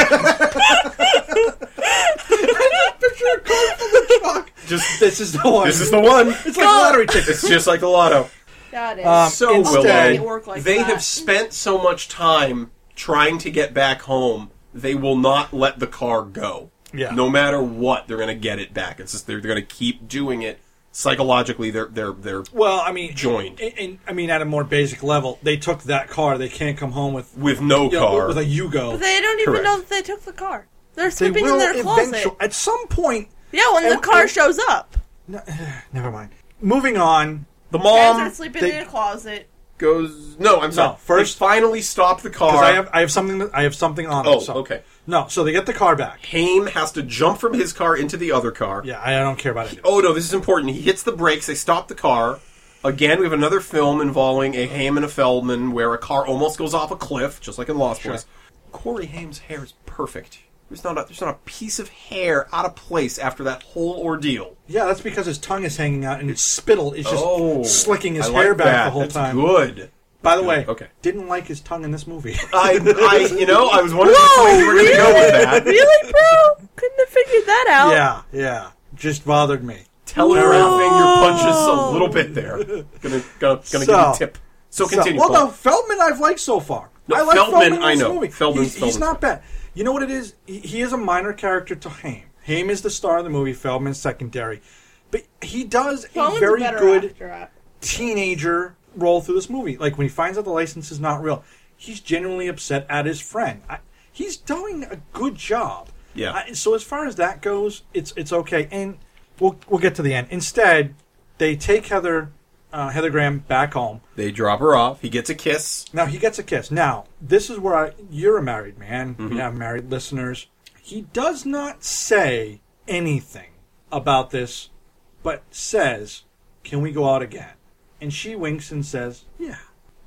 [SPEAKER 8] Just
[SPEAKER 6] This is the one.
[SPEAKER 8] this is the one.
[SPEAKER 6] it's like lottery tickets.
[SPEAKER 8] It's just like the lotto.
[SPEAKER 7] Got it.
[SPEAKER 6] Um,
[SPEAKER 8] So
[SPEAKER 6] Instead-
[SPEAKER 7] It work
[SPEAKER 8] Willow,
[SPEAKER 7] like
[SPEAKER 8] they
[SPEAKER 7] that.
[SPEAKER 8] have spent so much time trying to get back home. They will not let the car go.
[SPEAKER 6] Yeah.
[SPEAKER 8] No matter what, they're going to get it back. It's just they're, they're going to keep doing it. Psychologically, they're they're they're
[SPEAKER 6] Well, I mean,
[SPEAKER 8] Joined.
[SPEAKER 6] And, and- I mean, at a more basic level, they took that car. They can't come home with
[SPEAKER 8] with no
[SPEAKER 6] you know,
[SPEAKER 8] car.
[SPEAKER 6] with a Yugo.
[SPEAKER 7] they don't even
[SPEAKER 8] Correct.
[SPEAKER 7] know that they took the car. They're
[SPEAKER 6] They
[SPEAKER 7] sleeping in their closet.
[SPEAKER 6] At some point,
[SPEAKER 7] Yeah, when the
[SPEAKER 6] And-
[SPEAKER 7] car
[SPEAKER 6] and-
[SPEAKER 7] shows up.
[SPEAKER 6] never mind. Moving on.
[SPEAKER 8] the
[SPEAKER 7] Guys
[SPEAKER 8] mom
[SPEAKER 7] are sleeping
[SPEAKER 6] Um, they-
[SPEAKER 7] in a closet.
[SPEAKER 8] goes. No, I'm sorry.
[SPEAKER 6] first-
[SPEAKER 8] they finally stop the car.
[SPEAKER 6] Because I have I have something that, I have something on. it,
[SPEAKER 8] Oh,
[SPEAKER 6] so.
[SPEAKER 8] okay.
[SPEAKER 6] No, so they get the car back.
[SPEAKER 8] Haim has to jump from his car into the other car.
[SPEAKER 6] Yeah, I, I don't care about it.
[SPEAKER 8] Oh no, this is important. He hits the brakes. They stop the car. Again, we have another film involving a Haim and a Feldman where a car almost goes off a cliff, just like in Lost Boys. Corey Haim's hair is perfect. There's not a, there's not a piece of hair out of place after that whole ordeal.
[SPEAKER 6] Yeah, that's because his tongue is hanging out and his spittle is just slicking his
[SPEAKER 8] Oh, I
[SPEAKER 6] hair
[SPEAKER 8] like
[SPEAKER 6] back
[SPEAKER 8] that.
[SPEAKER 6] the whole
[SPEAKER 8] That's
[SPEAKER 6] time.
[SPEAKER 8] Good.
[SPEAKER 6] By the way,
[SPEAKER 8] Okay.
[SPEAKER 6] didn't like his tongue in this
[SPEAKER 8] *laughs*
[SPEAKER 6] movie.
[SPEAKER 8] I,
[SPEAKER 6] *laughs*
[SPEAKER 8] I you know I was wondering which way you were going to go with that.
[SPEAKER 7] Really, bro? Couldn't have figured that out.
[SPEAKER 6] yeah, yeah, just bothered me.
[SPEAKER 8] telegram finger punches a little bit there. Gonna gonna, gonna give you
[SPEAKER 6] So-
[SPEAKER 8] a tip. So
[SPEAKER 6] So-
[SPEAKER 8] continue.
[SPEAKER 6] well,
[SPEAKER 8] Paul.
[SPEAKER 6] no, Feldman I've liked so far.
[SPEAKER 8] No,
[SPEAKER 6] I like
[SPEAKER 8] Feldman,
[SPEAKER 6] Feldman.
[SPEAKER 8] I
[SPEAKER 6] in this
[SPEAKER 8] know.
[SPEAKER 6] Movie. he's,
[SPEAKER 8] Feldman's-
[SPEAKER 6] he's
[SPEAKER 8] Feldman's
[SPEAKER 6] not bad. You know what it is? He, he is a minor character to Haim. Haim is the star of the movie. Feldman's secondary, but he does a
[SPEAKER 7] Cohen's
[SPEAKER 6] very
[SPEAKER 7] better
[SPEAKER 6] good
[SPEAKER 7] actor at-
[SPEAKER 6] teenager roll through this movie. Like when he finds out the license is not real, he's genuinely upset at his friend. I, he's doing a good job.
[SPEAKER 8] Yeah.
[SPEAKER 6] I, so as far as that goes, it's it's okay, and we'll we'll get to the end. Instead, they take Heather uh, Heather Graham back home.
[SPEAKER 8] They drop her off. He gets a kiss.
[SPEAKER 6] Now he gets a kiss. Now this is where I, you're a married man. We have married listeners. He does not say anything about this, but says, "Can we go out again?" And she winks and says, "Yeah."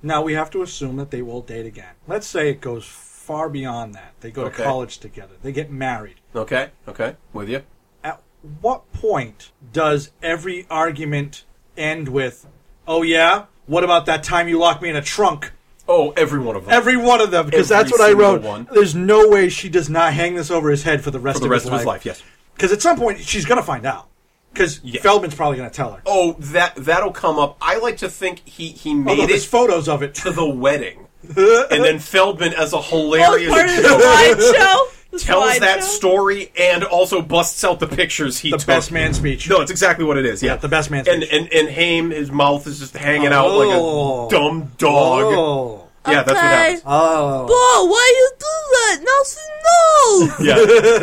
[SPEAKER 6] Now we have to assume that they will date again. Let's say it goes far beyond that. They go
[SPEAKER 8] Okay.
[SPEAKER 6] to college together. They get married.
[SPEAKER 8] Okay, okay, with you.
[SPEAKER 6] At what point does every argument end with, "Oh yeah, what about that time you locked me in a trunk?"
[SPEAKER 8] Oh, every one of them.
[SPEAKER 6] Every one of them, because
[SPEAKER 8] Every
[SPEAKER 6] that's what I
[SPEAKER 8] single
[SPEAKER 6] wrote.
[SPEAKER 8] one.
[SPEAKER 6] There's no way she does not hang this over his head for the rest,
[SPEAKER 8] for the
[SPEAKER 6] of,
[SPEAKER 8] rest
[SPEAKER 6] his
[SPEAKER 8] of his life. Yes.
[SPEAKER 6] Because at some point she's gonna find out. Because Feldman's probably gonna tell her.
[SPEAKER 8] Oh, that that'll come up. I like to think he he made
[SPEAKER 6] Although
[SPEAKER 8] it
[SPEAKER 6] there's photos of it.
[SPEAKER 8] to *laughs*
[SPEAKER 6] *laughs*
[SPEAKER 8] the wedding, and then Feldman as a hilarious
[SPEAKER 7] Oh, part of the
[SPEAKER 8] joke
[SPEAKER 7] slideshow.
[SPEAKER 6] *laughs*
[SPEAKER 7] The
[SPEAKER 8] *laughs* tells that
[SPEAKER 7] slideshow.
[SPEAKER 8] story and also busts out the pictures he
[SPEAKER 6] The
[SPEAKER 8] took.
[SPEAKER 6] best man speech.
[SPEAKER 8] No, it's exactly what it is. Yeah,
[SPEAKER 6] Yeah, the best man's
[SPEAKER 8] And
[SPEAKER 6] speech.
[SPEAKER 8] and and Haim, his mouth is just hanging
[SPEAKER 6] Oh.
[SPEAKER 8] out like a dumb dog.
[SPEAKER 6] Oh.
[SPEAKER 8] Yeah, that's
[SPEAKER 6] *laughs*
[SPEAKER 8] what happens.
[SPEAKER 6] Oh.
[SPEAKER 7] Whoa, why you do that? Now she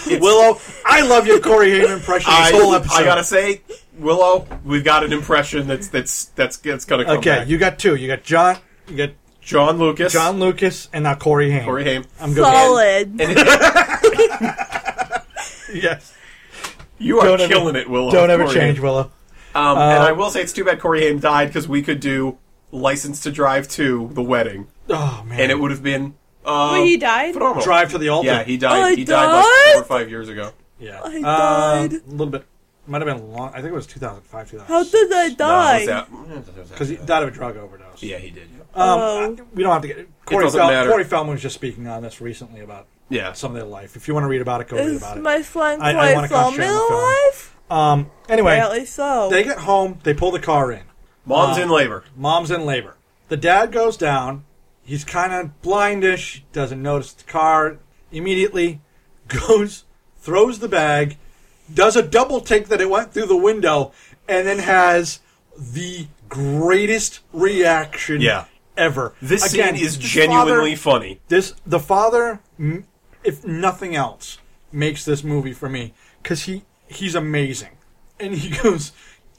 [SPEAKER 6] *laughs*
[SPEAKER 7] knows.
[SPEAKER 8] Yeah,
[SPEAKER 6] Willow, I love your Corey Haim impression this
[SPEAKER 8] *laughs* I,
[SPEAKER 6] whole episode.
[SPEAKER 8] I gotta say, Willow, we've got an impression that's that's that's that's gonna come
[SPEAKER 6] okay,
[SPEAKER 8] back.
[SPEAKER 6] you got two. You got John. You got
[SPEAKER 8] John Lucas,
[SPEAKER 6] John Lucas and now Corey Haim.
[SPEAKER 8] Corey Haim.
[SPEAKER 6] I'm good.
[SPEAKER 7] Solid.
[SPEAKER 6] Yes.
[SPEAKER 8] You are
[SPEAKER 6] Don't ever-
[SPEAKER 8] killing it, Willow.
[SPEAKER 6] Don't ever
[SPEAKER 8] Corey
[SPEAKER 6] change, Uh,
[SPEAKER 8] Haim.
[SPEAKER 6] Willow.
[SPEAKER 8] Um, and I will say it's too bad Corey Haim died because we could do License to Drive to the wedding,
[SPEAKER 6] Oh man.
[SPEAKER 8] and it would have been. Uh,
[SPEAKER 7] Wait, Oh,
[SPEAKER 6] um,
[SPEAKER 7] he died?
[SPEAKER 8] phenomenal.
[SPEAKER 6] drive to the altar.
[SPEAKER 8] Yeah, he died.
[SPEAKER 7] I
[SPEAKER 8] he died, like
[SPEAKER 7] died?
[SPEAKER 8] four or five years ago.
[SPEAKER 6] Yeah.
[SPEAKER 7] I
[SPEAKER 6] Um,
[SPEAKER 7] died.
[SPEAKER 6] a little bit. Might have been long. I think it was 2005, 2006.
[SPEAKER 7] How did I
[SPEAKER 8] Uh,
[SPEAKER 7] die?
[SPEAKER 8] was that?
[SPEAKER 6] Because he died of a drug overdose.
[SPEAKER 8] Yeah, he did. yeah.
[SPEAKER 6] Um,
[SPEAKER 7] Oh.
[SPEAKER 6] I- we don't have to get. Corey,
[SPEAKER 8] doesn't
[SPEAKER 6] Fel-
[SPEAKER 8] matter.
[SPEAKER 6] Corey Feldman was just speaking on this recently about
[SPEAKER 8] Yeah.
[SPEAKER 6] some of their life. If you want to read about it, go read
[SPEAKER 7] Is
[SPEAKER 6] about it.
[SPEAKER 7] my flying
[SPEAKER 6] I- I wanna
[SPEAKER 7] quite
[SPEAKER 6] concentrate
[SPEAKER 7] filming
[SPEAKER 6] on the film.
[SPEAKER 7] alive?
[SPEAKER 6] Um, anyway,
[SPEAKER 7] Apparently so.
[SPEAKER 6] they get home. They pull the car in.
[SPEAKER 8] Mom's
[SPEAKER 6] uh,
[SPEAKER 8] in labor.
[SPEAKER 6] Mom's in labor. The dad goes down. He's kind of blindish. Doesn't notice the car. Immediately goes, throws the bag, does a double take that it went through the window, and then has the greatest reaction
[SPEAKER 8] Yeah.
[SPEAKER 6] ever.
[SPEAKER 8] This
[SPEAKER 6] Again,
[SPEAKER 8] scene is
[SPEAKER 6] his
[SPEAKER 8] genuinely
[SPEAKER 6] father-
[SPEAKER 8] funny.
[SPEAKER 6] This the father, m- if nothing else, makes this movie for me because he he's amazing, and he *laughs* goes,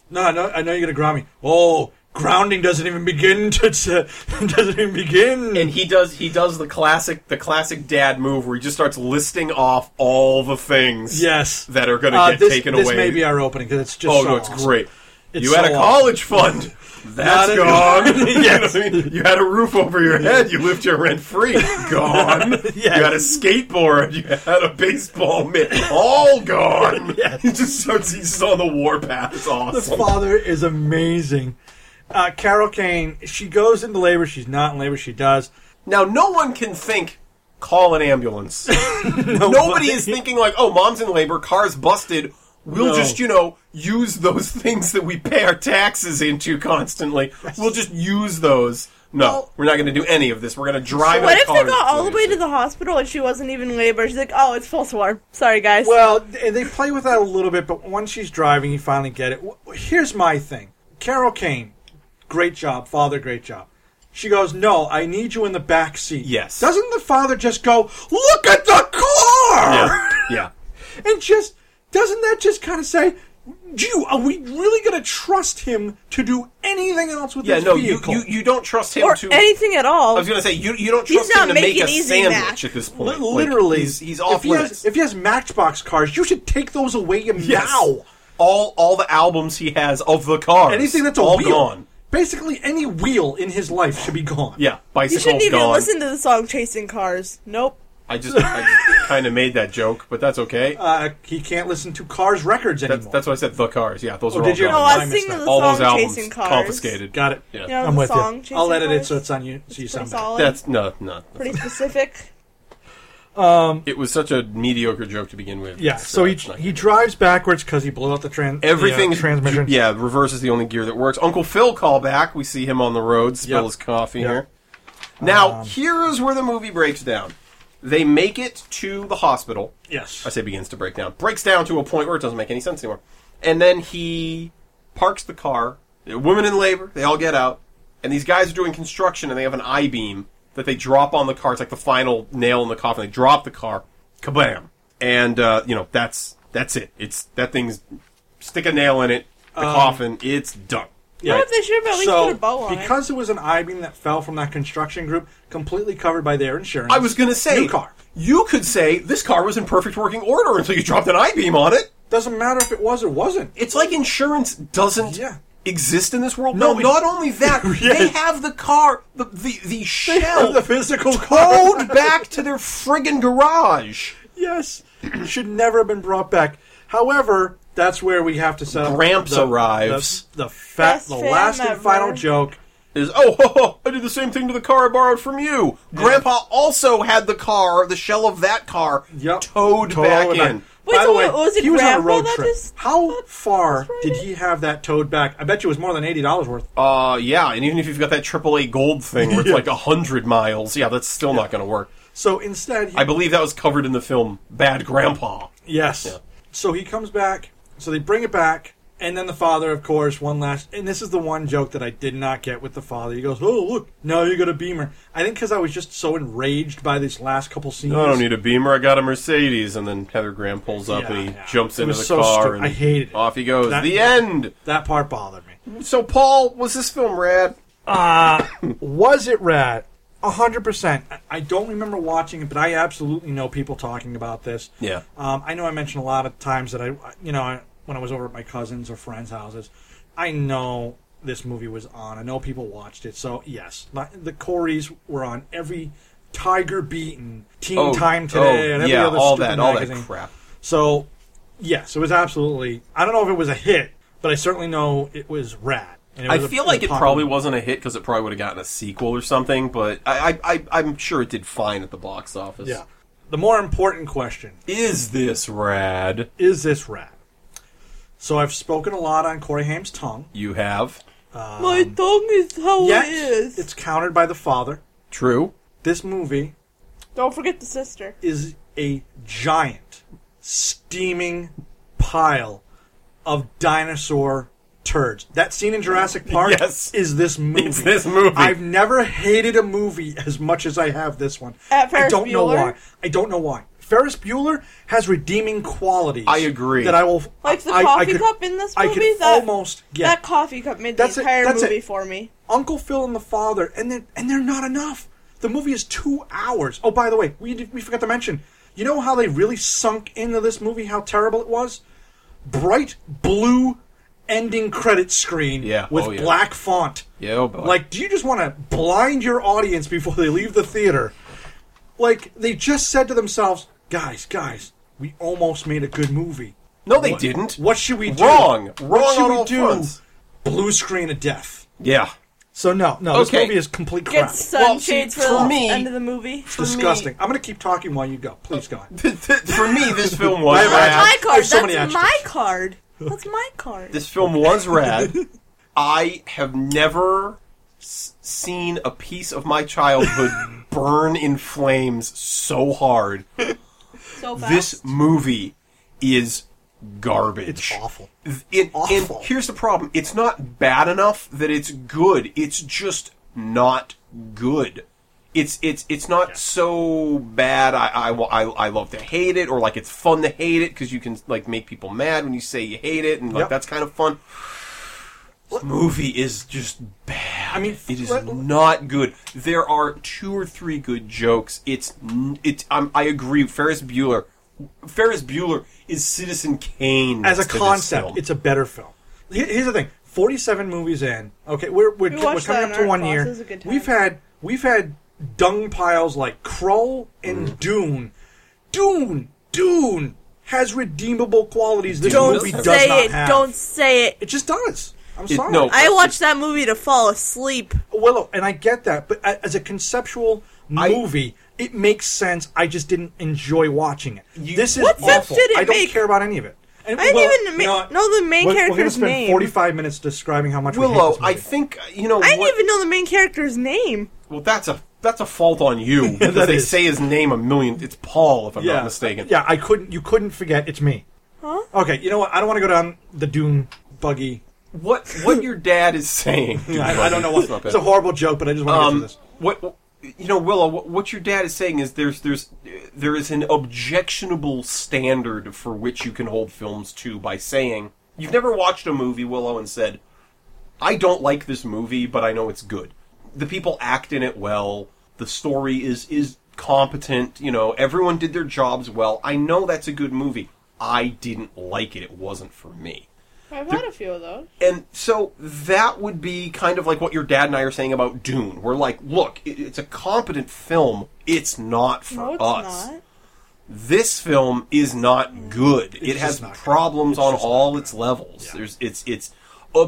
[SPEAKER 6] "No, no, I know you're gonna ground me. Oh, grounding doesn't even begin *laughs* to, to doesn't even begin."
[SPEAKER 8] And he does he does the classic the classic dad move where he just starts listing off all the things
[SPEAKER 6] yes,
[SPEAKER 8] that are going to
[SPEAKER 6] Uh,
[SPEAKER 8] get
[SPEAKER 6] this,
[SPEAKER 8] taken
[SPEAKER 6] this
[SPEAKER 8] away.
[SPEAKER 6] may be our opening because it's just
[SPEAKER 8] oh
[SPEAKER 6] so
[SPEAKER 8] no, it's
[SPEAKER 6] awesome.
[SPEAKER 8] great.
[SPEAKER 6] It's
[SPEAKER 8] you
[SPEAKER 6] so
[SPEAKER 8] had a
[SPEAKER 6] awesome.
[SPEAKER 8] college fund. That's
[SPEAKER 6] a-
[SPEAKER 8] gone.
[SPEAKER 6] Yes.
[SPEAKER 8] *laughs* you, know what I mean? You had a roof over your head. You lived your rent *laughs* free. Gone. You had a skateboard. You had a baseball mitt. All *laughs* gone.
[SPEAKER 6] Yes.
[SPEAKER 8] He just starts. He's just on the warpath. It's
[SPEAKER 6] the
[SPEAKER 8] awesome.
[SPEAKER 6] father is amazing. Uh, Carol Kane, she goes into labor. She's not in labor. She does.
[SPEAKER 8] Now, no one can think. Call an *laughs* ambulance. Nobody is thinking like, "Oh, mom's in labor. Car's busted. We'll
[SPEAKER 6] No.
[SPEAKER 8] just, you know, use those *laughs* things that we pay our taxes into constantly. We'll just use those." No, we're not going to do any of this. We're going to drive.
[SPEAKER 7] What
[SPEAKER 8] our
[SPEAKER 7] if they
[SPEAKER 8] cars
[SPEAKER 7] got all the
[SPEAKER 8] into
[SPEAKER 7] way
[SPEAKER 8] it.
[SPEAKER 7] to the hospital and she wasn't even in labor? She's like, oh, it's false alarm. Sorry, guys.
[SPEAKER 6] Well, th- they play with that a little bit, but once she's driving, you finally get it. W- Here's my thing Carol Kane, great job. Father, great job. She goes, No, I need you in the back seat.
[SPEAKER 8] Yes.
[SPEAKER 6] Doesn't the father just go, Look at the car?
[SPEAKER 8] Yeah, yeah.
[SPEAKER 6] *laughs* And just, doesn't that just kind of say, Gee, are we really going to trust him to do anything else with
[SPEAKER 8] Yeah,
[SPEAKER 6] this
[SPEAKER 8] no, you,
[SPEAKER 6] vehicle?
[SPEAKER 8] you you don't trust him
[SPEAKER 7] or
[SPEAKER 8] to.
[SPEAKER 7] anything at all.
[SPEAKER 8] I was going to say you you don't
[SPEAKER 7] He's
[SPEAKER 8] trust
[SPEAKER 7] not
[SPEAKER 8] him to make
[SPEAKER 7] making
[SPEAKER 8] a
[SPEAKER 7] Easy
[SPEAKER 8] sandwich
[SPEAKER 7] Mac.
[SPEAKER 8] at this
[SPEAKER 6] Li-
[SPEAKER 8] point. Like,
[SPEAKER 6] literally,
[SPEAKER 8] he's, he's off
[SPEAKER 6] if he,
[SPEAKER 8] limits.
[SPEAKER 6] has, if he has Matchbox cars, you should take those away
[SPEAKER 8] Yes.
[SPEAKER 6] now.
[SPEAKER 8] All all the albums he has of the cars.
[SPEAKER 6] Anything that's a
[SPEAKER 8] all
[SPEAKER 6] wheel,
[SPEAKER 8] gone.
[SPEAKER 6] basically any wheel in his life should be gone.
[SPEAKER 8] Yeah,
[SPEAKER 7] you
[SPEAKER 8] bicycles
[SPEAKER 7] shouldn't even
[SPEAKER 8] gone.
[SPEAKER 7] listen to the song Chasing Cars. Nope.
[SPEAKER 8] I just, I just *laughs* kind of made that joke, but that's okay.
[SPEAKER 6] uh, he can't listen to Cars records anymore.
[SPEAKER 8] that's, that's what I said. The cars, yeah, those
[SPEAKER 6] Oh,
[SPEAKER 8] are
[SPEAKER 6] did
[SPEAKER 8] all
[SPEAKER 6] you-
[SPEAKER 8] gone.
[SPEAKER 7] No, I was
[SPEAKER 6] I missed
[SPEAKER 7] singing
[SPEAKER 6] that.
[SPEAKER 7] the
[SPEAKER 8] all
[SPEAKER 7] song
[SPEAKER 8] those albums
[SPEAKER 7] Chasing Cars.
[SPEAKER 8] confiscated.
[SPEAKER 6] got it.
[SPEAKER 8] Yeah.
[SPEAKER 7] You know,
[SPEAKER 6] I'm
[SPEAKER 7] the
[SPEAKER 6] with
[SPEAKER 7] song,
[SPEAKER 6] you. I'll
[SPEAKER 7] Chasing
[SPEAKER 6] edit it
[SPEAKER 7] Cars?
[SPEAKER 6] so it's on you. So you
[SPEAKER 7] It's
[SPEAKER 6] sound
[SPEAKER 7] pretty
[SPEAKER 6] better.
[SPEAKER 7] solid.
[SPEAKER 8] That's no, no.
[SPEAKER 7] pretty
[SPEAKER 8] *laughs*
[SPEAKER 7] specific.
[SPEAKER 8] It was such a mediocre joke to begin with.
[SPEAKER 6] Yeah. So he
[SPEAKER 8] it's not-
[SPEAKER 6] he drives backwards because he blew out the trans
[SPEAKER 8] everything
[SPEAKER 6] the, uh, transmission.
[SPEAKER 8] Yeah, reverse is the only gear that works. Uncle Phil call back. We see him on the road spill
[SPEAKER 6] Yep.
[SPEAKER 8] his coffee
[SPEAKER 6] Yep. Um,
[SPEAKER 8] here. Now here is where the movie breaks down. They make it to the hospital.
[SPEAKER 6] Yes.
[SPEAKER 8] I say begins to break down. Breaks down to a point where it doesn't make any sense anymore. And then he parks the car. The women in labor, they all get out. And these guys are doing construction and they have an I beam that they drop on the car. It's like the final nail in the coffin. They drop the car. Kabam. And uh, you know, that's that's it. It's that thing's stick a nail in it, the
[SPEAKER 6] Um,
[SPEAKER 8] coffin, it's done.
[SPEAKER 7] I wonder if they should have at least
[SPEAKER 6] So
[SPEAKER 7] put a bow on
[SPEAKER 6] because it was an I beam that fell from that construction group, completely covered by their insurance.
[SPEAKER 8] I was gonna say
[SPEAKER 6] New car.
[SPEAKER 8] You could say this car was in perfect working order until you dropped an I beam on it.
[SPEAKER 6] Doesn't matter if it was or wasn't.
[SPEAKER 8] It's like insurance doesn't
[SPEAKER 6] Yeah.
[SPEAKER 8] exist in this world.
[SPEAKER 6] No,
[SPEAKER 8] No,
[SPEAKER 6] it-
[SPEAKER 8] not only *laughs* that,
[SPEAKER 6] Yes.
[SPEAKER 8] they have the car, the the, the *laughs*
[SPEAKER 6] *laughs*
[SPEAKER 8] shell
[SPEAKER 6] the physical car.
[SPEAKER 8] towed back to their friggin' garage.
[SPEAKER 6] Yes, should never have been brought back. However, that's where we have to set up.
[SPEAKER 8] Gramps arrives.
[SPEAKER 6] The, the, fa-
[SPEAKER 7] Best
[SPEAKER 6] the
[SPEAKER 7] fan
[SPEAKER 6] last and
[SPEAKER 7] ever.
[SPEAKER 6] final joke.
[SPEAKER 8] Is oh *laughs* ho, ho, I did the same thing to the car I borrowed from you. Grandpa also had the car, the shell of that car,
[SPEAKER 6] Yep.
[SPEAKER 8] towed, back
[SPEAKER 6] all the way
[SPEAKER 8] in.
[SPEAKER 7] Wait,
[SPEAKER 6] By
[SPEAKER 7] so
[SPEAKER 6] the way,
[SPEAKER 7] what- was it
[SPEAKER 6] he was on a
[SPEAKER 7] Grandpa
[SPEAKER 6] road
[SPEAKER 7] that
[SPEAKER 6] trip.
[SPEAKER 7] just-
[SPEAKER 6] How far did
[SPEAKER 7] Friday?
[SPEAKER 6] he have that towed back? I bet you it was more than eighty dollars worth.
[SPEAKER 8] Uh, yeah, and even if you've got that AAA gold thing *laughs* where it's like a hundred miles, yeah, that's still not going to work.
[SPEAKER 6] So instead, he,
[SPEAKER 8] I believe that was covered in the film Bad Grandpa.
[SPEAKER 6] yes. So he comes back. So they bring it back, and then the father, of course, one last. And this is the one joke that I did not get with the father. He goes, "Oh look, now you got a Beamer." I think because I was just so enraged by these last couple scenes.
[SPEAKER 8] I don't need a Beamer. I got a Mercedes. And then Heather Graham pulls up
[SPEAKER 6] Yeah,
[SPEAKER 8] and he
[SPEAKER 6] yeah.
[SPEAKER 8] jumps
[SPEAKER 6] It
[SPEAKER 8] into
[SPEAKER 6] was
[SPEAKER 8] the
[SPEAKER 6] so
[SPEAKER 8] car.
[SPEAKER 6] stupid.
[SPEAKER 8] and
[SPEAKER 6] I hated it.
[SPEAKER 8] Off he goes.
[SPEAKER 6] That-
[SPEAKER 8] the end.
[SPEAKER 6] that part bothered me.
[SPEAKER 8] So, Paul, was this film rad?
[SPEAKER 6] Was it rad? A hundred percent. I- I don't remember watching it, but I absolutely know people talking about this.
[SPEAKER 8] Yeah.
[SPEAKER 6] Um, I know I mentioned a lot of times that I, you know, I, when I was over at my cousins or friends' houses, I know this movie was on. I know people watched it. So yes, my, the Coreys were on every Tiger Beaten, Teen Time Today, and every
[SPEAKER 8] Oh, yeah,
[SPEAKER 6] other
[SPEAKER 8] all
[SPEAKER 6] stupid
[SPEAKER 8] that, all
[SPEAKER 6] magazine.
[SPEAKER 8] that crap.
[SPEAKER 6] So yes, it was absolutely. I don't know if it was a hit, but I certainly know it was rad. And
[SPEAKER 8] I
[SPEAKER 6] was a-
[SPEAKER 8] feel
[SPEAKER 6] was a
[SPEAKER 8] like it
[SPEAKER 6] popular-
[SPEAKER 8] probably wasn't a hit because it probably would have gotten a sequel or something, but I, I, I, I'm sure it did fine at the box office.
[SPEAKER 6] Yeah. The more important question
[SPEAKER 8] Is this rad?
[SPEAKER 6] is this rad? So I've spoken a lot on Corey Haim's tongue.
[SPEAKER 8] You have.
[SPEAKER 7] My tongue is how
[SPEAKER 6] Yet,
[SPEAKER 7] it is.
[SPEAKER 6] it's countered by the father.
[SPEAKER 8] True.
[SPEAKER 6] This movie
[SPEAKER 7] Don't forget the sister.
[SPEAKER 6] is a giant, steaming pile of dinosaur turds. That scene in Jurassic Park
[SPEAKER 8] Yes.
[SPEAKER 6] is this movie.
[SPEAKER 8] It's this movie.
[SPEAKER 6] I've never hated a movie as much as I have this one.
[SPEAKER 7] At
[SPEAKER 6] I
[SPEAKER 7] Ferris
[SPEAKER 6] don't know
[SPEAKER 7] Bueller?
[SPEAKER 6] why. I don't know why. Ferris Bueller has redeeming qualities.
[SPEAKER 8] I agree.
[SPEAKER 6] That I will
[SPEAKER 7] Like the
[SPEAKER 6] I- I
[SPEAKER 7] coffee
[SPEAKER 6] could-
[SPEAKER 7] cup in this
[SPEAKER 6] I
[SPEAKER 7] movie.
[SPEAKER 6] could
[SPEAKER 7] that,
[SPEAKER 6] almost get
[SPEAKER 7] that coffee cup made
[SPEAKER 6] That's it,
[SPEAKER 7] the entire
[SPEAKER 6] that's it.
[SPEAKER 7] movie for me.
[SPEAKER 6] Uncle Phil and the father, and they're, and they're not enough. The movie is two hours. Oh, by the way, we did, we forgot to mention. You know how they really sunk into this movie? How terrible it was. Bright blue ending credit screen
[SPEAKER 8] Yeah,
[SPEAKER 6] with
[SPEAKER 8] oh, yeah.
[SPEAKER 6] black font.
[SPEAKER 8] Yeah, oh, boy.
[SPEAKER 6] Like, do you just want to blind your audience before they leave the theater? Like they just said to themselves, guys, guys, we almost made a good movie.
[SPEAKER 8] No, they didn't.
[SPEAKER 6] What should we do?
[SPEAKER 8] Wrong.
[SPEAKER 6] What
[SPEAKER 8] Wrong
[SPEAKER 6] should
[SPEAKER 8] on
[SPEAKER 6] we
[SPEAKER 8] all
[SPEAKER 6] do?
[SPEAKER 8] fronts.
[SPEAKER 6] Blue screen of death.
[SPEAKER 8] Yeah. *laughs*
[SPEAKER 6] So no, no, this
[SPEAKER 8] Okay.
[SPEAKER 6] movie is complete crap.
[SPEAKER 7] Get
[SPEAKER 8] Well,
[SPEAKER 7] sun
[SPEAKER 8] see,
[SPEAKER 7] shades
[SPEAKER 8] for
[SPEAKER 7] for the
[SPEAKER 8] me-
[SPEAKER 7] end of the movie.
[SPEAKER 6] Disgusting. I'm gonna keep talking while you go. Please go.
[SPEAKER 8] *laughs*
[SPEAKER 6] ahead.
[SPEAKER 8] For me, this film was
[SPEAKER 6] Why am I
[SPEAKER 8] rad.
[SPEAKER 6] I
[SPEAKER 7] My
[SPEAKER 6] have
[SPEAKER 7] card.
[SPEAKER 6] so many adjectives.
[SPEAKER 7] That's my card. That's my card.
[SPEAKER 8] This film was rad. I have never s- seen a piece of my childhood burn in flames so hard.
[SPEAKER 7] So fast.
[SPEAKER 8] This movie is garbage.
[SPEAKER 6] It's awful.
[SPEAKER 8] Th- It, and
[SPEAKER 6] awful.
[SPEAKER 8] here's the problem: it's not bad enough that it's good. It's just not good. It's it's it's not so bad. I, I, wa- I I love to hate it, or like it's fun to hate it because you can like make people mad when you say you hate it, and like
[SPEAKER 6] Yep.
[SPEAKER 8] that's kind of fun. This movie is just bad.
[SPEAKER 6] I mean,
[SPEAKER 8] it is
[SPEAKER 6] let-
[SPEAKER 8] not good. There are two or three good jokes. It's n- it's. I'm, I agree. Ferris Bueller. Ferris Bueller is Citizen Kane
[SPEAKER 6] As a
[SPEAKER 8] to this film.
[SPEAKER 6] concept, it's a better film. Here- Here's the thing: forty-seven movies in. Okay, we're we're,
[SPEAKER 7] We
[SPEAKER 6] we're
[SPEAKER 7] watched
[SPEAKER 6] coming
[SPEAKER 7] that
[SPEAKER 6] up
[SPEAKER 7] in
[SPEAKER 6] to
[SPEAKER 7] art
[SPEAKER 6] one
[SPEAKER 7] class.
[SPEAKER 6] year.
[SPEAKER 7] It was a good time.
[SPEAKER 6] We've had we've had dung piles like Kroll and
[SPEAKER 8] Mm.
[SPEAKER 6] Dune. Dune, Dune has redeemable qualities. This
[SPEAKER 8] Don't
[SPEAKER 6] movie does not
[SPEAKER 7] Say it.
[SPEAKER 6] have.
[SPEAKER 7] Don't say it.
[SPEAKER 6] It just does. I'm
[SPEAKER 8] It-
[SPEAKER 6] sorry.
[SPEAKER 8] no.
[SPEAKER 7] I watched that movie to fall asleep.
[SPEAKER 6] Willow, and I get that, but a- as a conceptual
[SPEAKER 8] I-
[SPEAKER 6] movie, it makes sense. I just didn't enjoy watching it. this is
[SPEAKER 7] What
[SPEAKER 6] awful.
[SPEAKER 7] sense did it
[SPEAKER 6] I don't
[SPEAKER 7] make?
[SPEAKER 6] care about any of it. And,
[SPEAKER 7] I didn't even ma- know the main
[SPEAKER 6] we're, We're gonna
[SPEAKER 7] character's
[SPEAKER 6] spend
[SPEAKER 7] name.
[SPEAKER 6] 45 minutes describing how much we hate
[SPEAKER 8] Willow,
[SPEAKER 6] this
[SPEAKER 8] I
[SPEAKER 6] movie.
[SPEAKER 8] think you know.
[SPEAKER 7] I didn't
[SPEAKER 8] what,
[SPEAKER 7] even know the main character's name.
[SPEAKER 8] Well, that's a that's a fault
[SPEAKER 6] *laughs*
[SPEAKER 8] on you because
[SPEAKER 6] That
[SPEAKER 8] they
[SPEAKER 6] is.
[SPEAKER 8] say his name a million. It's Paul, if I'm
[SPEAKER 6] yeah,
[SPEAKER 8] not mistaken.
[SPEAKER 6] Yeah, I couldn't. You couldn't forget. It's me. Huh? Okay, you know what? I don't want to go down the Dune buggy.
[SPEAKER 8] What what your dad
[SPEAKER 6] *laughs*
[SPEAKER 8] is saying?
[SPEAKER 6] I, I don't know
[SPEAKER 8] It's
[SPEAKER 6] what.
[SPEAKER 8] not
[SPEAKER 6] *laughs*
[SPEAKER 8] bad.
[SPEAKER 6] It's a horrible joke, but I just want to get
[SPEAKER 8] um,
[SPEAKER 6] through this.
[SPEAKER 8] what you know, Willow? What, what your dad is saying is there's there's there is an objectionable standard for which you can hold films to by saying you've never watched a movie, Willow, and said, "I don't like this movie, but I know it's good." The people act in it well. The story is is competent. You know, everyone did their jobs well. I know that's a good movie. I didn't like it. It wasn't for me.
[SPEAKER 7] I've had a few of those.
[SPEAKER 8] And so that would be kind of like what your dad and I are saying about Dune. We're like, look, it, it's a competent film. It's not for
[SPEAKER 7] No, it's
[SPEAKER 8] us.
[SPEAKER 7] not.
[SPEAKER 8] This film is not good. it
[SPEAKER 6] just
[SPEAKER 8] has
[SPEAKER 6] not good.
[SPEAKER 8] problems
[SPEAKER 6] It's
[SPEAKER 8] on
[SPEAKER 6] just
[SPEAKER 8] all its levels. There's it's it's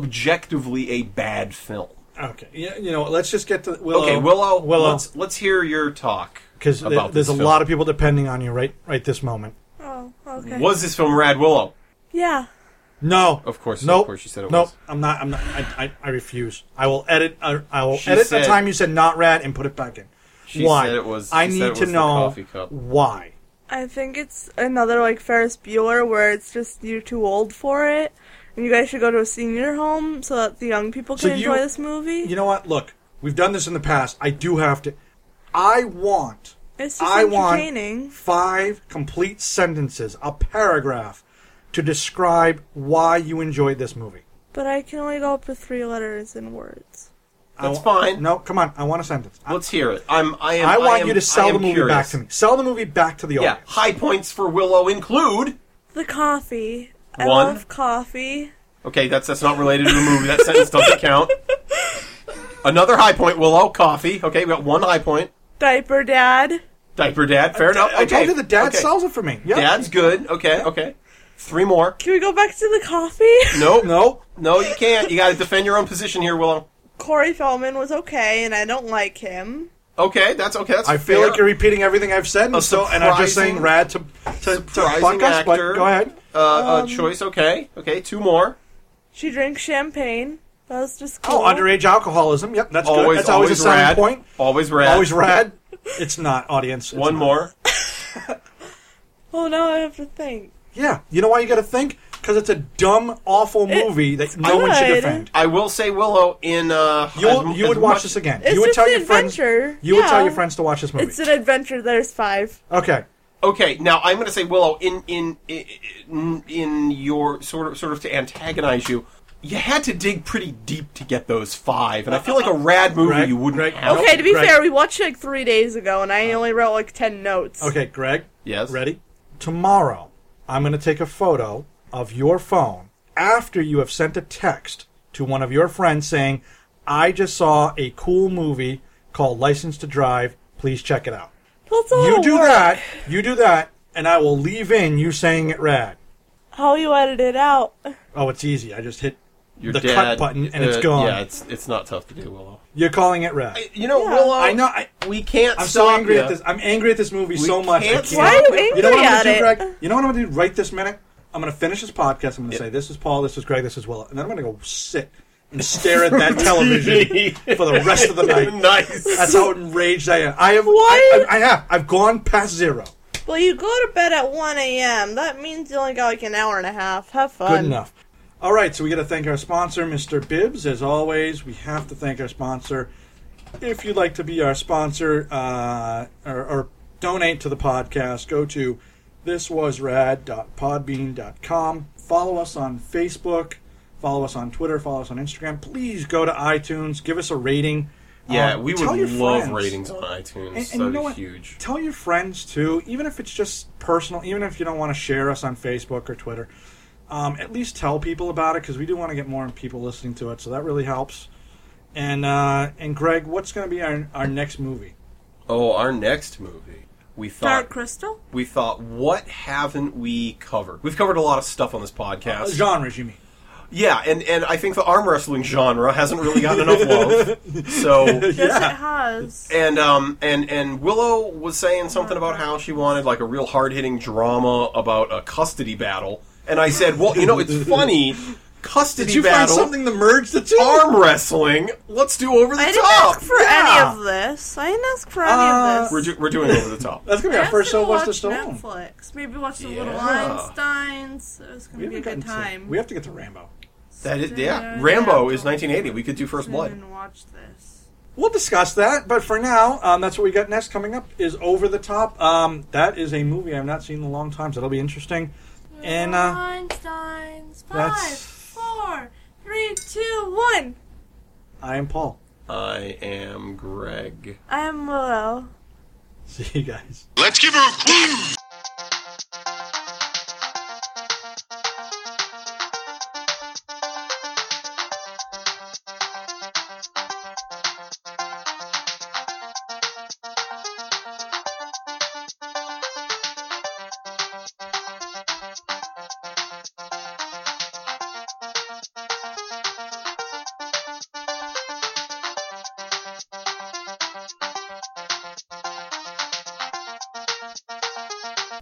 [SPEAKER 8] objectively a bad film.
[SPEAKER 6] Okay, yeah, you know, what, let's just get to Willow.
[SPEAKER 8] Okay, Willow,
[SPEAKER 6] Uh, Willow,
[SPEAKER 8] let's let's hear your talk
[SPEAKER 6] because
[SPEAKER 8] about
[SPEAKER 6] there's a
[SPEAKER 8] this
[SPEAKER 6] lot of people depending on you right, right this moment.
[SPEAKER 7] Oh, okay.
[SPEAKER 8] film. Was this film rad, Willow?
[SPEAKER 7] Yeah.
[SPEAKER 6] No,
[SPEAKER 8] Of course- of
[SPEAKER 6] no.
[SPEAKER 8] course she said it
[SPEAKER 6] no.
[SPEAKER 8] was.
[SPEAKER 6] I'm not. I'm not. I, I, I refuse. I will edit. I, I will
[SPEAKER 8] She
[SPEAKER 6] edit
[SPEAKER 8] said-
[SPEAKER 6] the time you said not rad and put it back in.
[SPEAKER 8] She
[SPEAKER 6] why?
[SPEAKER 8] said it was-
[SPEAKER 6] I
[SPEAKER 8] she
[SPEAKER 6] need
[SPEAKER 8] said it
[SPEAKER 6] to
[SPEAKER 8] was the
[SPEAKER 6] know
[SPEAKER 8] coffee cup.
[SPEAKER 6] why.
[SPEAKER 7] I think it's another like Ferris Bueller where it's just you're too old for it, and you guys should go to a senior home so that the young people
[SPEAKER 6] So
[SPEAKER 7] can
[SPEAKER 6] you-
[SPEAKER 7] enjoy this movie.
[SPEAKER 6] You know what? Look, we've done this in the past. I do have to. I want.
[SPEAKER 7] it's just
[SPEAKER 6] I
[SPEAKER 7] entertaining.
[SPEAKER 6] want five complete sentences, a paragraph, to describe why you enjoyed this movie.
[SPEAKER 7] But I can only go up to three letters in words.
[SPEAKER 6] I
[SPEAKER 8] That's
[SPEAKER 6] wa-
[SPEAKER 8] fine.
[SPEAKER 6] No, come on. I want a sentence. I,
[SPEAKER 8] Let's hear it. I'm I am
[SPEAKER 6] I want
[SPEAKER 8] am-
[SPEAKER 6] you to sell
[SPEAKER 8] I am
[SPEAKER 6] the movie
[SPEAKER 8] curious.
[SPEAKER 6] back to me. Sell the movie back to the
[SPEAKER 8] Yeah,
[SPEAKER 6] audience.
[SPEAKER 8] high points for Willow include
[SPEAKER 7] The coffee. I
[SPEAKER 8] One.
[SPEAKER 7] love coffee.
[SPEAKER 8] Okay, that's that's not related to the movie. That sentence doesn't count. Another high point, Willow. Coffee. Okay, we got one high point.
[SPEAKER 7] Diaper dad.
[SPEAKER 8] Diaper dad. Fair enough. Okay.
[SPEAKER 6] I told you the dad
[SPEAKER 8] okay.
[SPEAKER 6] sells it for me. Yeah.
[SPEAKER 8] Dad's good. Okay, okay. Three more.
[SPEAKER 7] Can we go back to the coffee? *laughs*
[SPEAKER 8] Nope.
[SPEAKER 6] No.
[SPEAKER 8] No, you can't. You got to defend your own position here, Willow.
[SPEAKER 7] Corey Feldman was okay, and I don't like him.
[SPEAKER 8] Okay, that's okay. That's
[SPEAKER 6] I feel
[SPEAKER 8] fair.
[SPEAKER 6] like you're repeating everything I've said, and
[SPEAKER 8] A
[SPEAKER 6] so and I'm just
[SPEAKER 8] surprising-
[SPEAKER 6] saying rad to to, to
[SPEAKER 8] surprising
[SPEAKER 6] fuck us. But
[SPEAKER 8] actor.
[SPEAKER 6] go ahead. Um,
[SPEAKER 8] uh, a choice. Okay, okay. Two more.
[SPEAKER 7] She drinks champagne. That was just cool.
[SPEAKER 6] Oh, underage alcoholism. Yep, that's good.
[SPEAKER 8] Always,
[SPEAKER 6] That's always, a selling
[SPEAKER 8] rad.
[SPEAKER 6] point.
[SPEAKER 8] Always rad.
[SPEAKER 6] Always rad. It's not audience. It's
[SPEAKER 8] One
[SPEAKER 6] not.
[SPEAKER 8] more.
[SPEAKER 7] Oh, now I have to think.
[SPEAKER 6] Yeah. You know why you got to think? because it's a dumb, awful movie that no one should
[SPEAKER 7] good.
[SPEAKER 6] defend.
[SPEAKER 8] I will say Willow in uh
[SPEAKER 6] You'll,
[SPEAKER 8] as-
[SPEAKER 6] you would
[SPEAKER 8] as
[SPEAKER 6] watch
[SPEAKER 8] much-
[SPEAKER 6] this again.
[SPEAKER 7] It's
[SPEAKER 6] you would
[SPEAKER 7] just
[SPEAKER 6] tell
[SPEAKER 7] an
[SPEAKER 6] your friends.
[SPEAKER 7] adventure.
[SPEAKER 6] You would tell
[SPEAKER 7] Yeah.
[SPEAKER 6] your friends to watch this movie.
[SPEAKER 7] It's an adventure. There's five.
[SPEAKER 6] okay.
[SPEAKER 8] Okay, now I'm going to say Willow in in in in your sort of sort of to antagonize you. You had to dig pretty deep to get those five, and I feel like a rad movie
[SPEAKER 6] Right,
[SPEAKER 8] you wouldn't
[SPEAKER 6] right.
[SPEAKER 8] have.
[SPEAKER 7] Okay, to be
[SPEAKER 6] Right. Uh-huh.
[SPEAKER 7] fair, we watched it like three days ago, and I only wrote like ten notes.
[SPEAKER 6] Okay, Greg.
[SPEAKER 8] Yes.
[SPEAKER 6] Ready? Tomorrow, I'm going to take a photo of your phone after you have sent a text to one of your friends saying, I just saw a cool movie called License to Drive. Please check it out.
[SPEAKER 7] That's a
[SPEAKER 8] Oh,
[SPEAKER 7] lot
[SPEAKER 6] You
[SPEAKER 7] of
[SPEAKER 6] do
[SPEAKER 7] work.
[SPEAKER 6] that. You do that, and I will leave in you saying it rad.
[SPEAKER 7] How you edit it out?
[SPEAKER 6] Oh, it's easy. I just hit
[SPEAKER 8] Your
[SPEAKER 6] the cut button, and it's gone.
[SPEAKER 8] Uh, Yeah, it's it's not tough to do, Willow.
[SPEAKER 6] You're calling it rad.
[SPEAKER 8] You know,
[SPEAKER 7] Yeah.
[SPEAKER 8] Willow.
[SPEAKER 6] I know. I,
[SPEAKER 8] we can't.
[SPEAKER 6] I'm so
[SPEAKER 8] stop
[SPEAKER 6] angry
[SPEAKER 8] ya.
[SPEAKER 6] at this. I'm angry at this movie so much. I
[SPEAKER 8] can't
[SPEAKER 6] can't.
[SPEAKER 8] stop
[SPEAKER 7] Why are you angry
[SPEAKER 6] You know what I'm
[SPEAKER 7] at
[SPEAKER 6] gonna
[SPEAKER 7] it?
[SPEAKER 6] do, Greg? You know what I'm gonna do right this minute? I'm gonna finish this podcast. I'm gonna say this is Paul, this is Greg, this is Will, and then I'm gonna go sit and stare at
[SPEAKER 7] *laughs*
[SPEAKER 6] that television for the rest of the night.
[SPEAKER 8] *laughs* nice.
[SPEAKER 6] That's how enraged I am. I have.
[SPEAKER 7] Why?
[SPEAKER 6] I, I, I have. I've gone past zero.
[SPEAKER 7] Well, you go to bed at 1 a.m. That means you only got like an hour and a half. Have fun.
[SPEAKER 6] Good enough. All right, so we got to thank our sponsor, Mr. Bibbs. As always, we have to thank our sponsor. If you'd like to be our sponsor uh, or, or donate to the podcast, go to thiswasrad.podbean.com. Follow us on Facebook. Follow us on Twitter. Follow us on Instagram. Please go to iTunes. Give us a rating.
[SPEAKER 8] Yeah,
[SPEAKER 6] Um,
[SPEAKER 8] we
[SPEAKER 6] tell your
[SPEAKER 8] would love
[SPEAKER 6] friends.
[SPEAKER 8] ratings on iTunes.
[SPEAKER 6] And,
[SPEAKER 8] That'd
[SPEAKER 6] and you know
[SPEAKER 8] be
[SPEAKER 6] what?
[SPEAKER 8] huge.
[SPEAKER 6] Tell your friends too, even if it's just personal, even if you don't want to share us on Facebook or Twitter. Um, at least tell people about it because we do want to get more people listening to it, so that really helps. And uh, and Greg, what's going to be our, our next movie?
[SPEAKER 8] Oh, our next movie. We thought
[SPEAKER 7] Dark Crystal?
[SPEAKER 8] we thought, what haven't we covered? We've covered a lot of stuff on this
[SPEAKER 6] Uh,
[SPEAKER 8] podcast.
[SPEAKER 6] Genres, you mean?
[SPEAKER 8] Yeah, and, and I think the arm wrestling genre hasn't really gotten enough love. So
[SPEAKER 7] Yes, it has.
[SPEAKER 8] and um and and Willow was saying something about how she wanted like a real hard hitting drama about a custody battle, and I said, well, you know, it's funny custody
[SPEAKER 6] Did you find
[SPEAKER 8] battle,
[SPEAKER 6] something to merge the two?
[SPEAKER 8] arm wrestling. Let's do over the
[SPEAKER 7] I didn't
[SPEAKER 8] top.
[SPEAKER 7] ask for
[SPEAKER 6] yeah.
[SPEAKER 7] any of this. I didn't ask for
[SPEAKER 6] Uh,
[SPEAKER 7] any of
[SPEAKER 8] we're,
[SPEAKER 7] this.
[SPEAKER 8] do- we're doing over the top.
[SPEAKER 6] That's going to be
[SPEAKER 7] I
[SPEAKER 6] our
[SPEAKER 7] was
[SPEAKER 6] first
[SPEAKER 7] gonna
[SPEAKER 6] Sylvester
[SPEAKER 7] watch
[SPEAKER 6] Stallone.
[SPEAKER 7] Netflix. Maybe watch the Little
[SPEAKER 8] Yeah.
[SPEAKER 7] Einsteins. It was gonna be a
[SPEAKER 6] haven't
[SPEAKER 7] good
[SPEAKER 6] gotten to-
[SPEAKER 7] time.
[SPEAKER 6] we have to get to Rambo.
[SPEAKER 8] That is, yeah.
[SPEAKER 7] Yeah.
[SPEAKER 8] Rambo is 1980. We could do First
[SPEAKER 7] Sit *laughs*
[SPEAKER 8] Blood.
[SPEAKER 7] and watch this.
[SPEAKER 6] We'll discuss that, but for now, um, that's what we got next coming up is Over the Top. Um, that is a movie I've not seen in a long time, so that'll be interesting. And uh,
[SPEAKER 7] Einsteins. Five,
[SPEAKER 6] that's-
[SPEAKER 7] four, three, two, one.
[SPEAKER 6] I am Paul. *laughs*
[SPEAKER 8] I am Greg.
[SPEAKER 7] I'm Willow.
[SPEAKER 6] See you guys.
[SPEAKER 3] Let's give her a clue.